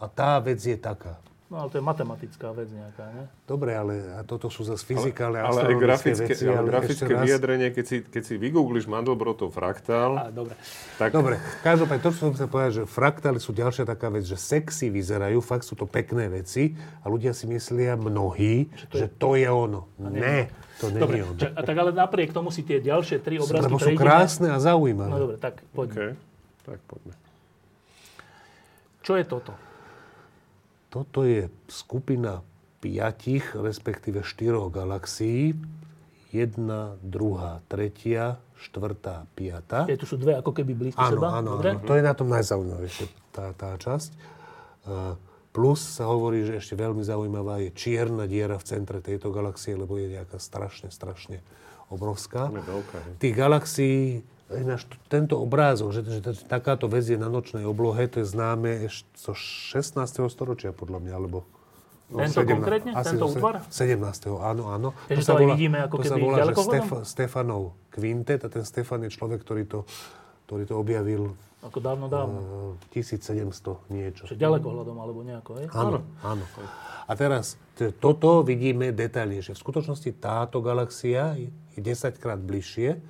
Speaker 3: A tá vec je taká.
Speaker 1: No, ale to je matematická vec nejaká, ne?
Speaker 3: Dobre, ale a toto sú zase fyzikálne a
Speaker 2: ale aj
Speaker 3: astronomické
Speaker 2: grafické,
Speaker 3: veci,
Speaker 2: ale
Speaker 3: ale
Speaker 2: grafické
Speaker 3: ešte raz.
Speaker 2: vyjadrenie, keď si, keď si vygoogliš Mandelbrotov fraktál,
Speaker 1: Á, dobre.
Speaker 2: tak
Speaker 3: Dobre, každopádne to, čo som chcel povedať, že fraktály sú ďalšia taká vec, že sexy vyzerajú, fakt sú to pekné veci a ľudia si myslia mnohí, že to je ono. Ne, to nie
Speaker 1: Dobre,
Speaker 3: je ono.
Speaker 1: čak, a tak ale napriek tomu si tie ďalšie tri obrázky
Speaker 3: Lebo sú
Speaker 1: prejdeme.
Speaker 3: krásne a
Speaker 1: No
Speaker 3: zaujímavé.
Speaker 1: dobre, tak poďme.
Speaker 2: OK, tak poďme.
Speaker 1: Čo je toto?
Speaker 3: Toto je skupina piatich, respektíve štyroch galaxií. Jedna, druhá, tretia, štvrtá, piata.
Speaker 1: Je, tu sú dve ako keby blízko
Speaker 3: Áno,
Speaker 1: seba?
Speaker 3: áno,
Speaker 1: dobre?
Speaker 3: áno. To je na tom najzaujímavejšie, tá, tá časť. Uh, Plus sa hovorí, že ešte veľmi zaujímavá je čierna diera v centre tejto galaxie, lebo je nejaká strašne, strašne obrovská.
Speaker 2: Je veľká, hej.
Speaker 3: Tých galaxií, eh, ináč t- tento obrázok, že, že, že takáto vec je na nočnej oblohe, to je známe ešte zo 16. storočia, podľa mňa, alebo...
Speaker 1: Tento konkrétne? Tento
Speaker 3: zo se-
Speaker 1: útvar?
Speaker 3: 17. áno, áno.
Speaker 1: Takže to aj vidíme ako
Speaker 3: to sa
Speaker 1: keby
Speaker 3: volá, že
Speaker 1: ďalekohľadom?
Speaker 3: Stef- Stefanov kvintet a ten Stefan je človek, ktorý to, ktorý to objavil
Speaker 1: Ako dávno dávno.
Speaker 3: eh, 1700 niečo.
Speaker 1: Čiže ďaleko hľadom alebo nejako, hej?
Speaker 3: Áno, áno. A teraz t- toto vidíme detaľnejšie. V skutočnosti táto galaxia je 10 krát bližšie,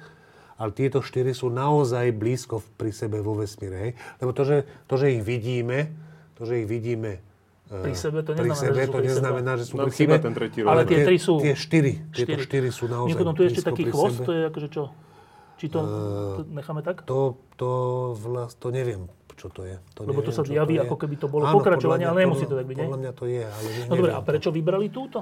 Speaker 3: ale tieto štyri sú naozaj blízko v- pri sebe vo vesmíre. Hej? Lebo to že, to, že ich vidíme, to, že ich vidíme eh,
Speaker 1: Pri sebe to
Speaker 3: pri
Speaker 1: neznamená,
Speaker 3: sebe,
Speaker 1: že sú
Speaker 3: to
Speaker 1: pri
Speaker 3: neznamená, že sú
Speaker 2: Nám
Speaker 3: pri
Speaker 2: chýba
Speaker 3: sebe.
Speaker 2: ten tretí
Speaker 1: Ale
Speaker 2: rozmer.
Speaker 1: tie tri sú...
Speaker 3: Tie štyri, tieto štyri sú naozaj
Speaker 1: Mimochodom, tu je ešte
Speaker 3: blízko
Speaker 1: taký
Speaker 3: pri
Speaker 1: chvost,
Speaker 3: sebe. Ehm.
Speaker 1: to je akože čo? Či to, to necháme tak?
Speaker 3: To, to vlast, to neviem, čo to je. To
Speaker 1: Lebo to
Speaker 3: neviem,
Speaker 1: sa
Speaker 3: čo
Speaker 1: javí,
Speaker 3: je.
Speaker 1: ako keby to bolo
Speaker 3: podľa
Speaker 1: pokračovanie,
Speaker 3: mňa-
Speaker 1: ale nemusí to
Speaker 3: podľa-
Speaker 1: tak byť,
Speaker 3: Podľa
Speaker 1: nie?
Speaker 3: mňa to je, ale ne-
Speaker 1: No dobre, a
Speaker 3: neviem.
Speaker 1: prečo vybrali túto?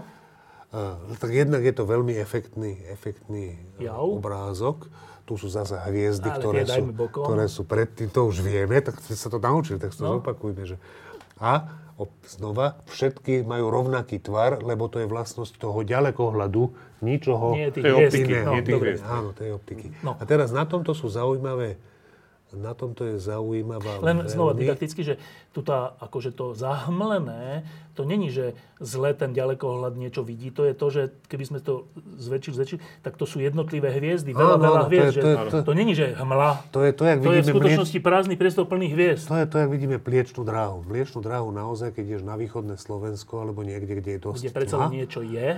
Speaker 3: Eh, tak jednak je to veľmi efektný, efektný eh,
Speaker 1: Jau.
Speaker 3: obrázok. Tu sú zase hviezdy,
Speaker 1: Ale
Speaker 3: ktoré
Speaker 1: tie
Speaker 3: sú,
Speaker 1: dajme bokom. No.
Speaker 3: ktoré sú predtým, to už vieme, tak sme sa to naučili, tak si to zopakujme. Že... A op, znova, všetky majú rovnaký tvar, lebo to je vlastnosť toho ďalekohľadu, ničoho
Speaker 1: Nie tých
Speaker 2: To je
Speaker 1: hviezd.
Speaker 2: optiky,
Speaker 1: No,
Speaker 2: nie tých
Speaker 1: dobre.
Speaker 2: hviezd.
Speaker 3: Áno, tej optiky.
Speaker 1: No.
Speaker 3: A teraz na tomto sú zaujímavé, na tomto je zaujímavá
Speaker 1: Len
Speaker 3: veľmi-
Speaker 1: znova didakticky, že tu tá, akože to zahmlené, to není, že zle ten ďalekohľad niečo vidí, to je to, že keby sme to zväčšili, zväčšili, tak to sú jednotlivé hviezdy, veľa,
Speaker 3: Áno,
Speaker 1: veľa
Speaker 3: áno, to
Speaker 1: hviezd.
Speaker 3: je-
Speaker 1: že
Speaker 3: to je-
Speaker 1: to,
Speaker 3: to-
Speaker 1: není, že hmla,
Speaker 3: To je to, jak
Speaker 1: to je v
Speaker 3: vidíme mlie-
Speaker 1: skutočnosti prázdny priestor plný hviezd.
Speaker 3: To je to, jak vidíme pliečnú dráhu. Mliečnú dráhu naozaj, keď ideš na východné Slovensko alebo niekde, kde je dosť
Speaker 1: Kde predsa
Speaker 3: tma.
Speaker 1: len niečo je,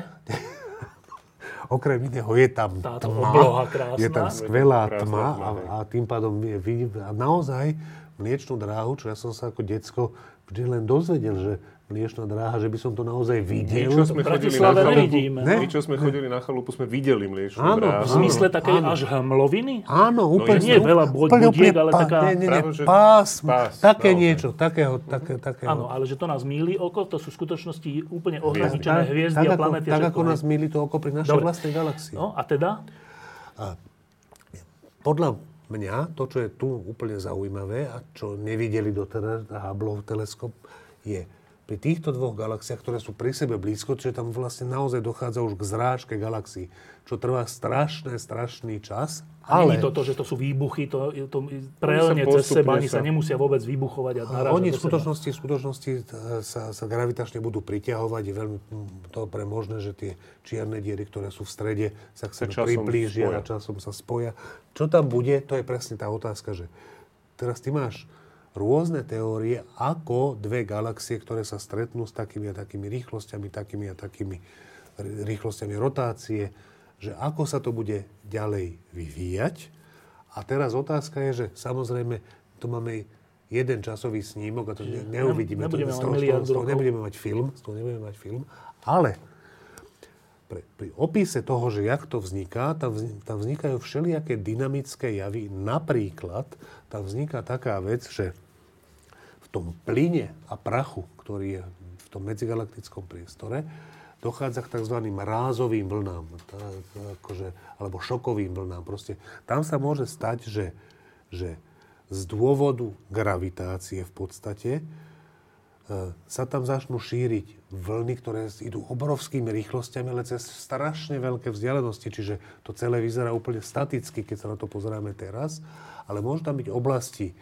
Speaker 3: Okrem iného je tam
Speaker 1: Táto
Speaker 3: tma.
Speaker 1: obloha krásna.
Speaker 3: Je tam skvelá
Speaker 2: Krásna
Speaker 3: tma
Speaker 2: tma,
Speaker 3: a,
Speaker 2: hej.
Speaker 3: a tým pádom je- vidím a naozaj mliečnú dráhu, čo ja som sa ako decko vždy len dozvedel, že mliečná dráha, že by som to navidel. videl.
Speaker 2: My, čo sme
Speaker 1: v
Speaker 2: chodili na
Speaker 1: Bratislave
Speaker 2: chalupu,
Speaker 1: nevidíme,
Speaker 3: no.
Speaker 2: my, čo sme chodili na chalupu, sme videli mliečnú
Speaker 1: v
Speaker 3: Áno,
Speaker 2: dráhu.
Speaker 3: áno.
Speaker 1: zmysle takej až hmloviny.
Speaker 3: Áno, úplne.
Speaker 1: jasne. Nie veľa bod- budiek, ale taká-
Speaker 3: Nie, nie, nie,
Speaker 2: Práve, No, že
Speaker 3: pás,
Speaker 2: pás,
Speaker 3: také
Speaker 2: naozaj.
Speaker 3: niečo, takého, také, takého.
Speaker 1: Áno, ale že to nás míli oko, to sú v skutočnosti úplne ohraničené
Speaker 3: tak,
Speaker 1: hviezdy
Speaker 3: tak,
Speaker 1: a
Speaker 3: ako,
Speaker 1: planety.
Speaker 3: tak
Speaker 1: že
Speaker 3: ako
Speaker 1: to-
Speaker 3: nás milí to oko pri našej
Speaker 1: Dobre.
Speaker 3: vlastnej galaxii.
Speaker 1: No a teda?
Speaker 3: Podľa mňa to, čo je tu úplne zaujímavé a čo nevideli doteraz na Hubbleov teleskop, je pri týchto dvoch galaxiách, ktoré sú pri sebe blízko, čiže tam vlastne naozaj dochádza už k zrážke galaxií, čo trvá strašné, strašný čas,
Speaker 1: Ale...
Speaker 3: ale
Speaker 1: Není to to, že to sú výbuchy, to, to
Speaker 2: Oni
Speaker 1: prelne
Speaker 2: sa
Speaker 1: cez
Speaker 2: postupne
Speaker 1: seba, ani sa
Speaker 2: sa-
Speaker 1: nemusia vôbec vybuchovať a
Speaker 3: a
Speaker 1: narážať
Speaker 3: oni
Speaker 1: do
Speaker 3: v
Speaker 1: seba.
Speaker 3: skutočnosti, v skutočnosti e, sa, sa gravitačne budú priťahovať. Je veľmi mm, dobre možné, že tie čierne diery, ktoré sú v strede, sa k sebe
Speaker 2: časom
Speaker 3: priblížia
Speaker 2: spoja.
Speaker 3: a časom sa spoja. Čo tam bude, to je presne tá otázka, že teraz ty máš rôzne teórie, ako dve galaxie, ktoré sa stretnú s takými a takými rýchlosťami, takými a takými rý- rýchlosťami rotácie, že ako sa to bude ďalej vyvíjať. A teraz otázka je, že samozrejme tu máme jeden časový snímok a to ne, neuvidíme.
Speaker 1: nebudeme mať
Speaker 3: to, z toho, z toho,
Speaker 1: miliardu
Speaker 3: z toho
Speaker 1: rokov.
Speaker 3: nebudeme mať film, z toho nebudeme mať film, ale pre, pri opise toho, že jak to vzniká, tam, vzni- tam vznikajú všelijaké dynamické javy. Napríklad tam vzniká taká vec, že v tom plyne a prachu, ktorý je v tom medzigalaktickom priestore, dochádza k tzv. rázovým vlnám, tá, tá, akože, alebo šokovým vlnám. Proste tam sa môže stať, že, že z dôvodu gravitácie v podstate e, sa tam začnú šíriť vlny, ktoré idú obrovskými rýchlosťami, ale cez strašne veľké vzdialenosti. Čiže to celé vyzerá úplne staticky, keď sa na to pozeráme teraz. Ale môžu tam byť oblasti,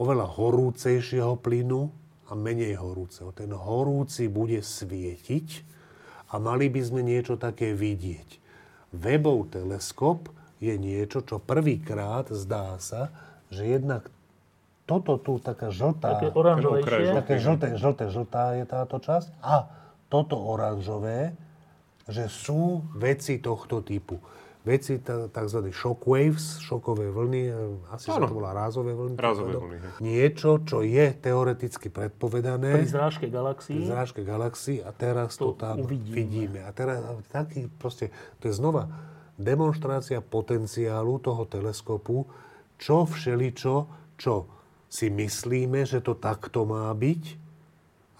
Speaker 3: oveľa horúcejšieho plynu a menej horúceho. Ten horúci bude svietiť a mali by sme niečo také vidieť. Webov teleskop je niečo, čo prvýkrát zdá sa, že jednak toto tu, taká žltá,
Speaker 1: Také
Speaker 2: Ten
Speaker 1: oranžovejšie.
Speaker 2: okraj,
Speaker 3: také žlté, žlté, žltá je táto časť a toto oranžové, že sú veci tohto typu. Veci t- tzv. shockwaves, šokové vlny, e, asi sa
Speaker 2: Áno.
Speaker 3: to volá rázové vlny.
Speaker 2: Rázové
Speaker 3: Áno.
Speaker 2: vlny, hej.
Speaker 3: Niečo, čo je teoreticky predpovedané
Speaker 1: Pri zrážke
Speaker 3: v
Speaker 1: galaxií.
Speaker 3: zrážke galaxií a teraz
Speaker 1: To
Speaker 3: to, tam
Speaker 1: uvidíme.
Speaker 3: vidíme. A teraz a taký proste, to je znova demonstrácia potenciálu toho teleskopu, čo všeličo, čo si myslíme, že to takto má byť,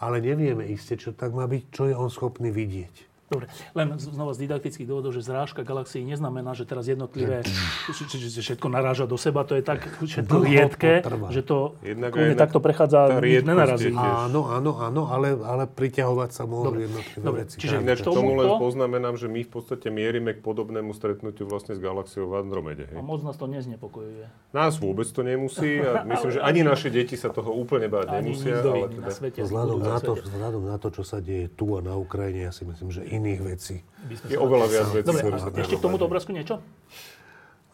Speaker 3: ale nevieme
Speaker 1: Mm.
Speaker 3: iste, čo tak má byť, čo je on schopný vidieť.
Speaker 1: Dobre, len z- znova z didaktických dôvodov, že zrážka galaxií neznamená, že teraz jednotlivé, že, že, že všetko naráža do seba, to je tak všetko
Speaker 3: Dlho to
Speaker 1: riedke,
Speaker 3: trvá.
Speaker 1: že to
Speaker 2: Jednak
Speaker 1: kľudne
Speaker 2: aj na-
Speaker 1: takto prechádza,
Speaker 2: tá
Speaker 1: nič
Speaker 2: riedkosť
Speaker 1: nenarazí.
Speaker 2: je- Tiež.
Speaker 3: Áno, áno, áno, ale, ale priťahovať sa môžu
Speaker 1: Dobre,
Speaker 3: jednotlivé
Speaker 1: dobre,
Speaker 3: veci.
Speaker 1: čiže-
Speaker 2: Ináč k
Speaker 1: Tomuto-
Speaker 2: tomu len poznamenám, že my v podstate mierime k podobnému stretnutiu vlastne s galaxiou v Andromede.
Speaker 1: A
Speaker 2: Hej.
Speaker 1: moc nás to neznepokojuje.
Speaker 2: Nás vôbec to nemusí a myslím, že ani naše deti sa toho úplne báť
Speaker 1: Ani
Speaker 2: nemusia.
Speaker 1: nikto
Speaker 2: Ale
Speaker 1: iný na
Speaker 2: teda...
Speaker 1: svete.
Speaker 3: Vzhľadom
Speaker 1: na
Speaker 3: na, to,
Speaker 1: svete.
Speaker 3: vzhľadom na to, čo sa deje tu a na Ukrajine, ja si myslím, že iných vecí.
Speaker 1: By sme
Speaker 2: Je
Speaker 1: sa-
Speaker 2: oveľa viac vecí.
Speaker 1: Dobre,
Speaker 3: Som
Speaker 1: a
Speaker 3: sa
Speaker 1: ešte k tomuto obrázku niečo?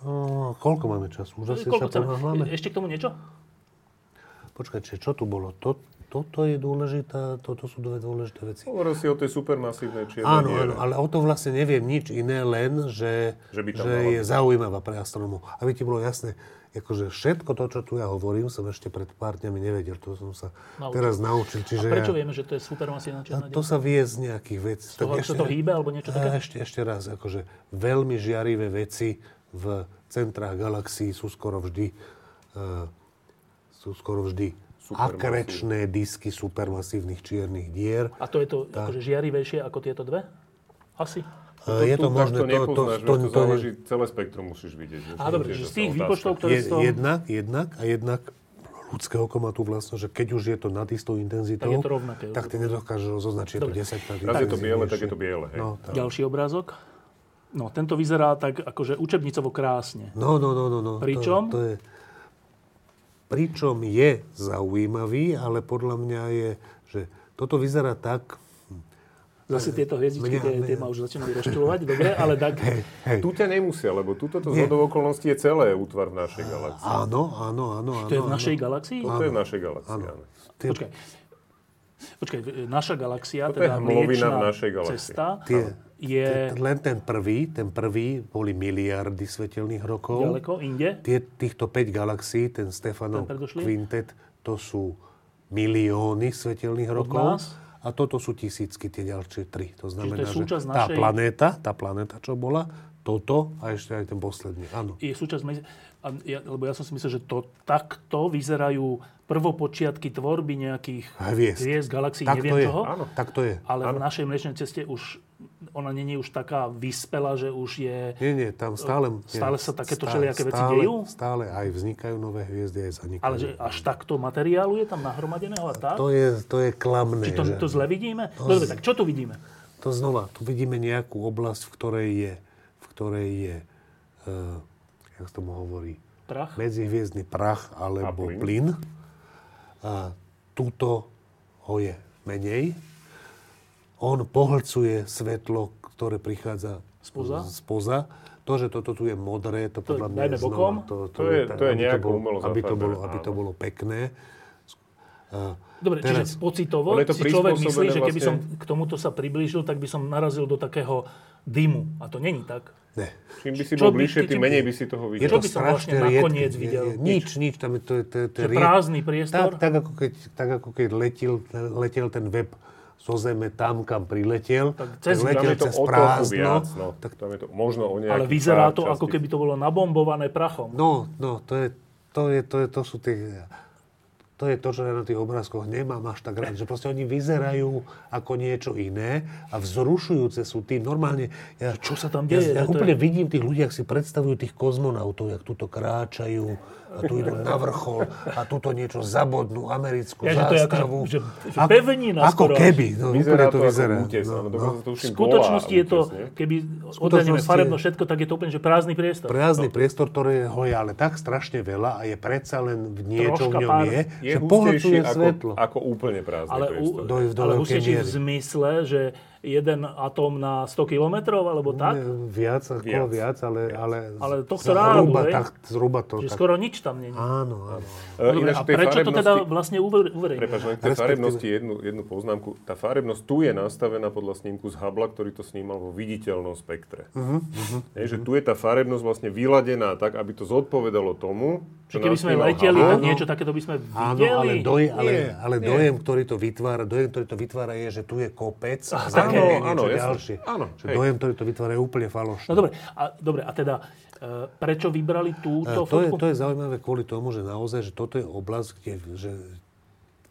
Speaker 3: O, koľko máme času? Už asi sa
Speaker 1: Koľko chceme? E,
Speaker 3: ponáhľame?
Speaker 1: Ešte k tomu niečo?
Speaker 3: Počkaj, či čo tu bolo? To, toto je dôležité, toto sú dve dôležité veci.
Speaker 2: Hovoril si o tej supermasívnej čiernej
Speaker 3: Áno,
Speaker 2: diere.
Speaker 3: áno, ale o tom vlastne neviem nič iné, len, že,
Speaker 2: Že by tam
Speaker 3: že
Speaker 2: mala
Speaker 3: je zaujímavá pre astronómov. Aby ti bolo jasné, akože všetko to, čo tu ja hovorím, som ešte pred pár dňami nevedel. To som sa
Speaker 1: Naučil.
Speaker 3: teraz naučil. Čiže
Speaker 1: Prečo
Speaker 3: ja,
Speaker 1: vieme, že to je supermasívna čierna
Speaker 3: to
Speaker 1: diera?
Speaker 3: sa vie z nejakých vecí.
Speaker 1: To,
Speaker 3: Tak
Speaker 1: to, to hýbe alebo niečo také?
Speaker 3: A ešte, ešte raz, akože veľmi žiarivé veci v centrách galaxií sú skoro vždy uh, sú skoro vždy
Speaker 2: Supermasívne.
Speaker 3: akrečné disky supermasívnych čiernych dier. E,
Speaker 1: A to je to akože žiarivejšie ako tieto dve? Asi.
Speaker 3: To, je to
Speaker 2: No tu
Speaker 3: možné,
Speaker 2: takto nepoznáš, vieš, to,
Speaker 3: to-
Speaker 2: záleží, celé spektrum musíš vidieť. vieš,
Speaker 1: Á, dobre,
Speaker 2: to je
Speaker 1: čiže z
Speaker 2: zase
Speaker 1: tých
Speaker 2: otázka.
Speaker 1: výpočtov, ktoré
Speaker 3: je,
Speaker 1: sú...
Speaker 3: jednak, jednak a jednak ľudského komatu vlastnosť, že keď už je to nad istou intenzitou,
Speaker 1: Tak je to rovnaké.
Speaker 3: tak ty nedokážeš rozoznať, či je to
Speaker 1: Dobre.
Speaker 3: 10 krát
Speaker 2: Raz je to biele, tak je to biele, hej.
Speaker 3: No, tak.
Speaker 1: Ďalší obrázok. No, tento vyzerá tak akože učebnicovo krásne.
Speaker 3: No, no, no, no. no.
Speaker 1: Pričom?
Speaker 3: To, to je, pričom je zaujímavý, ale podľa mňa je, že toto vyzerá tak...
Speaker 1: Zase tieto hviezdičky,
Speaker 3: Mňa-
Speaker 1: tie, tie
Speaker 3: mňa-
Speaker 1: ma už začínajú rozčulovať, dobre, ale tak...
Speaker 3: Hej,
Speaker 2: Tu ťa nemusia, lebo tuto to zhodou okolností je celé útvar v našej galaxii.
Speaker 3: áno, áno, áno, áno.
Speaker 1: To je v
Speaker 3: áno.
Speaker 1: našej galaxii?
Speaker 2: Toto je v našej galaxii, áno.
Speaker 3: Tie,
Speaker 1: Počkaj. Počkaj, naša galaxia,
Speaker 2: Toto je
Speaker 1: teda
Speaker 2: hmlovina v
Speaker 1: mliečná
Speaker 2: našej galaxii.
Speaker 1: cesta,
Speaker 3: Tie-
Speaker 1: je
Speaker 3: tie- len ten prvý, ten prvý boli miliardy svetelných rokov.
Speaker 1: ďaleko, inde.
Speaker 3: Tie, týchto 5 galaxií, ten Stefanov
Speaker 1: Ten predošlý?
Speaker 3: kvintet, to sú milióny svetelných rokov.
Speaker 1: nás?
Speaker 3: A toto sú tisícky tie ďalšie tri. To
Speaker 1: to
Speaker 3: znamená,
Speaker 1: je súčasť
Speaker 3: že tá
Speaker 1: našej-
Speaker 3: planéta, tá planéta, čo bola, toto a ešte aj ten posledný. Áno.
Speaker 1: Je súčasť... medzi- A ja, lebo ja som si myslel, že to takto vyzerajú prvopočiatky tvorby nejakých
Speaker 3: Hviezd.
Speaker 1: hviezd galaxií,
Speaker 3: Tak to
Speaker 1: neviem
Speaker 3: je.
Speaker 1: čoho.
Speaker 3: Áno. Tak to je.
Speaker 1: Ale v našej mliečnej ceste už, ona není už taká vyspela, že už je...
Speaker 3: Nie, nie, tam stále... nie,
Speaker 1: Stále sa takéto
Speaker 3: stále-
Speaker 1: všelijaké veci
Speaker 3: stále-
Speaker 1: dejú?
Speaker 3: Stále aj vznikajú nové hviezdy, aj zanikajú.
Speaker 1: Ale že až takto materiálu je tam nahromadeného a tak?
Speaker 3: To je, to je
Speaker 1: Či
Speaker 3: klamné.
Speaker 1: to,
Speaker 3: že-
Speaker 1: to zle vidíme? Dobre, tak čo tu vidíme?
Speaker 3: To znova, tu vidíme nejakú oblasť, v ktorej je, v ktorej je, uh, jak sa tomu hovorí,
Speaker 1: Prach?
Speaker 3: medzihviezdny prach alebo
Speaker 2: A plyn.
Speaker 3: plyn. A tuto ho je menej. On pohlcuje svetlo, ktoré prichádza
Speaker 1: Spoza?
Speaker 3: spoza. To, že toto tu je modré, to, podľa mňa
Speaker 1: dajme
Speaker 3: je znova,
Speaker 1: bokom.
Speaker 3: to,
Speaker 2: To je-
Speaker 3: tak,
Speaker 2: to je
Speaker 3: aby
Speaker 2: nejako
Speaker 3: bolo,
Speaker 2: umelo
Speaker 3: aby to
Speaker 2: zafarbené,
Speaker 3: bolo, aby to
Speaker 2: áno.
Speaker 3: bolo pekné.
Speaker 1: Dobre,
Speaker 3: teraz,
Speaker 1: čiže pocitovo
Speaker 2: Ono je to
Speaker 1: si človek myslí,
Speaker 2: prispôsobené
Speaker 1: že keby som
Speaker 2: vlastne-
Speaker 1: k tomuto sa priblížil, tak by som narazil do takého dymu. A to není tak.
Speaker 3: Ne.
Speaker 2: Čím by si
Speaker 1: Čo
Speaker 2: bol
Speaker 1: by-
Speaker 2: bližšie,
Speaker 1: ty-
Speaker 2: tým
Speaker 1: čo-
Speaker 2: menej by si toho
Speaker 3: Je
Speaker 2: videl.
Speaker 1: Čo
Speaker 3: to
Speaker 1: by som
Speaker 3: strašne
Speaker 1: vlastne
Speaker 3: riedke.
Speaker 1: nakoniec
Speaker 3: Je-
Speaker 1: videl?
Speaker 3: je- Nič, nič. Tam je to, to, to, to
Speaker 1: Že
Speaker 3: ried-
Speaker 1: prázdny priestor.
Speaker 3: Tak, tak, ako keď, tak ako keď letil, letel ten web zo zeme tam, kam priletel,
Speaker 1: Tak cez-
Speaker 2: Tam
Speaker 3: tak letel
Speaker 2: je to
Speaker 3: cez
Speaker 2: o trochu
Speaker 3: prázdno.
Speaker 2: viac, no. Tak tam je to možno o
Speaker 1: Ale
Speaker 2: nejaký
Speaker 1: vyzerá
Speaker 2: pár
Speaker 1: to, ako
Speaker 2: častíc.
Speaker 1: keby to bolo nabombované prachom.
Speaker 3: No, no, to je, to, je, to, je, to sú tie... To je to, čo ja na tých obrázkoch nemám až tak rád, že proste oni vyzerajú ako niečo iné a vzrušujúce sú tým. Normálne, ja,
Speaker 1: Čo sa tam deje?
Speaker 3: Ja, ja
Speaker 1: To je-
Speaker 3: úplne vidím tých ľudí, ak si predstavujú tých kozmonautov, jak túto kráčajú a tu idú na vrchol a túto niečo zabodnú, americkú
Speaker 1: Ja, že to je ako,
Speaker 3: zástavu.
Speaker 1: že- že pevnina
Speaker 3: Ako
Speaker 1: skoro až.
Speaker 3: keby, no, úplne
Speaker 2: Vyzerá
Speaker 3: to,
Speaker 2: to ako
Speaker 3: vyzerá. no.
Speaker 2: útes, no. áno, dokonca to
Speaker 1: V
Speaker 2: tuším
Speaker 1: skutočnosti
Speaker 2: volá
Speaker 1: je to,
Speaker 2: útes, nie?
Speaker 1: keby odhľadneme
Speaker 3: skutočnosti
Speaker 1: farebno
Speaker 3: je-
Speaker 1: všetko, tak je to úplne, že prázdny priestor.
Speaker 3: Prázdny priestor, ktorého je ale tak strašne veľa a je predsa len v niečo
Speaker 1: Troška
Speaker 3: v ňom
Speaker 1: pár-
Speaker 3: je,
Speaker 2: je
Speaker 3: že
Speaker 2: hustejšie
Speaker 3: pohľcuje
Speaker 2: ako,
Speaker 3: svetlo.
Speaker 2: ako úplne prázdny
Speaker 1: Ale,
Speaker 2: priestor.
Speaker 1: u,
Speaker 3: Do- do
Speaker 1: ale
Speaker 3: veľkej
Speaker 1: hustejší v
Speaker 3: miery.
Speaker 1: zmysle, že jeden atóm na 100 kilometrov, alebo
Speaker 3: Ne,
Speaker 1: tak?
Speaker 3: Viac, ako
Speaker 2: Viac.
Speaker 3: viac, ale, ale,
Speaker 1: Ale tohto rádu,
Speaker 3: zhruba,
Speaker 1: hej?
Speaker 3: tak, zhruba to
Speaker 1: Že
Speaker 3: tak.
Speaker 1: skoro nič tam není.
Speaker 3: Áno, áno.
Speaker 2: E,
Speaker 1: Dobre,
Speaker 2: ináč
Speaker 1: a
Speaker 2: v tej
Speaker 1: prečo to
Speaker 2: farebnosti-
Speaker 1: teda vlastne uver- uverejňuje?
Speaker 2: Prepač, len k tej
Speaker 3: Respektíve-
Speaker 2: farebnosti jednu, jednu poznámku. Tá farebnosť tu je nastavená podľa snímku z Habla, ktorý to snímal vo viditeľnom spektre. Uh-huh, uh-huh, že tu je tá farebnosť vlastne vyladená tak, aby to zodpovedalo tomu,
Speaker 1: Že
Speaker 2: čo
Speaker 1: keby sme
Speaker 2: nasnímal
Speaker 1: leteli,
Speaker 2: Hubble.
Speaker 1: tak
Speaker 3: Áno.
Speaker 1: niečo takéto by sme
Speaker 3: Áno, ale,
Speaker 1: videli.
Speaker 3: doj, ale,
Speaker 2: Nie,
Speaker 3: ale
Speaker 2: nie.
Speaker 3: dojem, ktorý to vytvára, dojem, ktorý to vytvára je, že tu je kopec a za
Speaker 1: také.
Speaker 3: ním
Speaker 2: Áno,
Speaker 3: je niečo
Speaker 2: áno, jasné.
Speaker 3: ďalšie.
Speaker 2: Áno,
Speaker 3: Čiže
Speaker 2: hej.
Speaker 3: dojem, ktorý to vytvára je úplne falošný.
Speaker 1: No dobre, a, dobre, a teda e, prečo vybrali
Speaker 3: E,
Speaker 1: túto
Speaker 3: to, je,
Speaker 1: fotku?
Speaker 3: to je zaujímavé kvôli tomu, že naozaj, že toto je oblasť, kde, že,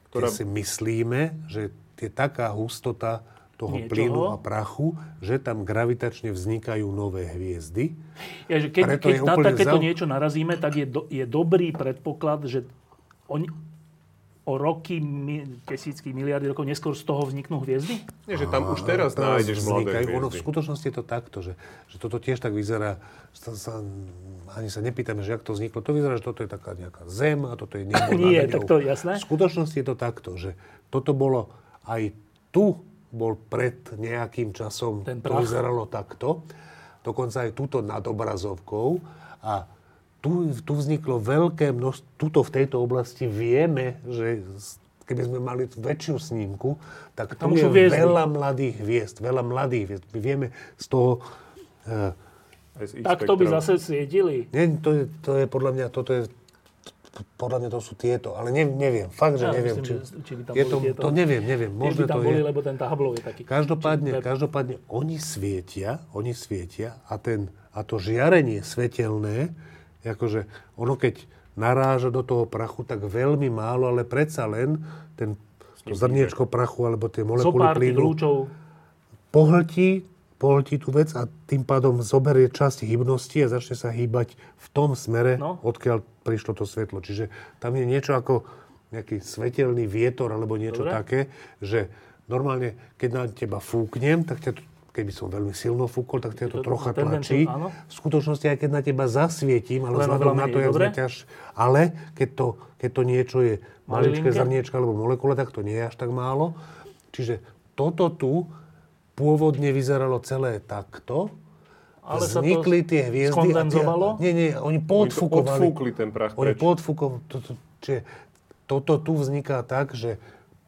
Speaker 2: Ktorá-
Speaker 3: Ktorá... kde si myslíme, že je taká hustota toho
Speaker 1: Niečoho?
Speaker 3: plynu a prachu, že tam gravitačne vznikajú nové hviezdy.
Speaker 1: Ja, že keď
Speaker 3: Preto
Speaker 1: keď
Speaker 3: je
Speaker 1: na
Speaker 3: úplne
Speaker 1: takéto
Speaker 3: zau-
Speaker 1: niečo narazíme, tak je, do, je dobrý predpoklad, že oni, o roky, mi, tisícky, miliardy rokov neskôr z toho vzniknú hviezdy?
Speaker 2: Nie, že tam už teraz
Speaker 3: Teraz
Speaker 2: nájdeš mladé
Speaker 3: vznikajú. Ono v
Speaker 2: hviezdy.
Speaker 3: skutočnosti je to takto, že, že toto tiež tak vyzerá, sa, sa, ani sa nepýtame, že jak to vzniklo. To vyzerá, že toto je taká nejaká zem a toto
Speaker 1: [LAUGHS]
Speaker 3: je nebo nad
Speaker 1: Nie,
Speaker 3: ňou.
Speaker 1: tak to je jasné.
Speaker 3: V skutočnosti je to takto, že toto bolo aj tu bol pred nejakým časom,
Speaker 1: Ten
Speaker 3: to
Speaker 1: prach.
Speaker 3: vyzeralo takto, dokonca aj túto nad obrazovkou a tu, tu vzniklo veľké množstvo, tuto v tejto oblasti vieme, že s- keby sme mali väčšiu snímku, tak
Speaker 1: Tam
Speaker 3: tam
Speaker 1: sú
Speaker 3: je
Speaker 1: hviezdy.
Speaker 3: veľa mladých hviezd, veľa mladých hviezd. My vieme z toho, eh,
Speaker 2: Aj s X
Speaker 1: Tak to by
Speaker 2: spektrom.
Speaker 1: zase svietili.
Speaker 3: nie, to, je, to je podľa mňa, toto je, podľa mňa to sú tieto, ale ne, neviem, fakt, že
Speaker 1: Ja
Speaker 3: neviem,
Speaker 1: myslím,
Speaker 3: či,
Speaker 1: že- či by tam
Speaker 3: je
Speaker 1: boli
Speaker 3: to,
Speaker 1: tieto.
Speaker 3: to neviem, neviem, možno
Speaker 1: Možno by tam
Speaker 3: to
Speaker 1: boli,
Speaker 3: je.
Speaker 1: lebo ten Tahablov je taký.
Speaker 3: Každopádne,
Speaker 1: Čiže to je-
Speaker 3: každopádne oni svietia, oni svietia a, ten, a to žiarenie svetelné, akože ono keď naráža do toho prachu, tak veľmi málo, ale predsa len ten, to zrniečko prachu alebo tie
Speaker 1: Zo
Speaker 3: molekuly
Speaker 1: pár tých
Speaker 3: plynu
Speaker 1: lúčov
Speaker 3: pohltí, pohltí tú vec a tým pádom zoberie časť hybnosti a začne sa hýbať v tom smere,
Speaker 1: No.
Speaker 3: no. odkiaľ prišlo to svetlo. Čiže tam je niečo ako nejaký svetelný vietor alebo niečo
Speaker 1: Dobre.
Speaker 3: Dobre. také, že normálne, keď na teba fúknem, tak ťa to, keby som veľmi silno fúkol, tak ťa
Speaker 1: to
Speaker 3: to, trocha
Speaker 1: tendenciu-
Speaker 3: tlačí.
Speaker 1: áno.
Speaker 3: V skutočnosti, aj keď na teba zasvietím, ale
Speaker 1: Len
Speaker 3: vzhľadom
Speaker 1: oveľa
Speaker 3: na to,
Speaker 1: menej,
Speaker 3: jak
Speaker 1: dobre?
Speaker 3: sme ťaž, ale keď to, keď to niečo je maličké
Speaker 1: Malilinké?
Speaker 3: zrniečka alebo molekula, tak to nie je až tak málo. Čiže toto tu pôvodne vyzeralo celé takto,
Speaker 1: Ale sa to
Speaker 3: vznikli tie hviezdy. a tie-
Speaker 1: skondenzovalo?
Speaker 3: Nie, nie,
Speaker 2: Oni
Speaker 3: oni
Speaker 2: to
Speaker 3: podfúkovali.
Speaker 2: odfúkli ten prach
Speaker 3: Oni
Speaker 2: preč.
Speaker 3: podfúkovali. Toto, čiže toto tu vzniká tak, že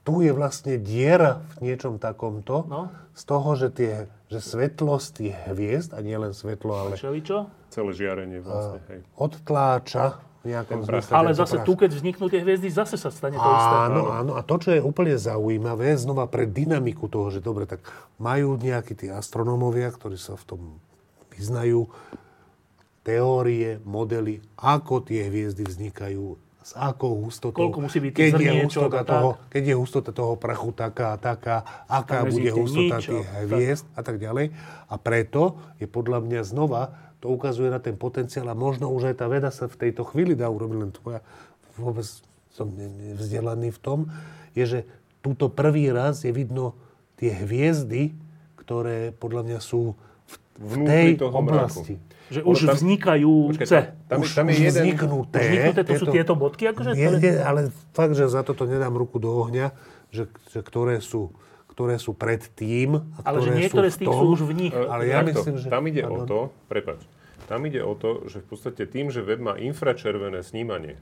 Speaker 3: tu je vlastne diera v niečom takomto,
Speaker 1: No.
Speaker 3: z toho, že, tie, že svetlo z tých hviezd, a nie len svetlo, ale
Speaker 1: všeličo.
Speaker 2: Celé žiarenie vlastne, hej.
Speaker 3: odtláča v nejakom zmysle.
Speaker 1: Ale
Speaker 3: tento
Speaker 1: zase
Speaker 3: prach.
Speaker 1: tu, keď vzniknú tie hviezdy, zase sa stane to isté.
Speaker 3: Áno, áno. A to, čo je úplne zaujímavé, znova pre dynamiku toho, že dobre, tak majú nejakí tí astronómovia, ktorí sa v tom vyznajú, teórie, modely, ako tie hviezdy vznikajú, s akou hustotou.
Speaker 1: Koľko musí byť tých
Speaker 3: keď je,
Speaker 1: zrniečok a
Speaker 3: hustota
Speaker 1: tak.
Speaker 3: toho, keď je hustota toho prachu taká a taká, aká
Speaker 1: Tam
Speaker 3: bude
Speaker 1: nezíte
Speaker 3: hustota
Speaker 1: nič,
Speaker 3: tých
Speaker 1: a tak.
Speaker 3: hviezd a tak ďalej. A preto je podľa mňa znova, to ukazuje na ten potenciál a možno už aj tá veda sa v tejto chvíli dá urobiť, len tvoja vôbec som ne- ne- vzdelaný v tom, je, že túto prvý raz je vidno tie hviezdy, ktoré podľa mňa sú v, v tej
Speaker 2: Vnútri toho mraku.
Speaker 3: oblasti.
Speaker 1: Že
Speaker 2: Ono
Speaker 1: už
Speaker 2: tam-
Speaker 1: vznikajú
Speaker 2: Počkaj,
Speaker 1: C.
Speaker 2: tam, tam,
Speaker 3: už,
Speaker 2: tam je
Speaker 3: už
Speaker 2: jeden...
Speaker 3: vzniknuté.
Speaker 1: Vzniknuté, to sú tieto bodky, akože,
Speaker 3: Nie,
Speaker 1: ktoré-
Speaker 3: nie, ale fakt, že za toto nedám ruku do ohňa, že, že ktoré sú ktoré sú pred tým a
Speaker 1: Ale že
Speaker 3: ktoré
Speaker 1: niektoré z
Speaker 3: sú
Speaker 1: tých
Speaker 3: v tom,
Speaker 1: sú už v nich.
Speaker 2: E,
Speaker 3: Ale ja
Speaker 2: takto,
Speaker 3: myslím, že-
Speaker 2: Tam ide o
Speaker 3: pardon.
Speaker 2: to, prepač, tam ide o to, že v podstate tým, že web má infračervené snímanie,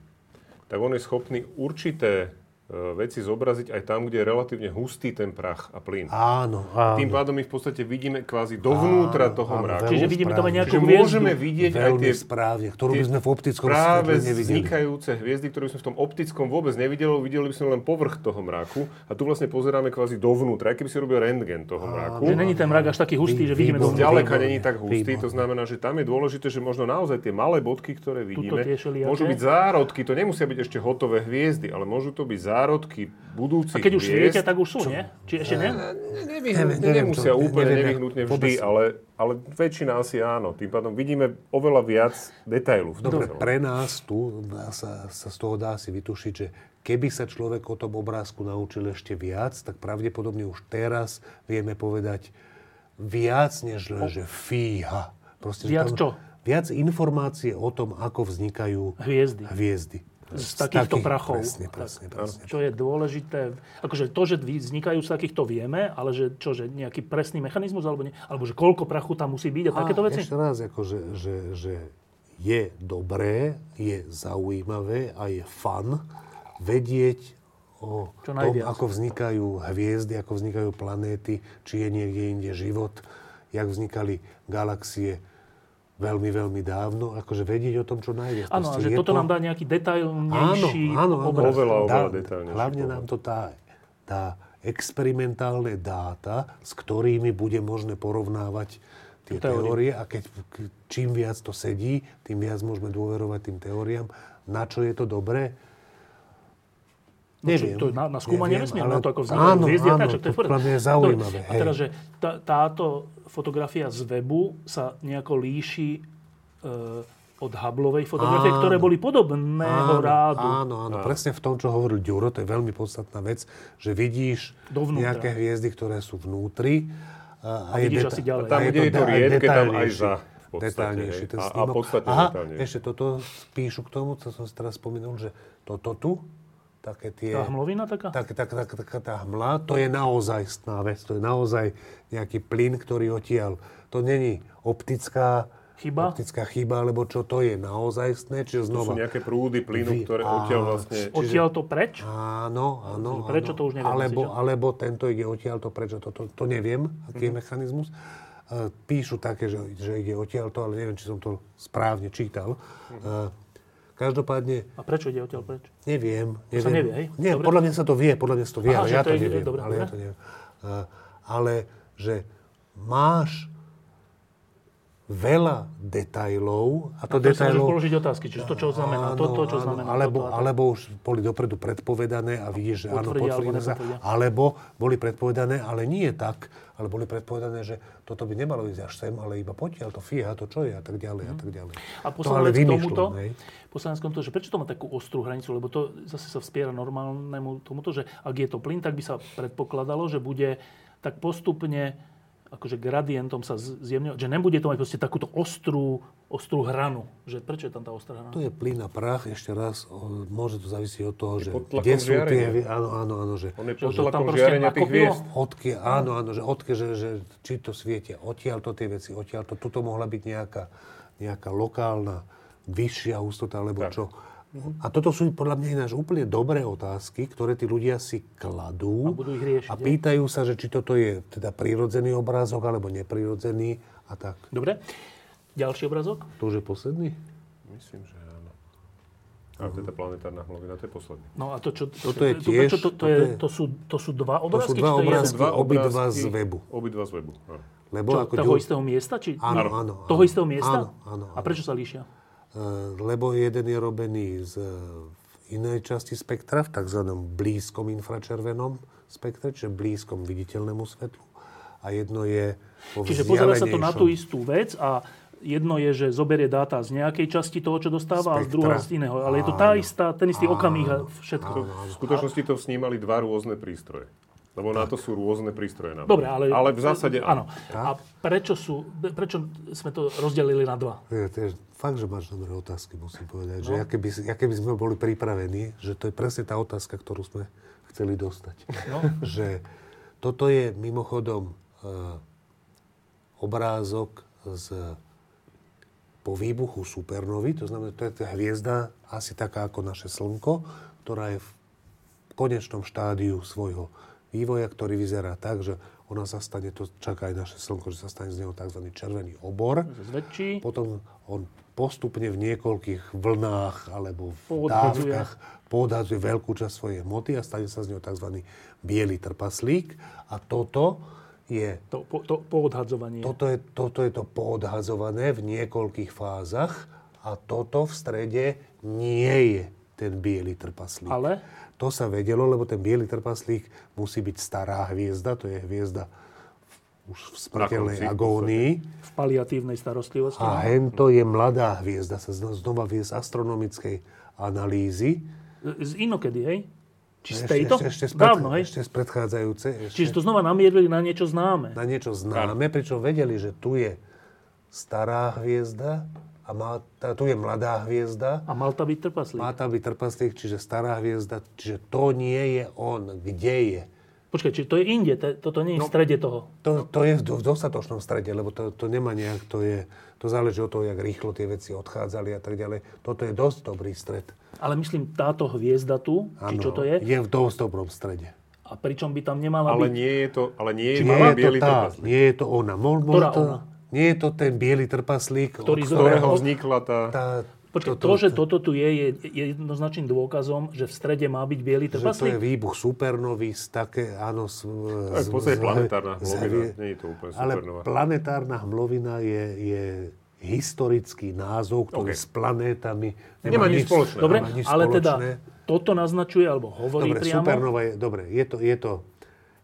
Speaker 2: tak on je schopný určité e, veci zobraziť aj tam, kde je relatívne hustý ten prach a plyn.
Speaker 3: Áno, áno.
Speaker 2: Tým pádom my v podstate vidíme kvázi dovnútra
Speaker 3: Áno,
Speaker 2: toho
Speaker 3: áno,
Speaker 2: mraku.
Speaker 1: Čiže
Speaker 3: Veľmi
Speaker 1: vidíme tam aj
Speaker 3: správne.
Speaker 1: nejakú
Speaker 2: Čiže
Speaker 1: hviezdu.
Speaker 2: môžeme vidieť aj
Speaker 3: Veľmi
Speaker 2: tie
Speaker 3: správne, ktorú
Speaker 2: tie
Speaker 3: by sme v optickom
Speaker 2: práve
Speaker 3: svetle nevideli.
Speaker 2: vznikajúce hviezdy, ktoré by sme v tom optickom vôbec nevideli, lebo videli by sme len povrch toho mraku a tu vlastne pozeráme kvázi dovnútra, aký by si robil rentgen toho
Speaker 1: Že
Speaker 2: mraku.
Speaker 1: není ten mrak až taký hustý,
Speaker 3: Vy-
Speaker 1: že vidíme
Speaker 3: výborne.
Speaker 1: dovnútra.
Speaker 2: Zďaleka
Speaker 3: Výborne,
Speaker 2: není No, tak hustý,
Speaker 3: výborne.
Speaker 2: to znamená, že tam je dôležité, že možno naozaj tie malé bodky, ktoré vidíme,
Speaker 1: tie šeliaké.
Speaker 2: môžu byť zárodky, to nemusia byť ešte hotové hviezdy, ale môžu to byť zárodky budúcich
Speaker 1: A keď už
Speaker 2: hviezd.
Speaker 1: svietia, tak už sú, nie? Či ešte nie?
Speaker 2: Ne-
Speaker 3: Neviem,
Speaker 2: Nevyhnutne,
Speaker 3: neviem
Speaker 2: nemusia
Speaker 3: to, ne-
Speaker 2: úplne
Speaker 3: neviem,
Speaker 2: nevyhnutne
Speaker 3: ako-
Speaker 2: vždy,
Speaker 3: vôbec-
Speaker 2: ale, ale väčšina asi áno. Tým pádom vidíme oveľa viac detailov v tom.
Speaker 3: Dobre,
Speaker 2: celom.
Speaker 3: pre nás tu dá sa, sa z toho dá si vytušiť, že keby sa človek o tom obrázku naučil ešte viac, tak pravdepodobne už teraz vieme povedať viac než len, že fíha. Proste, že
Speaker 1: Viac čo?
Speaker 3: Viac informácie o tom, ako vznikajú
Speaker 1: Hviezdy.
Speaker 3: hviezdy.
Speaker 1: Z takýchto prachov.
Speaker 3: Presne, presne, presne.
Speaker 1: Čo je dôležité, akože to, že vznikajú z takýchto vieme, ale že čo, že nejaký presný mechanizmus, alebo, nie, alebo že koľko prachu tam musí byť a takéto
Speaker 3: A
Speaker 1: veci?
Speaker 3: Ešte raz, akože, že, že je dobré, je zaujímavé a je fun vedieť o
Speaker 1: Čo
Speaker 3: tom,
Speaker 1: najviac.
Speaker 3: ako vznikajú hviezdy, ako vznikajú planéty, či je niekde inde život, jak vznikali galaxie veľmi, veľmi dávno. Akože vedieť o tom, čo najviac.
Speaker 1: Áno, a
Speaker 3: Proste
Speaker 1: že
Speaker 3: je
Speaker 1: toto
Speaker 3: to-
Speaker 1: nám dá nejaký
Speaker 3: Áno,
Speaker 1: detailnejší
Speaker 3: áno, áno.
Speaker 1: obraz.
Speaker 2: Oveľa,
Speaker 3: Dá-
Speaker 2: oveľa detailnejší
Speaker 3: Hlavne
Speaker 2: pohľad.
Speaker 3: nám to tá, tá experimentálne dáta, s ktorými bude možné porovnávať tie
Speaker 1: Teórie.
Speaker 3: teórie a keď, k- čím viac to sedí, tým viac môžeme dôverovať tým teóriám. Na čo je to dobré?
Speaker 1: No čo,
Speaker 3: Neviem.
Speaker 1: to je na, na skúmanie
Speaker 3: Neviem,
Speaker 1: vesmíru,
Speaker 3: ale-
Speaker 1: na to, ako vznikajú
Speaker 3: áno,
Speaker 1: hviezdy a tak,
Speaker 3: áno,
Speaker 1: však to je v
Speaker 3: to
Speaker 1: poriadku.
Speaker 3: podľa mňa je zaujímavé,
Speaker 1: Dobre, A teda,
Speaker 3: hej.
Speaker 1: že tá, táto fotografia z webu sa nejako líši e, od Hubbleovej fotografie,
Speaker 3: Áno.
Speaker 1: ktoré boli podobného rádu.
Speaker 3: Áno, áno, presne v tom, čo hovoril Ďuro, to je veľmi podstatná vec, že vidíš
Speaker 1: Dovnútra.
Speaker 3: nejaké hviezdy, ktoré sú vnútri. A,
Speaker 1: vidíš asi ďalej.
Speaker 2: Tam,
Speaker 3: a
Speaker 2: kde je to
Speaker 3: da-
Speaker 2: riedke, tam aj
Speaker 3: detailnejší.
Speaker 2: za, v podstate,
Speaker 3: Detailnejší
Speaker 2: hej.
Speaker 3: ten
Speaker 2: A- a
Speaker 3: snímok.
Speaker 2: podstatne
Speaker 3: Aha,
Speaker 2: detailnejší.
Speaker 3: ešte toto píšu k tomu, čo som si teraz spomenul, že toto tu, také tie...
Speaker 1: Tá hmlovina taká?
Speaker 3: Tak, tak, tak, tak, tá hmla, to je naozaj stná vec, to je naozaj nejaký plyn, ktorý odtiaľ. To není optická
Speaker 1: Chyba?
Speaker 3: optická chyba, lebo čo to je naozaj stné,
Speaker 2: To
Speaker 3: čiže
Speaker 2: sú
Speaker 3: znova.
Speaker 2: nejaké prúdy plynu,
Speaker 3: Vy-
Speaker 2: ktoré
Speaker 3: á,
Speaker 2: odtiaľ vlastne...
Speaker 1: Odtiaľ to preč?
Speaker 3: Áno, áno, áno.
Speaker 1: Prečo to už neviem,
Speaker 3: Alebo,
Speaker 1: myslíš, že-
Speaker 3: alebo tento ide odtiaľto, prečo to, to, to neviem, aký je
Speaker 1: Mhm.
Speaker 3: mechanizmus. E, Píšu také, že, že ide odtiaľto, ale neviem, či som to správne čítal.
Speaker 1: Mhm.
Speaker 3: E, Každopádne
Speaker 1: A prečo ide odtiaľ preč?
Speaker 3: neviem. neviem.
Speaker 1: sa nevie, hej?
Speaker 3: Nie,
Speaker 1: Dobre.
Speaker 3: podľa mňa sa to vie, podľa mňa sa to vie,
Speaker 1: Aha,
Speaker 3: ale
Speaker 1: že
Speaker 3: ja
Speaker 1: to
Speaker 3: to
Speaker 1: je-
Speaker 3: neviem.
Speaker 1: dobre,
Speaker 3: Ale ja
Speaker 1: dobre.
Speaker 3: to neviem. E, Ale že máš veľa detajlov a
Speaker 1: To sa
Speaker 3: to,
Speaker 1: môžeš
Speaker 3: detajlov...
Speaker 1: položiť otázky, čiže to, čo znamená toto, čo znamená
Speaker 3: Alebo,
Speaker 1: toto. a
Speaker 3: alebo už boli dopredu predpovedané a vidíš, že áno,
Speaker 1: Potvrdia alebo
Speaker 3: potvrdené sa.
Speaker 1: nepotvrdia.
Speaker 3: Alebo boli predpovedané, ale nie tak, ale boli predpovedané, že toto by nemalo ísť až sem, ale iba potiaľ, to fíha, to čo je a tak ďalej a tak ďalej.
Speaker 1: Mhm. A
Speaker 3: to
Speaker 1: posledná vec k
Speaker 3: vymýšľam,
Speaker 1: tomuto,
Speaker 3: hej.
Speaker 1: posledná vec k tomuto, že prečo to má takú ostrú hranicu, lebo to zase sa vspiera normálnemu tomuto, že ak je to plyn, tak by sa predpokladalo, že bude tak postupne akože gradientom sa z- zjemňovať, že nebude to mať proste takúto ostrú, ostrú hranu. Že prečo je tam tá ostrá
Speaker 3: To
Speaker 1: hrana?
Speaker 3: je plyn a prach, ešte raz, o, môže to závisieť od toho, že
Speaker 2: pod tlakom
Speaker 3: kde sú tie...
Speaker 2: žiarenia.
Speaker 3: hvi- Áno, áno, áno, že...
Speaker 2: On je
Speaker 1: Že
Speaker 2: pod
Speaker 1: to tam
Speaker 2: tlakom
Speaker 1: proste
Speaker 2: žiarenia tých
Speaker 1: nakopilo?
Speaker 2: hviezd.
Speaker 3: Odkie, áno, áno, že odkie, že, že či to svietia odtiaľ to tie veci, odtiaľ to, tuto mohla byť nejaká, nejaká lokálna vyššia hustota, alebo
Speaker 2: Tak.
Speaker 3: čo. A toto sú podľa mňa ináč úplne dobré otázky, ktoré tí ľudia si
Speaker 1: A
Speaker 3: kladú
Speaker 1: budú ich riešiť,
Speaker 3: a
Speaker 1: hej?
Speaker 3: pýtajú sa, že či toto je teda prírodzený obrázok alebo neprirodzený a tak.
Speaker 1: Dobre. Ďalší obrazok.
Speaker 3: To už je posledný?
Speaker 2: Myslím, že áno. A to je tá planetárna hmlovina, to je posledný.
Speaker 1: No a to, čo...
Speaker 3: Toto je
Speaker 1: tu-
Speaker 3: tiež-
Speaker 1: prečo To, to,
Speaker 3: toto
Speaker 1: je,
Speaker 3: je-
Speaker 1: to, sú, to sú dva
Speaker 3: sú
Speaker 1: obrázky? či to
Speaker 3: dva
Speaker 1: je jeden?
Speaker 3: obrázky. obidva z webu.
Speaker 2: Obidva z webu, áno.
Speaker 3: Lebo
Speaker 1: Čo,
Speaker 3: ako
Speaker 1: toho
Speaker 3: Ďur-
Speaker 1: istého miesta? Či...
Speaker 3: Áno,
Speaker 2: Áno.
Speaker 3: áno.
Speaker 1: Toho
Speaker 3: áno.
Speaker 1: istého miesta?
Speaker 3: Áno, áno.
Speaker 1: A prečo sa líšia?
Speaker 3: E, lebo jeden je robený z e, v inej časti spektra, v tzv. blízkom infračervenom spektre, čiže blízkom viditeľnému svetlu. A jedno je vo
Speaker 1: Čiže pozera sa to
Speaker 3: vzdialenejšom
Speaker 1: na tú istú vec a jedno je, že zoberie dáta z nejakej časti toho, čo dostáva, a z
Speaker 3: Spektra.
Speaker 1: druhá z iného. Ale je to tá
Speaker 3: Áno.
Speaker 1: istá, ten istý okamih a všetko.
Speaker 2: V skutočnosti to snímali dva rôzne prístroje. Lebo na to sú rôzne prístroje. Na
Speaker 1: Dobre, ale...
Speaker 2: ale v zásade áno.
Speaker 1: áno. A prečo, sú, prečo sme to rozdelili na dva?
Speaker 3: To je- to je- Fakt, že máš dobré otázky, musím
Speaker 1: No.
Speaker 3: povedať. Že aké, by, si- aké by sme boli pripravení, že to je presne tá otázka, ktorú sme chceli dostať.
Speaker 1: No.
Speaker 3: že toto je mimochodom e, obrázok z, po výbuchu supernovy, to znamená, to je tá hviezda asi taká ako naše Slnko, ktorá je v konečnom štádiu svojho vývoja, ktorý vyzerá tak, že ona sa stane, to čaká aj naše slnko, že sa stane z neho tzv. červený obor.
Speaker 1: Zväčší.
Speaker 3: Potom on postupne v niekoľkých vlnách alebo v
Speaker 1: Podhadzuje.
Speaker 3: dávkach podhadzuje veľkú časť svojej hmoty a stane sa z neho tzv. biely trpaslík. A toto je
Speaker 1: To, po, to poodhadzovanie. To...
Speaker 3: toto je, toto je to poodhazované v niekoľkých fázach a toto v strede nie je ten biely trpaslík.
Speaker 1: Ale?
Speaker 3: To sa vedelo, lebo ten biely trpaslík musí byť stará hviezda, to je hviezda v- už v smrteľnej
Speaker 2: konci, v
Speaker 3: agónii.
Speaker 1: V paliatívnej starostlivosti.
Speaker 3: A hento je mladá hviezda, sa zno- znova vie z astronomickej analýzy.
Speaker 1: Z inokedy, hej? Či z
Speaker 3: Ešte-
Speaker 1: tejto?
Speaker 3: Ešte, ešte, z
Speaker 1: Dávno,
Speaker 3: predchá-
Speaker 1: hej?
Speaker 3: ešte z predchádzajúcej. Ešte.
Speaker 1: Čiže to znova namierili na niečo známe.
Speaker 3: na niečo známe, pričom vedeli, že tu je stará hviezda a má, tá, tu je mladá hviezda.
Speaker 1: A mal to byť trpaslík.
Speaker 3: Má tam byť trpaslík, čiže stará hviezda, čiže to nie je on, kde je.
Speaker 1: Počkaj, čiže to je inde, to, toto nie je
Speaker 3: No.
Speaker 1: v strede toho.
Speaker 3: To, to je v, do- v dostatočnom strede, lebo to, to nemá nejak, to je, to záleží od toho, jak rýchlo tie veci odchádzali a tak ďalej. Toto je dosť dobrý stred.
Speaker 1: Ale myslím, táto hviezda tu, či čo to je,
Speaker 3: Je v dosť dobrom strede.
Speaker 1: a pričom by tam nemala
Speaker 2: Ale
Speaker 1: byť.
Speaker 2: nie je to, ale nie je,
Speaker 3: Nie
Speaker 2: malá
Speaker 3: je to
Speaker 2: bielý
Speaker 3: tá,
Speaker 2: trpaslík,
Speaker 3: nie je to ona. Mo, mo,
Speaker 1: Ktorá
Speaker 3: to,
Speaker 1: ona?
Speaker 3: Nie je to ten biely trpaslík,
Speaker 1: Ktorý
Speaker 3: od
Speaker 1: zo-
Speaker 2: ktorého
Speaker 1: ktorého-
Speaker 2: vznikla tá...
Speaker 3: tá,
Speaker 1: Počkaj, to, že toto tu je, je je jednoznačným dôkazom, že v strede má byť biely
Speaker 3: Že to je
Speaker 1: trpaslík.
Speaker 3: výbuch supernovy z také, áno... Z,
Speaker 2: To je v podstate planetárna hmlovina,
Speaker 3: hmlovina.
Speaker 2: nie je to úplne
Speaker 3: Ale
Speaker 2: supernova.
Speaker 3: planetárna hmlovina je, je historický názov,
Speaker 2: OK.
Speaker 3: ktorý s planétami
Speaker 2: Nemá nič spoločné.
Speaker 1: Dobre,
Speaker 3: nemá nič
Speaker 1: ale teda
Speaker 3: spoločné.
Speaker 1: toto naznačuje, alebo hovorí
Speaker 3: Dobre, no,
Speaker 1: priamo.
Speaker 3: supernova je, dobre, je to, je to,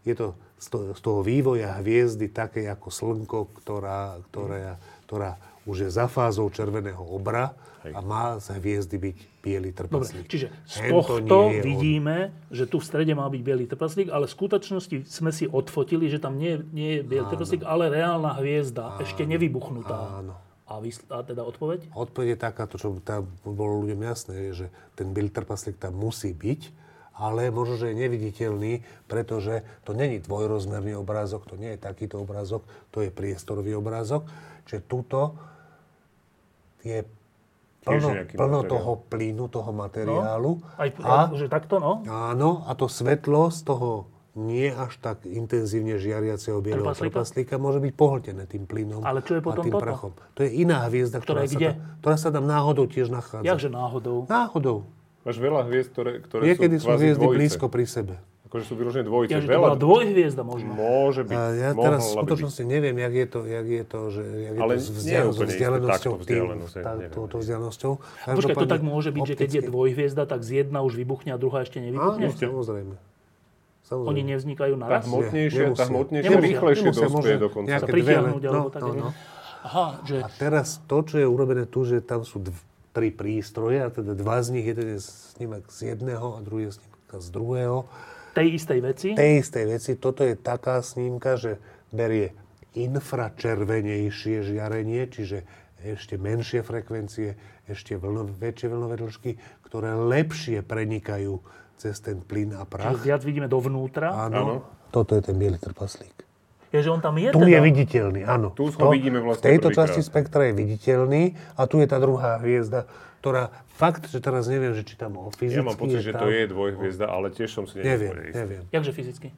Speaker 3: je to z, to z toho vývoja hviezdy také ako Slnko, ktorá, ktorá, ktorá už je za fázou červeného obra a má z hviezdy byť biely
Speaker 1: Dobre,
Speaker 3: trpaslík.
Speaker 1: čiže z
Speaker 3: Hento
Speaker 1: tohto
Speaker 3: nie je on.
Speaker 1: vidíme, že tu v strede má byť biely trpaslík, ale v skutočnosti sme si odfotili, že tam nie, je- nie je biely trpaslík, ale reálna hviezda, ešte nevybuchnutá.
Speaker 3: Áno.
Speaker 1: A, vys- a teda odpoveď?
Speaker 3: Odpoveď je taká, to, čo tam bolo ľuďom jasné, je, že ten Bill trpaslík tam musí byť, ale možno, že je neviditeľný, pretože to není dvojrozmerný obrázok, to nie je takýto obrázok, to je priestorový obrázok. Čiže tuto je plno,
Speaker 2: nejaký
Speaker 3: plno
Speaker 2: materiál.
Speaker 3: toho plynu, toho materiálu.
Speaker 1: Aj,
Speaker 3: a
Speaker 1: že takto, no?
Speaker 3: Áno, a to svetlo z toho nie až tak intenzívne žiariaceho bieleho
Speaker 1: Trpaslíka?
Speaker 3: trpaslíka môže byť pohltené tým plynom
Speaker 1: Ale čo je potom
Speaker 3: a tým
Speaker 1: toto?
Speaker 3: prachom. To je iná hviezda,
Speaker 1: Ktorá
Speaker 3: ktorá,
Speaker 1: je
Speaker 3: sa
Speaker 1: kde?
Speaker 3: tam, ktorá sa tam náhodou tiež nachádza.
Speaker 1: Jakže náhodou.
Speaker 3: No, Náhodou.
Speaker 2: Máš veľa hviezd, ktoré, ktoré
Speaker 3: Niekedy sú
Speaker 2: sú kvázi
Speaker 3: hviezdy
Speaker 2: dvojice.
Speaker 3: blízko pri sebe.
Speaker 2: Akože sú vyložené dvojice.
Speaker 1: Jakže to
Speaker 2: veľa
Speaker 1: bola dvojhviezda možno.
Speaker 2: Môže byť.
Speaker 3: A ja
Speaker 2: mohla
Speaker 3: teraz v
Speaker 2: by byť.
Speaker 3: skutočnosti neviem, jak je to, jak je to, že, jak je
Speaker 2: Ale
Speaker 3: to s
Speaker 2: nie je
Speaker 3: vzdial- s
Speaker 2: úplne isté
Speaker 3: vzdialenosťou,
Speaker 2: takto
Speaker 3: tým,
Speaker 2: vzdialenosť, ja
Speaker 3: tá-
Speaker 2: neviem.
Speaker 3: touto vzdialenosťou.
Speaker 1: Počkaj, to
Speaker 3: Každopádne
Speaker 1: tak môže byť, že keď je
Speaker 3: opticky-
Speaker 1: dvojhviezda, tak z jedna už vybuchne a druhá ešte
Speaker 3: Áno,
Speaker 1: nevybuchne.
Speaker 3: samozrejme. samozrejme.
Speaker 1: Oni nevznikajú
Speaker 2: Tá
Speaker 1: naraz.
Speaker 2: hmotnejšia, tá
Speaker 3: nemusia.
Speaker 2: hmotnejšia
Speaker 1: Nemusia,
Speaker 2: rýchlejšie
Speaker 3: nemusia,
Speaker 2: dospie
Speaker 3: možno
Speaker 2: dokonca.
Speaker 3: nejaké
Speaker 1: Sa pritiahnuť
Speaker 3: dve-
Speaker 1: alebo
Speaker 3: no,
Speaker 1: tak.
Speaker 3: no,
Speaker 1: ja
Speaker 3: no.
Speaker 1: neviem. Aha, že
Speaker 3: A teraz to, čo je urobené tu, že tam sú dv- tri prístroje, a teda dva z nich, jeden je snímak z jedného a druhý je snímak z druhého.
Speaker 1: tej istej veci,
Speaker 3: Tej istej veci, toto je taká snímka, že berie infračervenejšie žiarenie, čiže ešte menšie frekvencie, ešte vlno, väčšie vlnové dĺžky, ktoré lepšie prenikajú cez ten plyn a
Speaker 1: že
Speaker 3: prach.
Speaker 1: viac vidíme dovnútra.
Speaker 3: Áno, toto je ten biely trpaslík.
Speaker 1: Je, že on tam je
Speaker 3: Tu
Speaker 1: teda.
Speaker 3: je viditeľný, áno.
Speaker 2: Tu
Speaker 3: V
Speaker 2: ho
Speaker 3: to-
Speaker 2: vidíme vlastne
Speaker 3: V tejto
Speaker 2: prvýkrát.
Speaker 3: časti spektra je viditeľný a tu je tá druhá hviezda, ktorá fakt, že teraz neviem, že či tam o fyzicky
Speaker 2: Ja mám pocit,
Speaker 3: je
Speaker 2: že
Speaker 3: tam,
Speaker 2: to je dvojhviezda, ale tiež som si
Speaker 3: Neviem,
Speaker 2: úplne istý.
Speaker 3: neviem.
Speaker 1: Jakže fyzicky?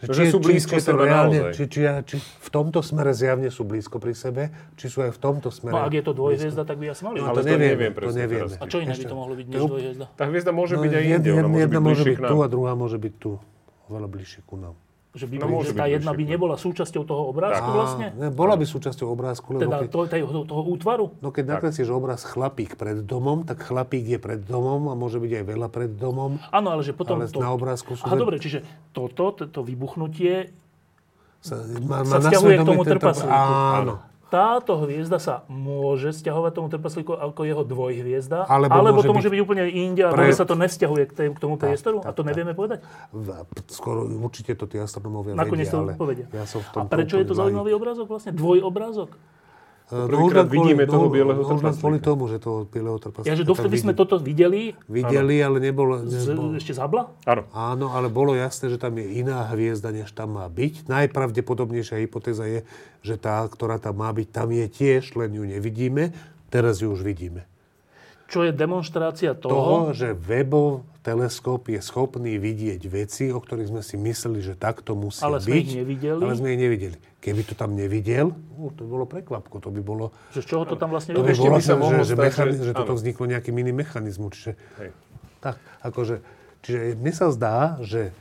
Speaker 3: Že
Speaker 2: To, že sú blízko
Speaker 3: je to
Speaker 2: sebe
Speaker 3: reálne,
Speaker 2: naozaj.
Speaker 3: či, či, či, v tomto smere zjavne sú blízko pri sebe, či sú aj v tomto smere.
Speaker 1: No ak je to dvojhviezda, tak by asi mali.
Speaker 2: Ale No,
Speaker 1: Ale...
Speaker 2: to
Speaker 3: nevieme,
Speaker 2: neviem
Speaker 3: to
Speaker 2: presne
Speaker 3: nevieme.
Speaker 2: teraz.
Speaker 1: A čo iné by
Speaker 3: Ešte-
Speaker 1: to mohlo byť
Speaker 3: to
Speaker 1: než
Speaker 3: je-
Speaker 1: dvojhviezda?
Speaker 2: Tá hviezda môže
Speaker 3: No,
Speaker 2: byť aj
Speaker 3: jed-
Speaker 2: inde, ona
Speaker 3: jedna-
Speaker 2: môže
Speaker 3: jedna
Speaker 2: byť
Speaker 3: môže
Speaker 2: bližšie
Speaker 3: byť
Speaker 2: k
Speaker 3: tu a
Speaker 2: nám.
Speaker 3: druhá môže byť tu. Oveľa bližšie ku nám.
Speaker 1: Že by
Speaker 2: No,
Speaker 1: boli- že
Speaker 2: môže
Speaker 1: tá
Speaker 2: byť
Speaker 1: jedna by
Speaker 2: bližšie k
Speaker 1: nebola súčasťou toho obrázku vlastne?
Speaker 3: Ne, bola by súčasťou obrázku, lebo
Speaker 1: Teda
Speaker 3: keď,
Speaker 1: to, tej, toho útvaru?
Speaker 3: no keď nakreslíš obraz chlapík pred domom, tak chlapík je pred domom a môže byť aj veľa pred domom.
Speaker 1: Áno, ale že potom
Speaker 3: Ale
Speaker 1: to...
Speaker 3: na obrázku sú
Speaker 1: Aha,
Speaker 3: veľ-
Speaker 1: dobre, čiže toto, to, to vybuchnutie,
Speaker 3: sa,
Speaker 1: Sa
Speaker 3: má, má na
Speaker 1: vzťahuje k
Speaker 3: svedomie
Speaker 1: tomu
Speaker 3: ten trpa-
Speaker 1: trpaslíku.
Speaker 3: Áno.
Speaker 1: táto hviezda sa môže stiahovať tomu trpaslíku ako jeho dvojhviezda,
Speaker 3: Alebo
Speaker 1: alebo
Speaker 3: môže
Speaker 1: to môže
Speaker 3: byť-
Speaker 1: byť úplne inde a
Speaker 3: Pre-
Speaker 1: Pre... sa to nevzťahuje k, tej, k tomu priestoru a to nevieme povedať.
Speaker 3: V- Skoro určite to tí astronómovia
Speaker 1: Nakoniec to
Speaker 3: vedia, ale
Speaker 1: povedia.
Speaker 3: ja som v
Speaker 1: a
Speaker 3: tom
Speaker 1: prečo je to zaujímavý obrázok vlastne? Dvojobrázok?
Speaker 2: Prvýkrát
Speaker 3: No,
Speaker 2: vidíme toho bieleho
Speaker 3: Možno
Speaker 2: trpaslíka.
Speaker 3: kvôli tomu, že toho bieleho trpaslíka.
Speaker 1: Ja, že
Speaker 3: tam
Speaker 1: dovtedy sme
Speaker 3: vidí-
Speaker 1: toto videli
Speaker 3: Videli, ale nebolo...
Speaker 1: z,
Speaker 3: nebolo
Speaker 1: ešte z habla?
Speaker 2: Áno.
Speaker 3: Áno, ale bolo jasné, že tam je iná hviezda, než tam má byť. Najpravdepodobnejšia hypotéza je, že tá, ktorá tam má byť, tam je tiež, len ju nevidíme. Teraz ju už vidíme.
Speaker 1: Čo je demonstrácia toho,
Speaker 3: toho, že Webov teleskop je schopný vidieť veci, o ktorých sme si mysleli, že takto musí
Speaker 1: Ale
Speaker 3: byť.
Speaker 1: sme ich nevideli.
Speaker 3: Ale sme ich nevideli. Keby to tam nevidel, no, to by bolo prekvapko, to by bolo...
Speaker 1: že z čoho to tam vlastne
Speaker 3: To by
Speaker 1: vidíš?
Speaker 2: ešte
Speaker 3: bolo,
Speaker 2: by sa
Speaker 3: že,
Speaker 2: mohlo
Speaker 3: že,
Speaker 2: stať,
Speaker 3: mechani-
Speaker 2: že-
Speaker 3: že toto
Speaker 2: áno.
Speaker 3: vzniklo nejaký mini mechanizmus. Čiže,
Speaker 2: Hej.
Speaker 3: tak, akože, čiže mne sa zdá, že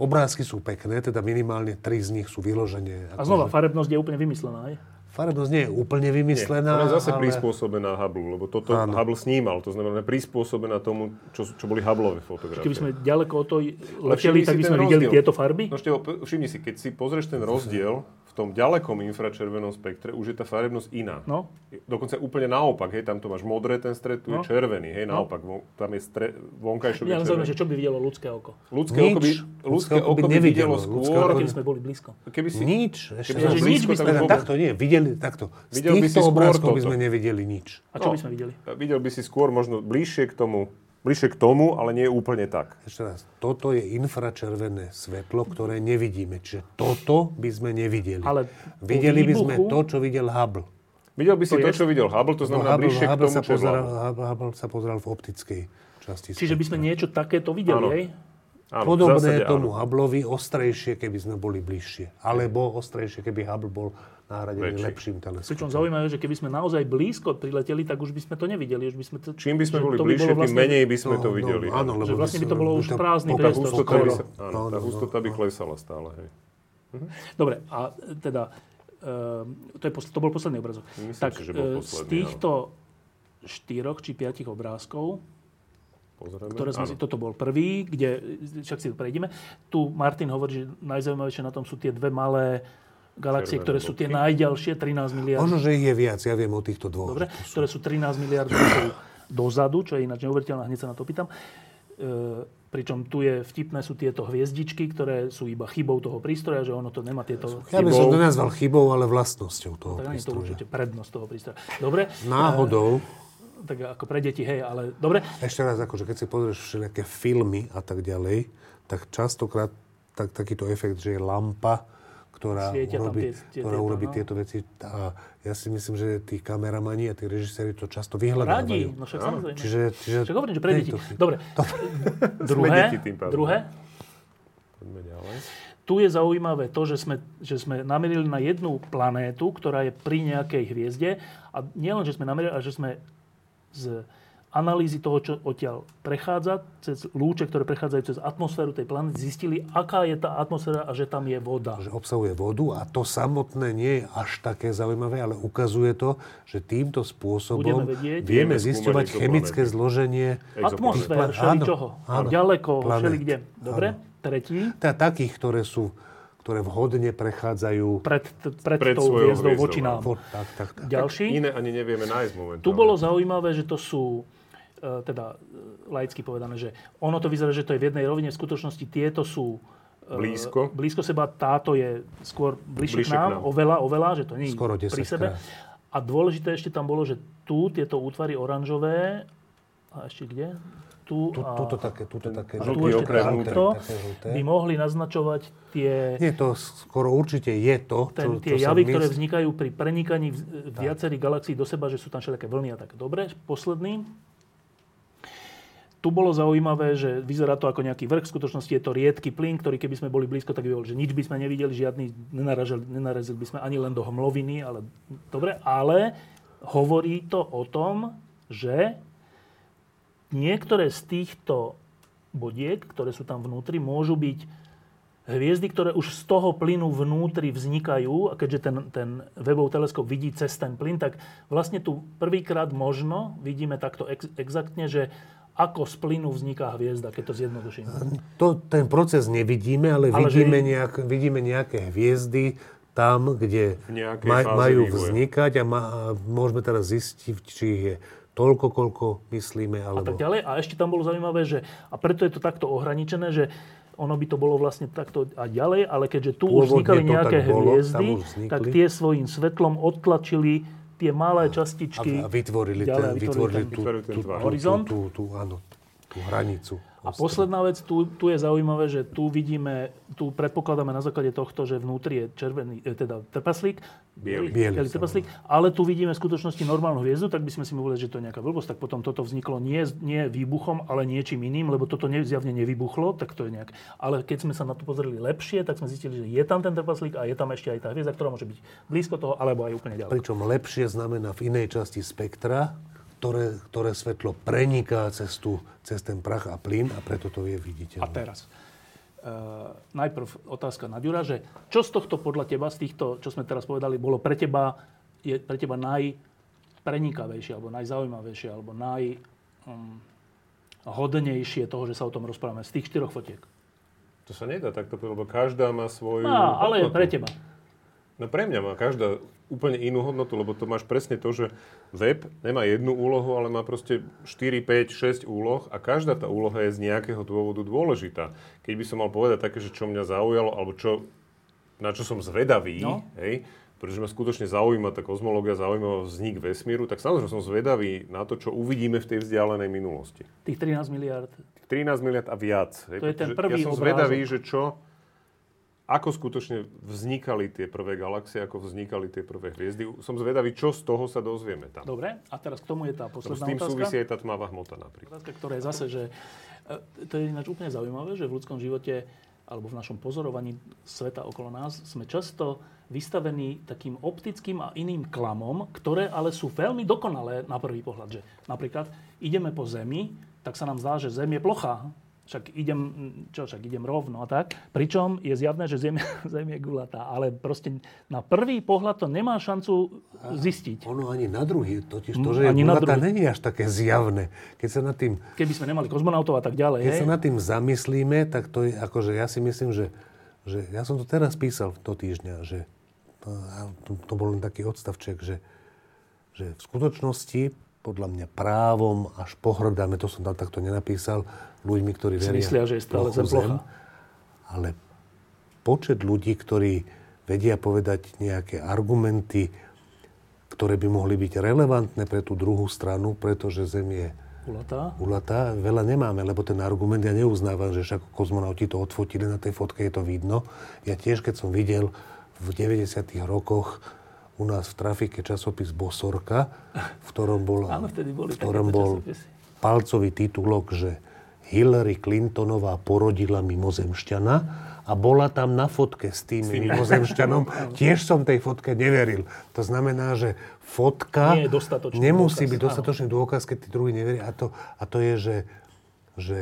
Speaker 3: obrázky sú pekné, teda minimálne tri z nich sú vyložené. akože
Speaker 1: A znova, farebnosť je úplne vymyslená. Aj?
Speaker 3: Farebnosť nie je úplne vymyslená.
Speaker 2: Ona je zase
Speaker 3: ale-
Speaker 2: prispôsobená Hubble, lebo toto
Speaker 3: Áno.
Speaker 2: Hubble snímal, to znamená prispôsobená tomu, čo, sú- čo boli Hubbleové fotografie.
Speaker 1: Keby sme ďaleko od toho
Speaker 2: Ale
Speaker 1: leteli,
Speaker 2: všimni
Speaker 1: tak
Speaker 2: si
Speaker 1: by
Speaker 2: ten
Speaker 1: sme videli
Speaker 2: rozdiel.
Speaker 1: tieto farby?
Speaker 2: No Števo, p- všimni si, keď si pozrieš ten rozdiel v tom ďalekom infračervenom spektre, už je tá farebnosť iná.
Speaker 1: No.
Speaker 2: Je- Dokonca úplne naopak, hej, tam to máš modré, ten stred, tu
Speaker 1: No.
Speaker 2: je červený, hej, naopak, von- tam je stre, vonkajšok je
Speaker 1: Mňa len zaujíma,
Speaker 2: červený.
Speaker 1: že čo by videlo ľudské oko.
Speaker 2: Ľudské
Speaker 3: Nič.
Speaker 2: oko by, ľudské oko by videlo
Speaker 3: nevidelo. Ľudské
Speaker 2: skôr,
Speaker 3: oko
Speaker 1: Keby sme boli blízko.
Speaker 2: keby si...
Speaker 3: Nič. Ešte
Speaker 2: Keby
Speaker 1: Ja,
Speaker 2: bol
Speaker 1: že
Speaker 3: raz.
Speaker 1: nič by
Speaker 2: blízko,
Speaker 1: sme-
Speaker 2: tak
Speaker 3: Teda
Speaker 2: už vôbec.
Speaker 3: takto nie, videli, takto. Z
Speaker 2: Videl by si
Speaker 3: týchto
Speaker 2: skôr
Speaker 3: obrázkov by
Speaker 2: toto.
Speaker 3: sme nevideli nič.
Speaker 1: A čo
Speaker 2: No.
Speaker 1: by sme videli?
Speaker 2: Videl by si skôr možno bližšie k tomu, bližšie k tomu, ale nie úplne tak.
Speaker 3: Ešte raz, toto je infračervené svetlo, ktoré nevidíme. Čiže toto by sme nevideli.
Speaker 1: Ale po
Speaker 3: videli by sme
Speaker 1: výbuchu-
Speaker 3: to, čo videl Hubble.
Speaker 2: Videl by si
Speaker 1: To
Speaker 2: to,
Speaker 1: je-
Speaker 2: čo videl Hubble, to znamená
Speaker 3: No, Hubble,
Speaker 2: bližšie k
Speaker 3: Hubble,
Speaker 2: tomu,
Speaker 3: sa
Speaker 2: čo je
Speaker 3: pozeral,
Speaker 2: vláda.
Speaker 3: Hubble, Hubble sa pozeral v optickej časti.
Speaker 1: Čiže by sme niečo takéto videli,
Speaker 2: Áno.
Speaker 1: hej?
Speaker 2: Áno, v
Speaker 3: Podobné
Speaker 2: zásade áno.
Speaker 3: tomu Hubbleovi, ostrejšie, keby sme boli bližšie. Alebo ostrejšie, keby Hubble bol nahradený
Speaker 2: Väčší.
Speaker 3: lepším teleskopom.
Speaker 1: Pričom zaujímavé, je, že keby sme naozaj blízko prileteli, tak už by sme to nevideli. Už by sme to,
Speaker 2: Čím by sme
Speaker 1: že
Speaker 2: boli
Speaker 1: to by
Speaker 2: bližšie,
Speaker 1: bolo
Speaker 2: tým menej by sme to videli.
Speaker 3: No, áno, lebo
Speaker 1: Že vlastne by to
Speaker 3: sa-
Speaker 1: bolo už
Speaker 3: tá
Speaker 1: prázdny
Speaker 3: poka-
Speaker 2: Tá
Speaker 1: priestor.
Speaker 2: hustota by, sa,
Speaker 3: Áno, no,
Speaker 2: áno, tá
Speaker 3: áno,
Speaker 2: hustota by klesala stále. Hej.
Speaker 1: Dobre, a e, teda, e, to, je, posl- to bol posledný obrazok.
Speaker 2: Myslím
Speaker 1: tak
Speaker 2: si, že bol
Speaker 1: e, z
Speaker 2: posledný,
Speaker 1: týchto štyroch či piatich obrázkov,
Speaker 2: Pozrieme.
Speaker 1: ktoré sme
Speaker 2: Áno.
Speaker 1: si, toto bol prvý, kde, však si to prejdeme, tu Martin hovorí, že najzaujímavejšie na tom sú tie dve malé galaxie,
Speaker 2: Červené
Speaker 1: ktoré sú tie
Speaker 2: bodky.
Speaker 1: najďalšie, 13 miliard
Speaker 3: Možno, že ich je viac, ja viem o týchto dvoch.
Speaker 1: Dobre, ktoré sú 13 miliard rokov dozadu, čo je ináč neuveriteľné, hneď sa na to pýtam. E, pričom tu je vtipné sú tieto hviezdičky, ktoré sú iba chybou toho prístroja, že ono to nemá tieto...
Speaker 3: Ja by som
Speaker 2: chybou.
Speaker 3: to nazval chybou, ale vlastnosťou toho
Speaker 1: Tak nie je to
Speaker 3: prístroja.
Speaker 1: určite prednosť toho prístroja. Dobre, e,
Speaker 3: Náhodou,
Speaker 1: Eh. tak ako pre deti, hej, ale dobre.
Speaker 3: ešte raz, akože keď si pozrieš všelijaké filmy a tak ďalej, tak častokrát tak, takýto efekt, že je lampa, ktorá
Speaker 1: Svietia tam
Speaker 3: urobí,
Speaker 1: tie- tie-
Speaker 3: ktorá
Speaker 1: tieto,
Speaker 3: urobí
Speaker 1: no.
Speaker 3: tieto veci. A ja si myslím, že tí kameramani a tí režiséri to často
Speaker 1: Radi,
Speaker 3: vyhľadávajú.
Speaker 1: no však samozrejme.
Speaker 3: Čiže, čiže
Speaker 1: Však hovorím, že pre deti.
Speaker 3: tejto chyb-
Speaker 1: Dobre, druhé,
Speaker 2: deti tým pádom.
Speaker 1: druhé,
Speaker 2: Poďme ďalej.
Speaker 1: Tu je zaujímavé to, že sme, že sme namerili na jednu planétu, ktorá je pri nejakej hviezde. A nielen, že sme namerili, ale že sme z analýzy toho, čo odtiaľ prechádza, cez lúče, ktoré prechádzajú cez atmosféru tej planéty, zistili, aká je tá atmosféra a že tam je voda.
Speaker 3: že obsahuje vodu a to samotné nie je až také zaujímavé, ale ukazuje to, že týmto spôsobom
Speaker 1: Budeme vedieť.
Speaker 2: Vieme
Speaker 3: vieme zisťovať
Speaker 2: skúmať
Speaker 3: chemické zloženie
Speaker 2: Exoplanéty.
Speaker 1: Atmosféra,
Speaker 3: Áno,
Speaker 1: všeli čoho,
Speaker 3: áno.
Speaker 1: ďaleko,
Speaker 3: Planét.
Speaker 1: všeli kde. Dobre, tretí,
Speaker 3: teda takých, ktoré sú, ktoré vhodne prechádzajú
Speaker 1: pred, pred,
Speaker 2: Pred
Speaker 1: tou
Speaker 2: svojou
Speaker 1: hviezdou
Speaker 2: hviezdou,
Speaker 1: voči nám.
Speaker 3: po, tak, tak, tak.
Speaker 1: Ďalší.
Speaker 2: Iné ani nevieme nájsť momentálne.
Speaker 1: Tu bolo zaujímavé, že to sú, e, teda e, laicky povedané, že ono to vyzerá, že to je v jednej rovine, v skutočnosti tieto sú e,
Speaker 2: Blízko.
Speaker 1: blízko seba, táto je skôr bližšie k
Speaker 2: Bližšie k
Speaker 1: nám,
Speaker 2: nám.
Speaker 1: oveľa, oveľa, že to nie je
Speaker 3: Skoro
Speaker 1: pri
Speaker 3: 10
Speaker 1: sebe.
Speaker 3: krát.
Speaker 1: A dôležité ešte tam bolo, že tu tieto útvary oranžové, a ešte kde? Tu
Speaker 3: Tu,
Speaker 1: a,
Speaker 3: tuto také, tuto
Speaker 1: a
Speaker 3: také.
Speaker 1: tu
Speaker 2: žltý
Speaker 1: ešte
Speaker 2: okraj
Speaker 3: žlté,
Speaker 1: takto,
Speaker 3: také žlté.
Speaker 1: by mohli naznačovať tie,
Speaker 3: Nie, to skoro určite je to,
Speaker 1: ten,
Speaker 3: čo,
Speaker 1: tie
Speaker 3: čo
Speaker 1: javy,
Speaker 3: sa
Speaker 1: ktoré
Speaker 3: mysl-
Speaker 1: vznikajú pri prenikaní v, viacerých galaxií do seba, že sú tam všelijaké vlny a tak. Dobre, posledný. Tu bolo zaujímavé, že vyzerá to ako nejaký vrch, v skutočnosti je to riedky plyn, ktorý keby sme boli blízko, tak by bol, že nič by sme nevideli, žiadny, nenarazili, nenarazili by sme ani len do hmloviny, ale dobre, ale hovorí to o tom, že niektoré z týchto bodiek, ktoré sú tam vnútri, môžu byť hviezdy, ktoré už z toho plynu vnútri vznikajú, a keďže ten, ten webov teleskop vidí cez ten plyn, tak vlastne tu prvýkrát možno vidíme takto ex- exaktne, že ako z plynu vzniká hviezda, keď to zjednoduším.
Speaker 3: To, ten proces nevidíme, ale,
Speaker 1: Ale
Speaker 3: ale
Speaker 1: že-
Speaker 3: vidíme, nejak, vidíme nejaké hviezdy tam, kde
Speaker 2: nejakej
Speaker 3: maj,
Speaker 2: fáze
Speaker 3: majú
Speaker 2: vývoja.
Speaker 3: vznikať a, ma, a môžeme teraz zistiť, či ich je toľko, koľko myslíme,
Speaker 1: A tak
Speaker 3: alebo...
Speaker 1: ďalej. A ešte tam bolo zaujímavé, že a preto je to takto ohraničené, že ono by to bolo vlastne takto a ďalej, ale keďže tu už
Speaker 3: Pôvodne
Speaker 1: vznikali
Speaker 3: to tak
Speaker 1: nejaké
Speaker 3: bolo,
Speaker 1: hviezdy,
Speaker 3: tam už vznikli.
Speaker 1: tak tie svojím svetlom odtlačili tie malé
Speaker 3: A,
Speaker 1: častičky.
Speaker 3: a vytvorili,
Speaker 1: ďalej,
Speaker 3: ten, vytvorili,
Speaker 1: ten-
Speaker 3: tú,
Speaker 2: vytvorili ten
Speaker 3: tú, tú,
Speaker 2: tvar.
Speaker 3: tú,
Speaker 1: Horizont.
Speaker 3: tú, tú, áno, tú hranicu.
Speaker 1: A posledná vec, tu, tu je zaujímavé, že tu vidíme, tu predpokladáme na základe tohto, že vnútri je červený, e, teda trpaslík,
Speaker 2: Bielý.
Speaker 3: Bielý,
Speaker 1: trpaslík, ale tu vidíme v skutočnosti normálnu hviezdu, tak by sme si mohli povedať, že to je nejaká blbosť, tak potom toto vzniklo nie, nie výbuchom, ale niečím iným, lebo toto ne, zjavne nevybuchlo, tak to je nejak. Ale keď sme sa na to pozreli lepšie, tak sme zistili, že je tam ten trpaslík a je tam ešte aj tá hviezda, ktorá môže byť blízko toho, alebo aj úplne ďaleko.
Speaker 3: Pričom lepšie znamená v inej časti spektra, ktoré, ktoré svetlo preniká cez, tú, cez ten prach a plyn a preto to
Speaker 1: A
Speaker 3: je viditeľné.
Speaker 1: teraz. Uh, najprv otázka na Ďura, že čo z tohto podľa teba, z týchto, čo sme teraz povedali, bolo pre teba, je pre teba najprenikavejšie, alebo najzaujímavejšie, alebo naj, um, hodnejšie toho, že sa o tom rozprávame z tých štyroch fotiek.
Speaker 2: To sa nedá takto, povedať, lebo každá má svoju
Speaker 1: Á, ale je
Speaker 2: hodnotu.
Speaker 1: pre teba.
Speaker 2: No pre mňa má každá úplne inú hodnotu, lebo to máš presne to, že web nemá jednu úlohu, ale má proste 4, 5, 6 úloh a každá tá úloha je z nejakého dôvodu dôležitá. Keď by som mal povedať také, že čo mňa zaujalo, alebo čo, na čo som zvedavý,
Speaker 1: No.
Speaker 2: no. hej, pretože ma skutočne zaujíma tá kozmológia, zaujíma ma vznik vesmíru, tak samozrejme som zvedavý na to, čo uvidíme v tej vzdialenej minulosti.
Speaker 1: Tých 13 miliard.
Speaker 2: 13 miliard a viac. Hej,
Speaker 1: To je ten
Speaker 2: pretože
Speaker 1: prvý
Speaker 2: Ja som
Speaker 1: obrázok.
Speaker 2: zvedavý, že čo, ako skutočne vznikali tie prvé galaxie, ako vznikali tie prvé hviezdy. Som zvedavý, čo z toho sa dozvieme tam.
Speaker 1: Dobre, a teraz k tomu je tá
Speaker 2: Lebo s
Speaker 1: posledná
Speaker 2: tým súvisí
Speaker 1: otázka.
Speaker 2: aj tá tmavá hmota napríklad.
Speaker 1: Otázka, ktorá je zase, že e, to je ináč úplne zaujímavé, že v ľudskom živote alebo v našom pozorovaní sveta okolo nás sme často vystavení takým optickým a iným klamom, ktoré ale sú veľmi dokonalé na prvý pohľad. Že napríklad ideme po Zemi, tak sa nám zdá, že Zem je plochá. Však idem, mm, čo, však idem rovno a tak. Pričom je zjavné, že Zem, zem je [LAUGHS] gulatá. Ale proste na prvý pohľad to nemá šancu zistiť.
Speaker 3: Ono ani na druhý, totiž to,
Speaker 1: Mm,
Speaker 3: že
Speaker 1: ani
Speaker 3: je
Speaker 1: na
Speaker 3: gulatá,
Speaker 1: druhý.
Speaker 3: není až také zjavné. Keď sa nad tým
Speaker 1: Keby sme nemali kozmonautov a tak ďalej.
Speaker 3: Keď
Speaker 1: hej?
Speaker 3: sa nad tým zamyslíme, tak to je akože, ja si myslím, že, že ja som to teraz písal do týždňa, že to, a to, to bol len taký odstavček, že, že v skutočnosti podľa mňa právom až pohrdáme, to som tam takto nenapísal, ľuďmi, ktorí
Speaker 1: Si
Speaker 3: veria
Speaker 1: myslia, že je stále Zem plochá.
Speaker 3: ale počet ľudí, ktorí vedia povedať nejaké argumenty, ktoré by mohli byť relevantné pre tú druhú stranu, pretože Zem je
Speaker 1: Kulatá.
Speaker 3: Ulatá veľa nemáme, lebo ten argument ja neuznávam, že však kozmonauti to odfotili, na tej fotke je to vidno. Ja tiež, keď som videl v 90. rokoch u nás v trafike časopis Bosorka, v ktorom bol,
Speaker 1: Áno, vtedy boli
Speaker 3: v ktorom
Speaker 1: takéto
Speaker 3: bol
Speaker 1: časopisy.
Speaker 3: palcový titulok, že Hillary Clintonová porodila mimozemšťana a bola tam na fotke s tým
Speaker 1: [LAUGHS]
Speaker 3: mimozemšťanom. Tiež som tej fotke neveril. To znamená, že fotka
Speaker 1: Nie je dostatočný
Speaker 3: nemusí
Speaker 1: dôkaz.
Speaker 3: byť
Speaker 1: Áno.
Speaker 3: dostatočný dôkaz, keď tí druhí neveria. A to, a to je, že, že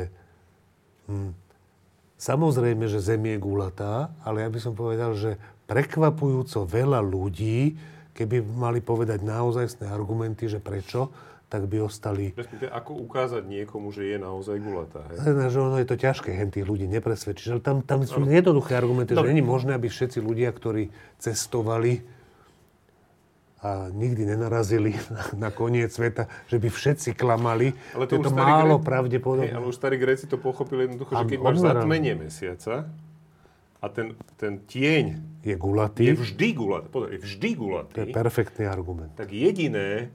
Speaker 3: hm, samozrejme, že Zem je gulatá, ale ja by som povedal, že prekvapujúco veľa ľudí, keby mali povedať naozajstné argumenty, že prečo, tak by ostali...
Speaker 2: Respektíve, ako ukázať niekomu, že je naozaj gulatá. Hej?
Speaker 3: Znamená, že ono je to ťažké, hen tých ľudí nepresvedčíš. Ale tam, tam sú jednoduché argumenty, že
Speaker 1: Dobre.
Speaker 3: není možné, aby všetci ľudia, ktorí cestovali a nikdy nenarazili na, na koniec sveta, že by všetci klamali.
Speaker 2: Ale
Speaker 3: to je to
Speaker 2: už starí
Speaker 3: málo
Speaker 2: Gréci-
Speaker 3: pravdepodobné.
Speaker 2: Hej, ale už starí Gréci to pochopili jednoducho, že
Speaker 3: A
Speaker 2: keď máš
Speaker 3: obzerám.
Speaker 2: zatmenie mesiaca a ten, ten tieň
Speaker 3: Je gulatý,
Speaker 2: je vždy gulatý, pozor, je vždy
Speaker 3: to je
Speaker 2: gulatý,
Speaker 3: perfektný argument.
Speaker 2: tak jediné,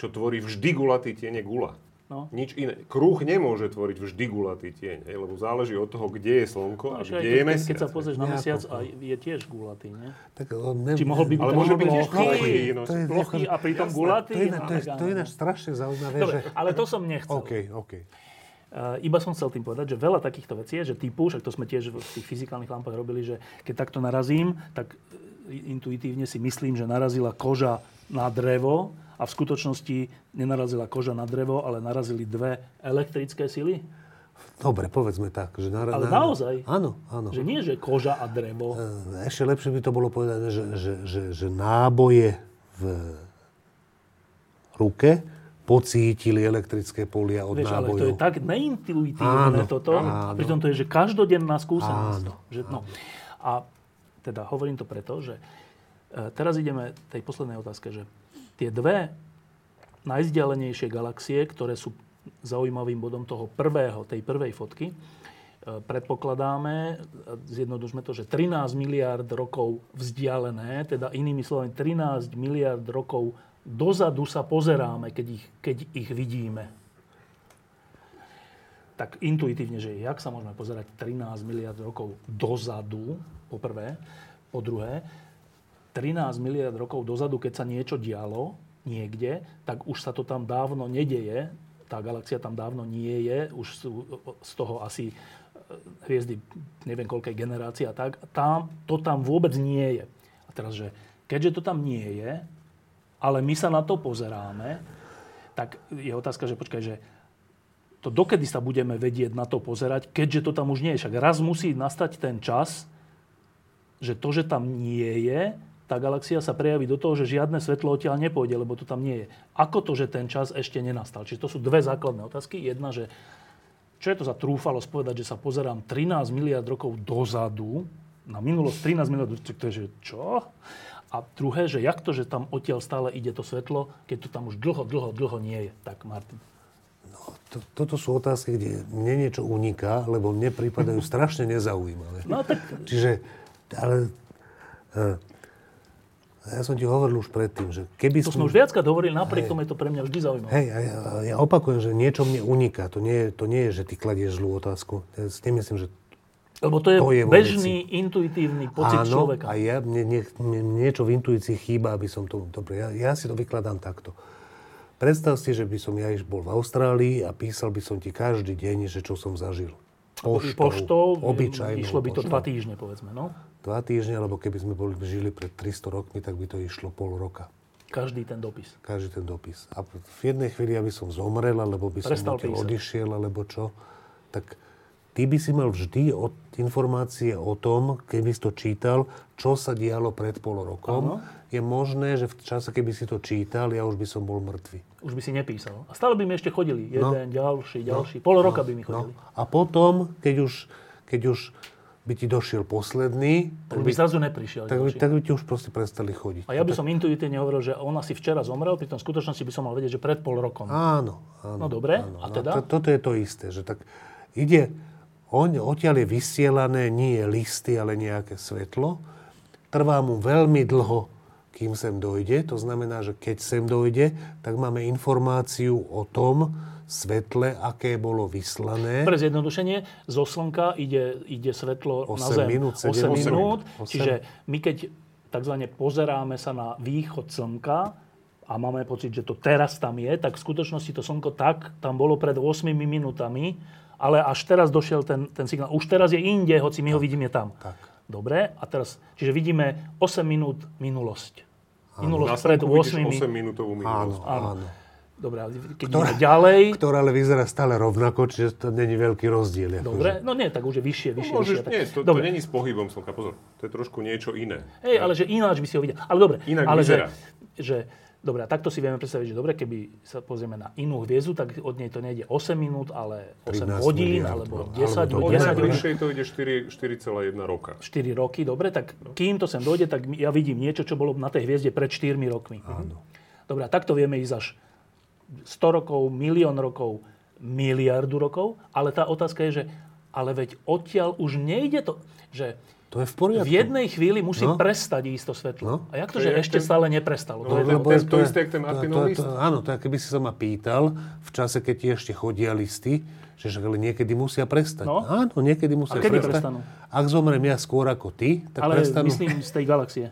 Speaker 2: čo tvorí vždy gulatý tieň, je gula.
Speaker 1: No.
Speaker 2: Nič iné. Kruh nemôže tvoriť vždy gulatý tieň, hej, lebo záleží od toho, kde je slnko a
Speaker 1: Že No, aj
Speaker 2: kde
Speaker 1: keď,
Speaker 2: je
Speaker 1: keď,
Speaker 2: mesiac.
Speaker 1: keď sa pozrieš na
Speaker 3: Nejako.
Speaker 1: mesiac, a je tiež gulatý, nie?
Speaker 3: Tak, o, ne,
Speaker 1: Či mohol by byť
Speaker 2: Ale môže byť tiež
Speaker 1: Plochý,
Speaker 2: plochý. no.
Speaker 3: to je,
Speaker 1: Plochý a pritom gulatý?
Speaker 3: to je, iná- to je,
Speaker 1: Áno,
Speaker 3: to je
Speaker 1: áno.
Speaker 3: ináč strašne zaujímavé,
Speaker 1: Dobre,
Speaker 3: že...
Speaker 1: ale to som nechcel.
Speaker 3: OK, OK.
Speaker 1: E, Iba som chcel tým povedať, že veľa takýchto vecí je, že typu, však to sme tiež v tých fyzikálnych lampách robili, že keď takto narazím, tak e, intuitívne si myslím, že narazila koža na drevo a v skutočnosti nenarazila koža na drevo, ale narazili dve elektrické sily.
Speaker 3: Dobre, povedzme tak. Že na,
Speaker 1: Ale
Speaker 3: na-
Speaker 1: naozaj?
Speaker 3: Áno, áno.
Speaker 1: Že nie, že koža a drevo.
Speaker 3: E, Ešte lepšie by to bolo povedané, že, že, že, že náboje v ruke pocítili elektrické polia od
Speaker 1: Vieš, ale
Speaker 3: nábojov.
Speaker 1: to je tak neintuitívne
Speaker 3: Áno,
Speaker 1: toto.
Speaker 3: áno.
Speaker 1: Pritom to je, že každodenná skúsenosť.
Speaker 3: Áno,
Speaker 1: že, no. A teda hovorím to preto, že e, teraz ideme tej poslednej otázke, že tie dve najzdialenejšie galaxie, ktoré sú zaujímavým bodom toho prvého, tej prvej fotky, e, predpokladáme, e, zjednodušme to, že 13 miliard rokov vzdialené, teda inými slovami 13 miliard rokov dozadu sa pozeráme, keď ich, keď ich vidíme. tak intuitívne, že jak sa môžeme pozerať 13 miliard rokov dozadu, po prvé, po druhé, 13 miliard rokov dozadu, keď sa niečo dialo niekde, tak už sa to tam dávno nedeje, tá galaxia tam dávno nie je, už sú z toho asi e, hviezdy neviem koľkej generácie a tak. Tam, to tam vôbec nie je. A teraz, že keďže to tam nie je, ale my sa na to pozeráme, tak je otázka, že počkaj, že to dokedy sa budeme vedieť na to pozerať, keďže to tam už nie je. Však raz musí nastať ten čas, že to, že tam nie je, tá galaxia sa prejaví do toho, že žiadne svetlo odtiaľ nepôjde, lebo to tam nie je. Ako to, že ten čas ešte nenastal? Čiže to sú dve základné otázky. Jedna, že čo je to za trúfalosť povedať, že sa pozerám 13 miliard rokov dozadu, na minulosť 13 miliard, to je, že čo? A druhé, že jak to, že tam odtiaľ stále ide to svetlo, keď to tam už dlho, dlho, dlho nie je. Tak, Martin.
Speaker 3: No, to, toto sú otázky, kde mne niečo uniká, lebo mne
Speaker 1: [LAUGHS]
Speaker 3: prípadajú strašne nezaujímavé.
Speaker 1: No tak
Speaker 3: Čiže, ale... eh, ja som ti hovoril už predtým, že keby
Speaker 1: to sme už viackrát hovorili, napriek tomu je to pre mňa vždy zaujímavé.
Speaker 3: Hej, a ja, a ja opakujem, že niečo mne uniká. To nie, je- to nie je, že ty kladieš zlú otázku. Ja s tým myslím, že
Speaker 1: Lebo to je,
Speaker 3: To je vo
Speaker 1: bežný, intuitívny pocit
Speaker 3: áno,
Speaker 1: človeka.
Speaker 3: a ja, mne, mne, mne niečo v intuícii chýba, aby som to... Dobre, ja, ja si to vykladám takto. Predstav si, že by som ja iš bol v Austrálii a písal by som ti každý deň, že čo som zažil.
Speaker 1: poštou e,
Speaker 3: obyčajnou
Speaker 1: išlo by to
Speaker 3: poštou.
Speaker 1: dva týždne, povedzme. No?
Speaker 3: Dva týždne, alebo keby sme boli, žili pred 300 rokmi, tak by to išlo pol roka.
Speaker 1: Každý ten dopis.
Speaker 3: Každý ten dopis. A v jednej chvíli, aby som zomrel, alebo by
Speaker 1: Prestal
Speaker 3: som odtiaľ
Speaker 1: písať.
Speaker 3: odišiel, alebo čo, tak ty by si mal vždy od, informácie o tom, keby si to čítal, čo sa dialo pred pol rokom. Je možné, že v čase, keby si to čítal, ja už by som bol mŕtvy.
Speaker 1: Už by si nepísal. A stále by mi ešte chodili. Jeden, ďalší, ďalší. Pol roka by mi chodili.
Speaker 3: No. A potom, keď už, keď už by ti došiel posledný,
Speaker 1: Tak by zrazu neprišiel.
Speaker 3: tak by,
Speaker 1: ďalší.
Speaker 3: tak by ti už proste prestali chodiť. No,
Speaker 1: A ja by som intuitívne hovoril, že on asi včera zomrel, pritom v skutočnosti by som mal vedieť, že pred pol rokom.
Speaker 3: Áno, áno.
Speaker 1: No dobre,
Speaker 3: áno.
Speaker 1: a teda?
Speaker 3: To, toto je to isté, že tak ide, on, odtiaľ je vysielané nie listy, ale nejaké svetlo. Trvá mu veľmi dlho, kým sem dojde. To znamená, že keď sem dojde, tak máme informáciu o tom svetle, aké bolo vyslané.
Speaker 1: Pre zjednodušenie, zo Slnka ide, ide svetlo na
Speaker 3: Osem
Speaker 1: Zem
Speaker 3: minút,
Speaker 1: 8
Speaker 3: sedem minút.
Speaker 1: minút.
Speaker 3: Osem.
Speaker 1: Čiže my keď takzvané pozeráme sa na východ Slnka a máme pocit, že to teraz tam je, tak v skutočnosti to Slnko tak tam bolo pred 8 minútami, ale až teraz došiel ten, ten signál. Už teraz je inde, hoci my ho vidíme tam.
Speaker 3: Tak.
Speaker 1: Dobre, a teraz, čiže vidíme 8 minút minulosť. Minulosť
Speaker 2: Na
Speaker 1: pred
Speaker 2: stanku Vlastne vidíš
Speaker 1: 8
Speaker 2: 8 minútovú
Speaker 3: Áno,
Speaker 2: minulosť.
Speaker 3: áno.
Speaker 1: Dobre, a keď ideme ďalej...
Speaker 3: Ktorá ale vyzerá stále rovnako, čiže to není veľký rozdiel. akože.
Speaker 1: Dobre, no nie, tak už je vyššie, vyššie,
Speaker 2: Môžeš,
Speaker 1: vyššie. tak-
Speaker 2: nie, to, to
Speaker 1: Dobre.
Speaker 2: není s pohybom slnka, pozor. To je trošku niečo iné.
Speaker 1: Hej, ale že ináč by si ho videl. Ale dobre,
Speaker 2: Inak
Speaker 1: ale
Speaker 2: vyzerá.
Speaker 1: Že, že, dobre, a takto si vieme predstaviť, že dobre, keby sa pozrieme na inú hviezdu, tak od nej to nejde 8 minút, ale 8
Speaker 3: 13
Speaker 1: hodín,
Speaker 3: miliard,
Speaker 1: alebo
Speaker 3: no.
Speaker 1: 10, alebo
Speaker 2: Od
Speaker 3: Alebo
Speaker 1: 10 hodín.
Speaker 2: najbližšej to ide 4 4,1 roka.
Speaker 1: 4 roky, dobre, tak kým to sem dojde, tak ja vidím niečo, čo bolo na tej hviezde pred 4 rokmi. Áno. Dobre, a takto vieme ísť až 100 rokov, milión rokov, miliardu rokov, ale tá otázka je, že ale veď odtiaľ už nejde to, že
Speaker 3: To je v poriadku.
Speaker 1: v jednej chvíli musí
Speaker 3: No.
Speaker 1: prestať ísť to svetlo.
Speaker 3: No.
Speaker 1: A jak to,
Speaker 2: To
Speaker 1: že
Speaker 2: je
Speaker 1: ešte
Speaker 2: ten-
Speaker 1: stále neprestalo? To
Speaker 2: No,
Speaker 1: je
Speaker 2: lebo-
Speaker 1: ten...
Speaker 2: to je to isté, jak ten Martinov
Speaker 3: to-
Speaker 2: list.
Speaker 3: to- Áno, to je, keby si sa ma pýtal v čase, keď ti ešte chodia listy, že však ale niekedy musia prestať.
Speaker 1: No.
Speaker 3: Áno, niekedy musia
Speaker 1: A kedy
Speaker 3: prestať.
Speaker 1: prestanú?
Speaker 3: Ak zomrem ja skôr ako ty, tak
Speaker 1: Ale
Speaker 3: prestanú.
Speaker 1: myslím z tej galaxie.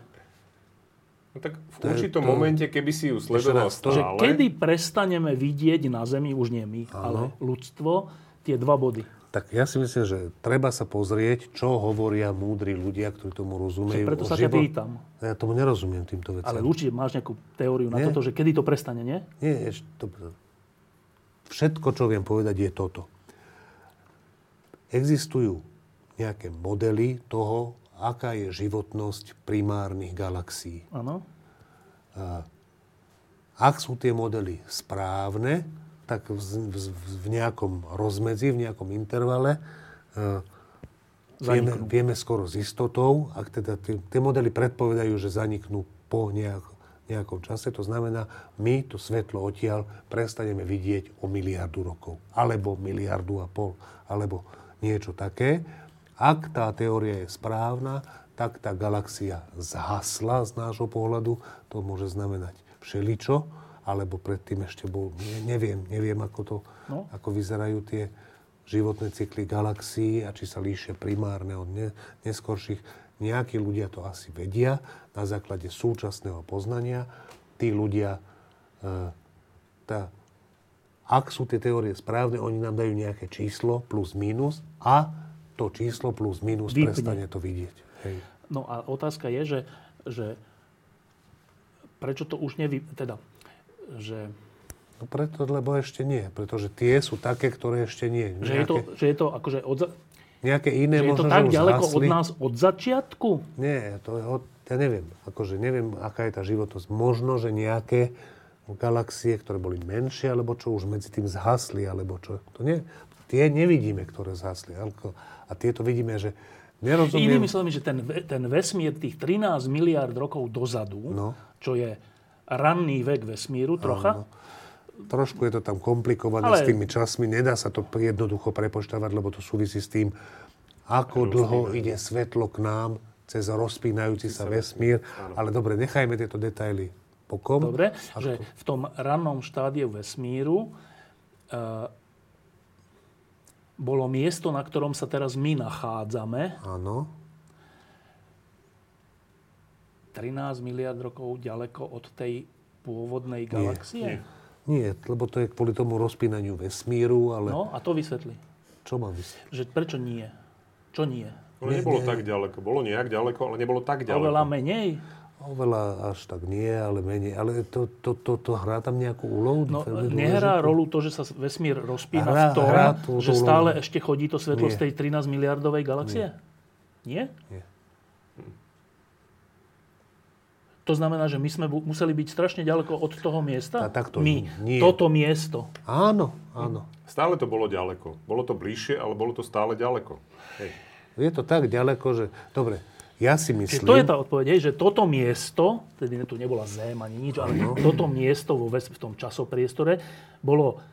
Speaker 2: No tak v
Speaker 3: je-
Speaker 2: určitom
Speaker 3: to-
Speaker 2: momente, keby si ju sledoval
Speaker 3: raz, to-
Speaker 1: Že
Speaker 2: stále,
Speaker 1: kedy prestaneme vidieť na Zemi, už nie my, ale ľudstvo, tie dva body.
Speaker 3: Tak ja si myslím, že treba sa pozrieť, čo hovoria múdri ľudia, ktorí tomu rozumejú.
Speaker 1: Preto
Speaker 3: o
Speaker 1: sa ťa
Speaker 3: živo-
Speaker 1: pýtam.
Speaker 3: Ja tomu nerozumiem týmto veciam.
Speaker 1: Ale určite máš nejakú teóriu na
Speaker 3: Nie.
Speaker 1: toto, že kedy to prestane, nie?
Speaker 3: Nie, ešte, to, všetko, čo viem povedať, je toto. Existujú nejaké modely toho, aká je životnosť primárnych galaxií.
Speaker 1: Áno.
Speaker 3: Ak sú tie modely správne, tak v, v, v nejakom rozmedzi, v nejakom intervale eh, vieme,
Speaker 1: Zaniknú.
Speaker 3: vieme skoro s istotou, ak teda tie, tie modely predpovedajú, že zaniknú po nejak, nejakom čase, to znamená, my to svetlo odtiaľ prestaneme vidieť o miliardu rokov, alebo miliardu a pol, alebo niečo také. Ak tá teória je správna, tak tá galaxia zhasla z nášho pohľadu, to môže znamenať všeličo, alebo predtým ešte bol, ne- neviem, neviem, ako to,
Speaker 1: No.
Speaker 3: ako vyzerajú tie, životné cykly galaxií a či sa líšia primárne od ne, neskorších. Nejakí ľudia to asi vedia na základe súčasného poznania. Tí ľudia, e, tá, ak sú tie teórie správne, oni nám dajú nejaké číslo plus minus a to číslo plus minus
Speaker 1: Vypne.
Speaker 3: prestane to vidieť. Hej.
Speaker 1: No a otázka je, že, že prečo to už nevy... Teda, že,
Speaker 3: No preto, lebo ešte nie. Pretože tie sú také, ktoré ešte nie.
Speaker 1: že, je to, že je to akože od, za-
Speaker 3: nejaké iné
Speaker 1: že je to
Speaker 3: možno,
Speaker 1: tak
Speaker 3: že už
Speaker 1: ďaleko od
Speaker 3: zhasli.
Speaker 1: nás od začiatku?
Speaker 3: Nie, to je, od- ja neviem. Akože neviem, aká je tá životnosť. Možno, že nejaké galaxie, ktoré boli menšie, alebo čo už medzi tým zhasli, alebo čo. To nie, tie nevidíme, ktoré zhasli. Ako- A tieto vidíme, že nerozumiem.
Speaker 1: Inými slovami, že ten, ve- ten vesmír tých 13 miliárd rokov dozadu,
Speaker 3: No.
Speaker 1: čo je ranný vek vesmíru trocha,
Speaker 3: Trošku je to tam komplikované
Speaker 1: Ale-
Speaker 3: s tými časmi, nedá sa to jednoducho prepočtávať, lebo to súvisí s tým, ako dlho ide svetlo k nám cez rozpínajúci sa vesmír. Ale dobre, nechajme tieto detaily bokom.
Speaker 1: Dobre, že v tom rannom štádiu vesmíru e, bolo miesto, na ktorom sa teraz my nachádzame,
Speaker 3: Áno,
Speaker 1: 13 miliard rokov ďaleko od tej pôvodnej
Speaker 3: Nie,
Speaker 1: galaxie.
Speaker 3: nie, lebo to je kvôli tomu rozpínaniu vesmíru, ale
Speaker 1: No a to vysvetli.
Speaker 3: čo mám vysvetliť?
Speaker 1: Že prečo nie? Čo nie?
Speaker 2: Ale nebolo tak ďaleko. Bolo nejak ďaleko, ale nebolo tak
Speaker 1: Oveľa
Speaker 2: ďaleko.
Speaker 1: menej?
Speaker 3: Oveľa až tak nie, ale menej. Ale to, to, to, to hrá tam nejakú úlohu?
Speaker 1: No,
Speaker 3: veľmi
Speaker 1: nehrá
Speaker 3: dôležitú?
Speaker 1: rolu to, že sa vesmír rozpína v
Speaker 3: Hrá-
Speaker 1: tom,
Speaker 3: hrá tú-
Speaker 1: že
Speaker 3: tú
Speaker 1: stále
Speaker 3: úlohu.
Speaker 1: ešte chodí to svetlo
Speaker 3: Nie.
Speaker 1: z tej 13 miliardovej galaxie? Nie?
Speaker 3: Nie.
Speaker 1: To znamená, že my sme bu- museli byť strašne ďaleko od toho miesta?
Speaker 3: A takto
Speaker 1: my,
Speaker 3: nie.
Speaker 1: toto miesto.
Speaker 3: Áno, áno.
Speaker 2: Stále to bolo ďaleko. Bolo to bližšie, ale bolo to stále ďaleko. Hej.
Speaker 3: Je to tak ďaleko, že... Dobre, ja si
Speaker 1: Čiže
Speaker 3: myslím...
Speaker 1: to je tá odpoveď, hej, že toto miesto, tedy tu nebola zem ani nič, ale
Speaker 3: No.
Speaker 1: toto miesto vo ves- v tom časopriestore bolo...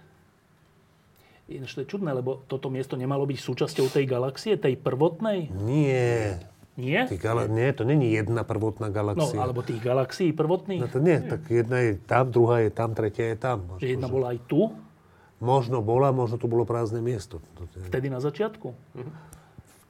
Speaker 1: Ináč to je čudné, lebo toto miesto nemalo byť súčasťou tej galaxie, tej prvotnej?
Speaker 3: Nie.
Speaker 1: Nie?
Speaker 3: Ty gala... nie, to není jedna
Speaker 1: No,
Speaker 3: prvotná galaxia.
Speaker 1: alebo tých galaxií
Speaker 3: No
Speaker 1: prvotných?
Speaker 3: to nie, tak jedna je tam, druhá je tam, tretia je tam.
Speaker 1: Že jedna bola aj tu,
Speaker 3: Možno bola, možno tu bolo prázdne miesto. To- to-
Speaker 1: vtedy na začiatku.
Speaker 3: No,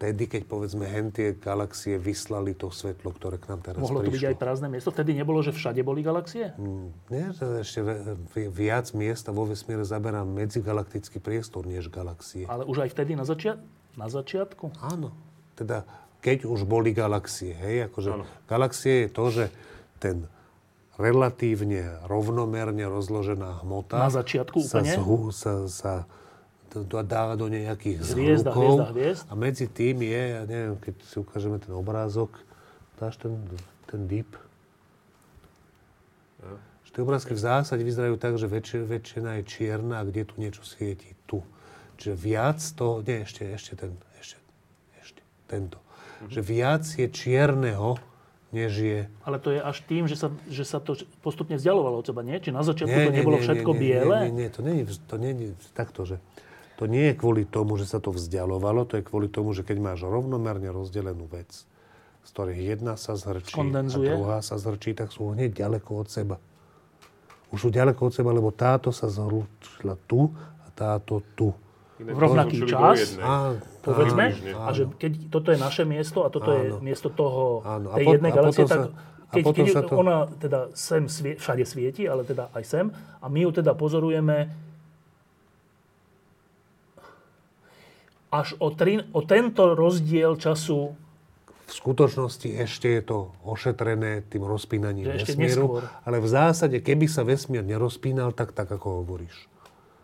Speaker 3: Vtedy, keď povedzme hentie galaxie vyslali to svetlo, ktoré k nám teraz
Speaker 1: Mohlo to byť aj
Speaker 3: prišlo.
Speaker 1: prázdne miesto. Vtedy nebolo, že všade boli galaxie?
Speaker 3: Mm, Nie, že ešte ve- vi- viac miesta vo vesmíre zaberá medzigalaktický priestor, než galaxie.
Speaker 1: Ale už aj vtedy na, začia- na začiatku?
Speaker 3: Áno. Teda, keď už boli galaxie, hej, akože galaxie je to, že ten relatívne rovnomerne rozložená hmota
Speaker 1: Na začiatku
Speaker 3: sa,
Speaker 1: úplne?
Speaker 3: zhu, sa, sa d- d- dá do nejakých
Speaker 1: Hviezda, hviezda,
Speaker 3: zhrukov
Speaker 1: hviezd.
Speaker 3: a medzi tým je, ja neviem, keď si ukážeme ten obrázok, dáš ten, ten deep? Že tie obrázky v zásade vyzerajú tak, že väčši, väčšina je čierna a kde tu niečo svieti, tu. Čiže viac to, nie, ešte, ešte ten, ešte, ešte tento. Že viac je čierneho, než je...
Speaker 1: Ale to je až tým, že sa, že sa to postupne vzdialovalo od seba, nie? Či na začiatku
Speaker 3: Nie,
Speaker 1: to
Speaker 3: nie,
Speaker 1: nebolo
Speaker 3: nie,
Speaker 1: všetko
Speaker 3: nie, nie,
Speaker 1: biele?
Speaker 3: Nie, nie, to nie, je vz- to nie, je takto, že to nie je kvôli tomu, že sa to vzdialovalo, to je kvôli tomu, že keď máš rovnomerne rozdelenú vec, z ktorej jedna sa zhrčí
Speaker 1: Skondenzuje.
Speaker 3: a druhá sa zhrčí, tak sú hneď ďaleko od seba. Už sú ďaleko od seba, lebo táto sa zhrúčila tu a táto tu.
Speaker 2: Iné
Speaker 1: V rovnaký
Speaker 2: zlúčili
Speaker 1: čas?
Speaker 2: do jednej.
Speaker 3: A,
Speaker 1: Povedzme,
Speaker 2: Áno,
Speaker 1: a že keď toto je naše miesto a toto je miesto toho,
Speaker 3: Áno. A
Speaker 1: tej
Speaker 3: pot-
Speaker 1: jednej
Speaker 3: a
Speaker 1: galaxie,
Speaker 3: potom
Speaker 1: tak
Speaker 3: sa- a
Speaker 1: keď,
Speaker 3: potom
Speaker 1: keď
Speaker 3: sa to-
Speaker 1: ona teda sem svie, všade svieti, ale teda aj sem, a my ju teda pozorujeme až o, tri, o tento rozdiel času
Speaker 3: v skutočnosti ešte je to ošetrené tým rozpínaním
Speaker 1: Že ešte neskôr.
Speaker 3: vesmíru, ale v zásade, keby sa vesmír nerozpínal, tak tak, ako hovoríš.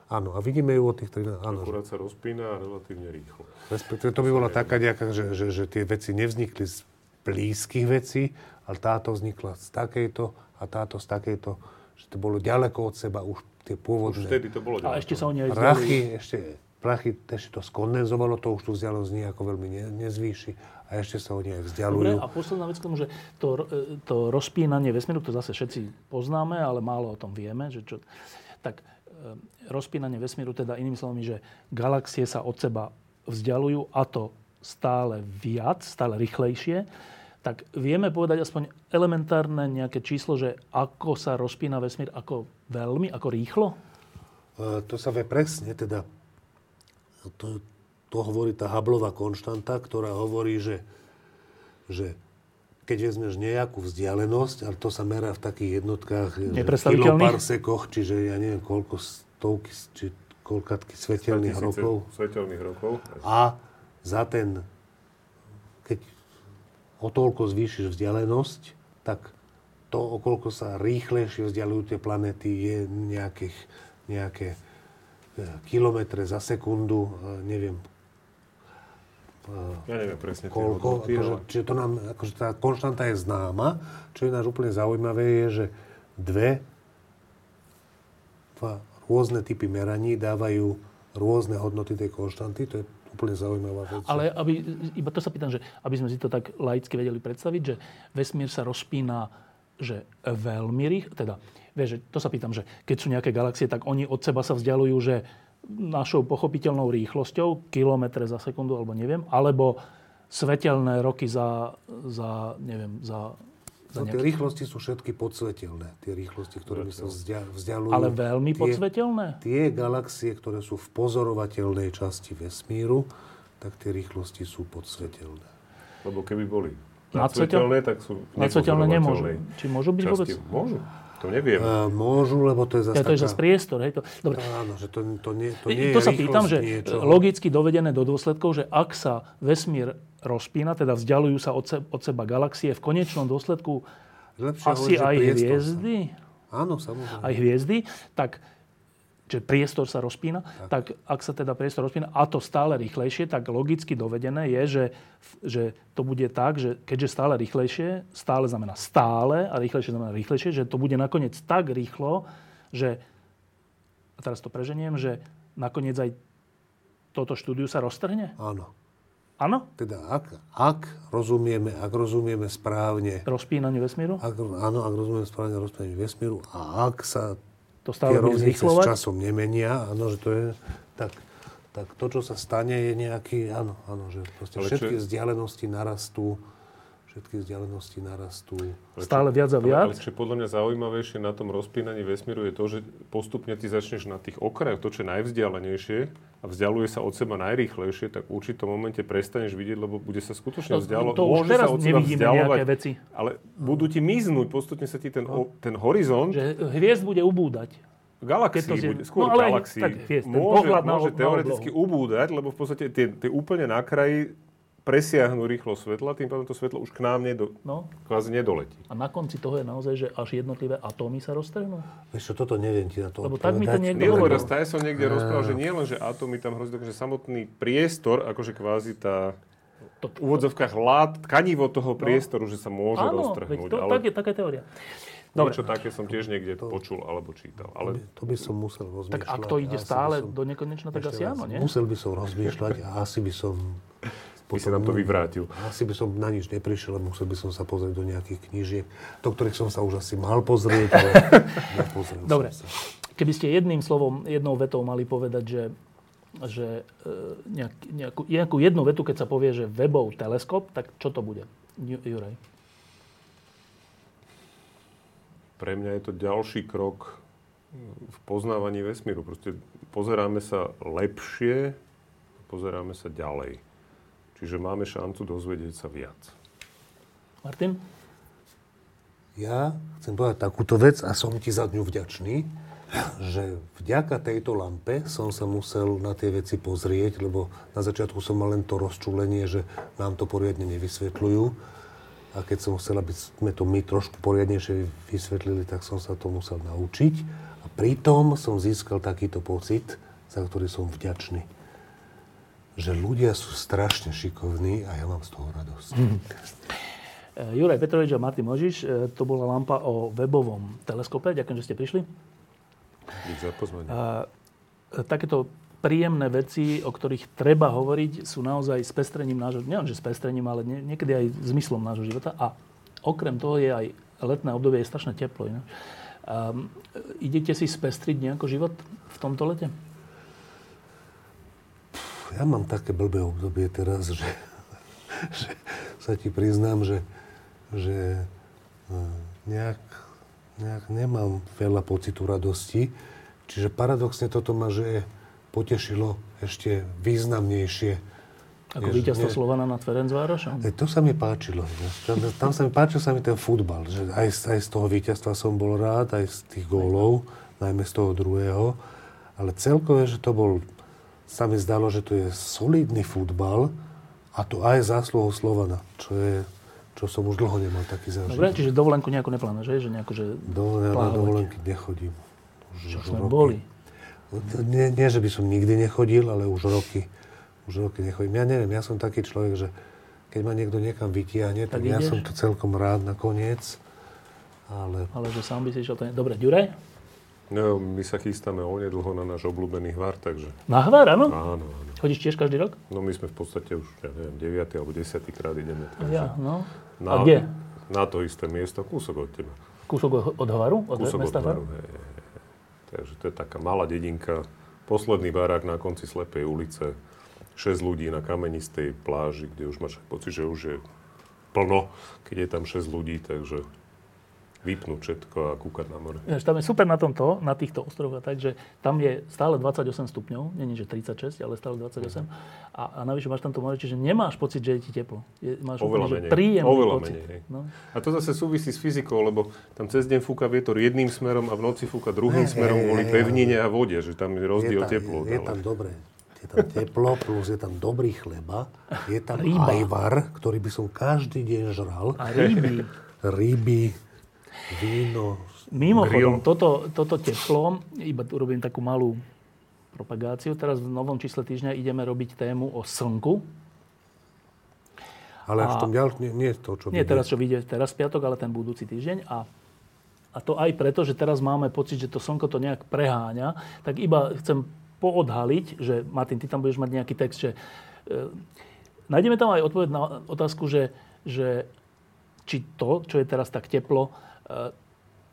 Speaker 3: Áno, a vidíme ju od tých 13. Áno, že-
Speaker 2: Akurát sa rozpína a relatívne rýchlo.
Speaker 3: respektíve to by bola taká nejaká, že, že, že tie veci nevznikli z blízkych vecí, ale táto vznikla z takejto a táto z takejto, že to bolo ďaleko od seba už tie
Speaker 2: Už
Speaker 3: pôvodné.
Speaker 2: vtedy to
Speaker 1: a
Speaker 2: bolo ďaleko.
Speaker 1: ešte sa o nej vzdialujú.
Speaker 3: Prachy ešte, prachy ešte to skondenzovalo, to už tu vzdialenosť nejako veľmi ne, nezvýši a ešte sa od nej vzdialujú.
Speaker 1: Dobre, a posledná vec k tomu, že to, ro- e, to rozpínanie vesmíru, to zase všetci poznáme, ale málo o tom vieme, že čo... Tak e, rozpínanie vesmíru, teda inými slovami, že galaxie sa od seba vzdialujú a to stále viac, stále rýchlejšie, tak vieme povedať aspoň elementárne nejaké číslo, že ako sa rozpína vesmír, ako veľmi, ako rýchlo?
Speaker 3: E, To sa vie presne, teda to, to, to hovorí tá Hubbleová konštanta, ktorá hovorí, že, že keď vezmeš nejakú vzdialenosť, ale to sa merá v takých jednotkách že
Speaker 1: Nepredstaviteľných?
Speaker 3: kiloparsekoch, čiže ja neviem koľko stovky, či koľkatky svetelných rokov.
Speaker 2: Svetelných rokov.
Speaker 3: A za ten, keď o toľko zvýšiš vzdialenosť, tak to, o koľko sa rýchlejšie vzdialujú tie planéty, je nejakých, nejaké e, kilometre za sekundu, e, neviem
Speaker 2: Ja neviem presne tie
Speaker 3: koľko.
Speaker 2: hodnoty,
Speaker 3: Akože,
Speaker 2: ale-
Speaker 3: čiže to nám, akože tá konštanta je známa. Čo je náš úplne zaujímavé, je, že dve dva rôzne typy meraní dávajú rôzne hodnoty tej konštanty. To je úplne zaujímavá vec.
Speaker 1: Ale aby, iba to sa pýtam, že aby sme si to tak laicky vedeli predstaviť, že vesmír sa rozpína že veľmi rýchlo, teda, vieš, že to sa pýtam, že keď sú nejaké galaxie, tak oni od seba sa vzdialujú, že našou pochopiteľnou rýchlosťou, kilometre za sekundu, alebo neviem, alebo svetelné roky za, za neviem, za, za
Speaker 3: No, tie
Speaker 1: nejaké,
Speaker 3: rýchlosti sú všetky podsvetelné. Tie rýchlosti, ktorými sa vzdia- vzdialujú.
Speaker 1: ale veľmi
Speaker 3: tie-
Speaker 1: podsvetelné?
Speaker 3: Tie galaxie, ktoré sú v pozorovateľnej časti vesmíru, tak tie rýchlosti sú podsvetelné.
Speaker 2: Lebo keby boli
Speaker 1: Nadsvetel-
Speaker 2: nadsvetelné, tak sú
Speaker 1: Nadsvetelné nemôžu.
Speaker 2: nepozorovateľnej
Speaker 1: Či môžu byť vôbec?
Speaker 2: časti. Môžu, to neviem.
Speaker 3: E, môžu, lebo to je
Speaker 1: Ja,
Speaker 3: zase
Speaker 1: to je zase
Speaker 3: taká...
Speaker 1: priestor, hej? To, dobre.
Speaker 3: Áno, že to, to nie, to
Speaker 1: To,
Speaker 3: nie
Speaker 1: to
Speaker 3: je
Speaker 1: sa pýtam,
Speaker 3: rýchlosť
Speaker 1: že
Speaker 3: niečoho.
Speaker 1: logicky dovedené do dôsledkov, že ak sa vesmír rozpína, teda vzdialujú sa od, se, od seba galaxie, v konečnom dôsledku asi
Speaker 3: Lepšie hovoriť,
Speaker 1: aj
Speaker 3: že priestor sa-
Speaker 1: hviezdy,
Speaker 3: Áno, samozrejme.
Speaker 1: aj hviezdy, tak že priestor sa rozpína, tak. ak sa teda priestor rozpína a to stále rýchlejšie, tak logicky dovedené je, že, že to bude tak, že keďže stále rýchlejšie, stále znamená stále a rýchlejšie znamená rýchlejšie, že to bude nakoniec tak rýchlo, že, a teraz to preženiem, že nakoniec aj toto štúdiu sa roztrhne?
Speaker 3: Áno.
Speaker 1: Áno?
Speaker 3: Teda ak, ak rozumieme, ak rozumieme správne,
Speaker 1: Rozpínanie vesmíru?
Speaker 3: ak, áno, ak rozumieme správne rozprávaniu vesmíru a ak sa
Speaker 1: To stále
Speaker 3: tie
Speaker 1: bude
Speaker 3: rovnice s
Speaker 1: zrýchlovať?
Speaker 3: časom nemenia, áno, že to je, tak, tak to, čo sa stane, je nejaký, áno, áno, že proste
Speaker 2: Ale čo
Speaker 3: všetky
Speaker 2: je-
Speaker 3: vzdialenosti narastú, všetky vzdialenosti narastú.
Speaker 1: Stále viac a
Speaker 2: Ale-
Speaker 1: viac?
Speaker 2: Ale čo je podľa mňa zaujímavejšie na tom rozpínaní vesmíru je to, že postupne ty začneš na tých okrajoch, to, čo je najvzdialenejšie a vzdialuje sa od seba najrýchlejšie, tak v určitom momente prestaneš vidieť, lebo bude sa
Speaker 1: No,
Speaker 2: skutočne vzdialovať.
Speaker 1: to už teraz nevidíme
Speaker 2: vzdialovať,
Speaker 1: nejaké veci. No.
Speaker 2: Ale budú ti miznúť, postupne sa ti ten, o, ten horizont
Speaker 1: Že hviezd bude ubúdať.
Speaker 2: Galaxií,
Speaker 1: Keď to si-
Speaker 2: bude, skôr
Speaker 1: no, ale aj
Speaker 2: galaxií,
Speaker 1: tak, hviezd, ten
Speaker 2: môže,
Speaker 1: pohľad na-
Speaker 2: môže
Speaker 1: na
Speaker 2: teoreticky
Speaker 1: oblohu.
Speaker 2: ubúdať, lebo v podstate tie, tie úplne na kraji presiahnu rýchlo svetla, tým pádom to svetlo už k nám nedo,
Speaker 1: No.
Speaker 2: kvázi nedoletí.
Speaker 1: A na konci toho je naozaj, že až jednotlivé atómy sa roztrhnú?
Speaker 3: Vieš čo, toto neviem ti na to
Speaker 1: Lebo tak mi to
Speaker 3: odpovedať.
Speaker 1: niekto
Speaker 2: Neil
Speaker 1: hovoril.
Speaker 2: deGrasse Tyson niekde rozprával, že nie len, že atómy tam hrozí, že samotný priestor, akože kvázi tá
Speaker 1: To-
Speaker 2: v úvodzovkách lát, tkanivo toho priestoru, že sa môže
Speaker 1: No. Áno, veď
Speaker 2: roztrhnúť.
Speaker 1: to,
Speaker 2: ale
Speaker 1: tak je, taká je teória. Dobre,
Speaker 2: niečo také som tiež niekde počul alebo čítal. Ale
Speaker 3: To by som musel rozmýšľať.
Speaker 1: tak ak to ide
Speaker 3: asi by
Speaker 1: stále
Speaker 3: som-
Speaker 1: do nekonečna, tak
Speaker 3: ešte
Speaker 1: asi
Speaker 3: raz,
Speaker 1: áno, nie?
Speaker 3: Musel by som rozmýšľať a asi by som...
Speaker 2: by si nám to vyvrátil.
Speaker 3: Asi by som na nič neprišiel, ale musel by som sa pozrieť do nejakých knížiek, do ktorých som sa už asi mal pozrieť,
Speaker 1: [LAUGHS]
Speaker 3: ale nepozrel som
Speaker 1: Dobre,
Speaker 3: sa.
Speaker 1: keby ste jedným slovom, jednou vetou mali povedať, že, že e, nejak, nejakú, nejakú jednu vetu, keď sa povie, že webov teleskop, tak čo to bude? Ju- Juraj.
Speaker 2: pre mňa je to ďalší krok v poznávaní vesmíru. Proste pozeráme sa lepšie, pozeráme sa ďalej. Čiže máme šancu dozvedieť sa viac.
Speaker 1: Martin?
Speaker 3: Ja chcem povedať takúto vec a som ti za ňu vďačný, že vďaka tejto lampe som sa musel na tie veci pozrieť, lebo na začiatku som mal len to rozčulenie, že nám to poriadne nevysvetľujú. A keď som chcel, aby sme to my trošku poriadnejšie vysvetlili, tak som sa to musel naučiť. A pritom som získal takýto pocit, za ktorý som vďačný. Že ľudia sú strašne šikovní a ja mám z toho radosť.
Speaker 1: E, Juraj Petrovič a Martin Možiš, e, to bola lampa o webovom teleskope. Ďakujem, že ste prišli.
Speaker 2: Dík za pozvanie.
Speaker 1: E, Takéto príjemné veci, o ktorých treba hovoriť, sú naozaj s pestrením nášho, nielen že s pestrením, ale nie, niekedy aj zmyslom nášho života. A okrem toho je aj letné obdobie, je strašne teplo. Iné. Um, idete si spestriť nejako život v tomto lete?
Speaker 3: Ja mám také blbé obdobie teraz, že, že sa ti priznám, že, že e, nejak, nejak nemám veľa pocitu radosti. Čiže paradoxne toto ma, že po potešilo ešte významnejšie.
Speaker 1: Ako
Speaker 3: Ježiš,
Speaker 1: víťazstvo
Speaker 3: nie.
Speaker 1: Slovana nad Ferencvárošom?
Speaker 3: E, To sa mi páčilo. Tam, tam sa mi páčil sa mi ten futbal. Že aj, z- aj z toho víťazstva som bol rád, aj z tých gólov, najmä z toho druhého. Ale celkové, že to bol, sa mi zdalo, že to je solidný futbal a to aj zásluhou Slovana, čo je čo som už dlho nemal taký
Speaker 1: Dobre,
Speaker 3: zážitok.
Speaker 1: čiže dovolenku nejako neplánuješ, hej? že nejako, že
Speaker 3: Do, ja na
Speaker 1: plávať.
Speaker 3: dovolenky nechodím.
Speaker 1: Čo
Speaker 3: už
Speaker 1: sme
Speaker 3: roky.
Speaker 1: boli.
Speaker 3: No Nie, nie, že by som nikdy nechodil, ale už roky. Už roky nechodím. Ja neviem, ja som taký človek, že keď ma niekto niekam vytiahne,
Speaker 1: Tak
Speaker 3: tak, ja
Speaker 1: ideš?
Speaker 3: som to celkom rád nakoniec. Ale
Speaker 1: Ale že sám by si išiel, to je... Dobre, Ďure?
Speaker 2: No, my sa chystáme onedlho na náš obľúbený hvar, takže
Speaker 1: Na Hvar,
Speaker 3: No.
Speaker 1: áno?
Speaker 2: áno, áno.
Speaker 1: Chodíš tiež každý rok?
Speaker 2: No my sme v podstate už, ja neviem, 9. alebo 10. krát ideme. Takže
Speaker 1: Ja, no. A
Speaker 2: na,
Speaker 1: kde?
Speaker 2: Na to isté miesto, kúsok od teba.
Speaker 1: Kúsok od- od Hvaru? Od
Speaker 2: Kúsok od
Speaker 1: mesta Hvar?
Speaker 2: Hvaru, hej, hej, hej. Takže to je taká malá dedinka, posledný barák na konci slepej ulice, 6 ľudí na kamenistej pláži, kde už máš pocit, že už je plno, keď je tam 6 ľudí, takže vypnúť všetko a kúkať na more.
Speaker 1: Ináč, tam je super na tomto, na týchto ostrovoch, a tak, že tam je stále 28 stupňov, nie, nie že 36, ale stále 28. A, a navyše máš tam to more, čiže nemáš pocit, že je ti teplo. Je, máš úplne,
Speaker 2: Oveľa
Speaker 1: že
Speaker 2: menej.
Speaker 1: príjemný
Speaker 2: Oveľa
Speaker 1: pocit.
Speaker 2: menej, hej.
Speaker 1: No.
Speaker 2: A to zase súvisí s fyzikou, lebo tam cez deň fúka vietor jedným smerom a v noci fúka druhým
Speaker 3: Hej,
Speaker 2: smerom
Speaker 3: hej,
Speaker 2: kvôli
Speaker 3: hej,
Speaker 2: pevnine a vode, že tam je rozdiel
Speaker 3: tam,
Speaker 2: teplot.
Speaker 3: je, je tam
Speaker 2: ale-
Speaker 3: dobre. Je tam teplo, plus je tam dobrý chleba. Je tam
Speaker 1: Ryba.
Speaker 3: aj var, ktorý by som každý deň žral.
Speaker 1: A
Speaker 2: [LAUGHS]
Speaker 1: ryby.
Speaker 3: Ryby, víno.
Speaker 1: Mimochodom, toto, toto teplo, iba tu robím takú malú propagáciu, teraz v novom čísle týždňa ideme robiť tému o slnku.
Speaker 3: Ale až v
Speaker 1: A-
Speaker 3: tom ďalšom, nie, nie je to, čo
Speaker 1: Nie
Speaker 3: vidíš.
Speaker 1: teraz, čo vyjde teraz v piatok, ale ten budúci týždeň. A, a to aj preto, že teraz máme pocit, že to slnko to nejak preháňa, tak iba chcem poodhaliť, že Martin, ty tam budeš mať nejaký text, že e, nájdeme tam aj odpoveď na otázku, že, že či to, čo je teraz tak teplo, e,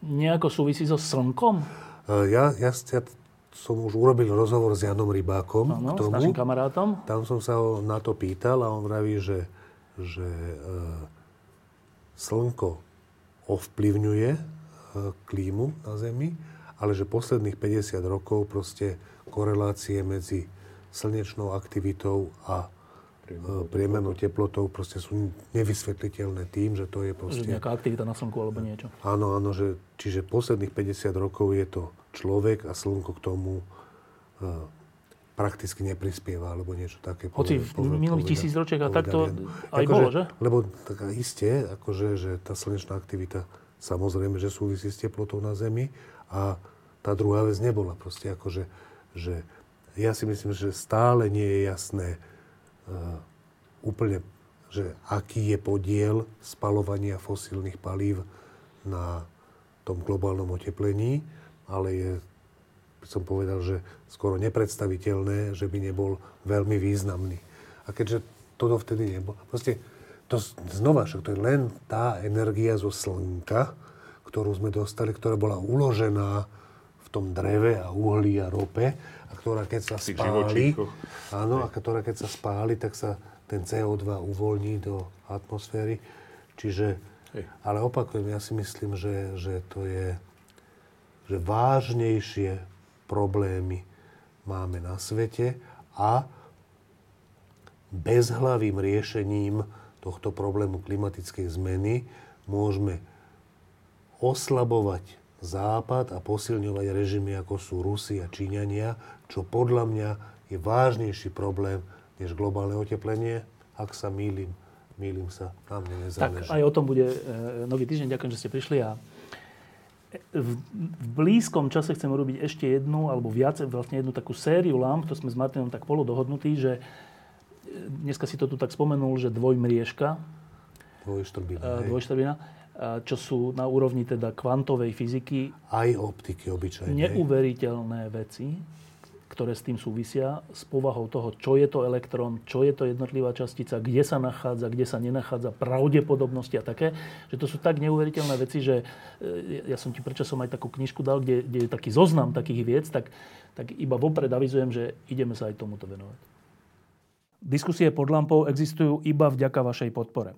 Speaker 1: nejako súvisí so slnkom?
Speaker 3: E, Ja, ja, s- ja t- som už urobil rozhovor s Janom Rybákom
Speaker 1: Áno,
Speaker 3: k
Speaker 1: s
Speaker 3: tomu.
Speaker 1: našim kamarátom.
Speaker 3: Tam som sa ho na to pýtal a on vraví, že, že e, slnko ovplyvňuje e, klímu na Zemi, ale že posledných 50 rokov proste korelácie medzi slnečnou aktivitou a e, priemernou teplotou proste sú nevysvetliteľné tým, že to je
Speaker 1: Že
Speaker 3: proste...
Speaker 1: nejaká aktivita na slnku alebo niečo.
Speaker 3: Áno, áno, že, čiže posledných 50 rokov je to človek a slnko k tomu e, prakticky neprispieva, alebo niečo také.
Speaker 1: Hoci v minulých tisícročiach a takto aj bolo, že?
Speaker 3: Akože, Lebo tak a isté, akože, že tá slnečná aktivita samozrejme, že súvisí s teplotou na Zemi a tá druhá vec nebola proste akože, že ja si myslím, že stále nie je jasné e, úplne, že aký je podiel spalovania fosílnych palív na tom globálnom oteplení, ale je, by som povedal, že skoro nepredstaviteľné, že by nebol veľmi významný. A keďže to dovtedy nebolo, proste to s- znova, však to je len tá energia zo slnka, ktorú sme dostali, ktorá bola uložená v tom dreve a uhlí a rope, a ktorá keď sa
Speaker 2: tých
Speaker 3: spáli,
Speaker 2: živočíchoch.
Speaker 3: Áno, a ktorá keď sa spáli, tak sa ten CO2 uvoľní do atmosféry. Čiže,
Speaker 2: Hej.
Speaker 3: ale opakujem, ja si myslím, že, že to je, že vážnejšie problémy máme na svete a bezhlavým riešením tohto problému klimatickej zmeny môžeme oslabovať Západ a posilňovať režimy ako sú Rusi a Číňania, čo podľa mňa je vážnejší problém než globálne oteplenie. Ak sa mýlim, mýlim sa, na
Speaker 1: Tak
Speaker 3: mne nezáleží.
Speaker 1: aj o tom bude e, nový týždeň. Ďakujem, že ste prišli a v, v blízkom čase chcem urobiť ešte jednu, alebo viac, vlastne jednu takú sériu lamp, to sme s Martinom tak polo dohodnutí, že e, dneska si to tu tak spomenul, že dvojmriežka, e,
Speaker 3: Dvojštrbina, hej.
Speaker 1: dvojštrbina, e, čo sú na úrovni teda kvantovej fyziky
Speaker 3: Aj optiky obyčajne. hej.
Speaker 1: neuveriteľné veci, ktoré s tým súvisia, s povahou toho, čo je to elektrón, čo je to jednotlivá častica, kde sa nachádza, kde sa nenachádza, pravdepodobnosti a také, že to sú tak neuveriteľné veci, že e, ja som ti prečasom aj takú knižku dal, kde, kde je taký zoznam takých viec, tak, tak iba vopred avizujem, že ideme sa aj tomuto venovať. Diskusie pod lampou existujú iba vďaka vašej podpore.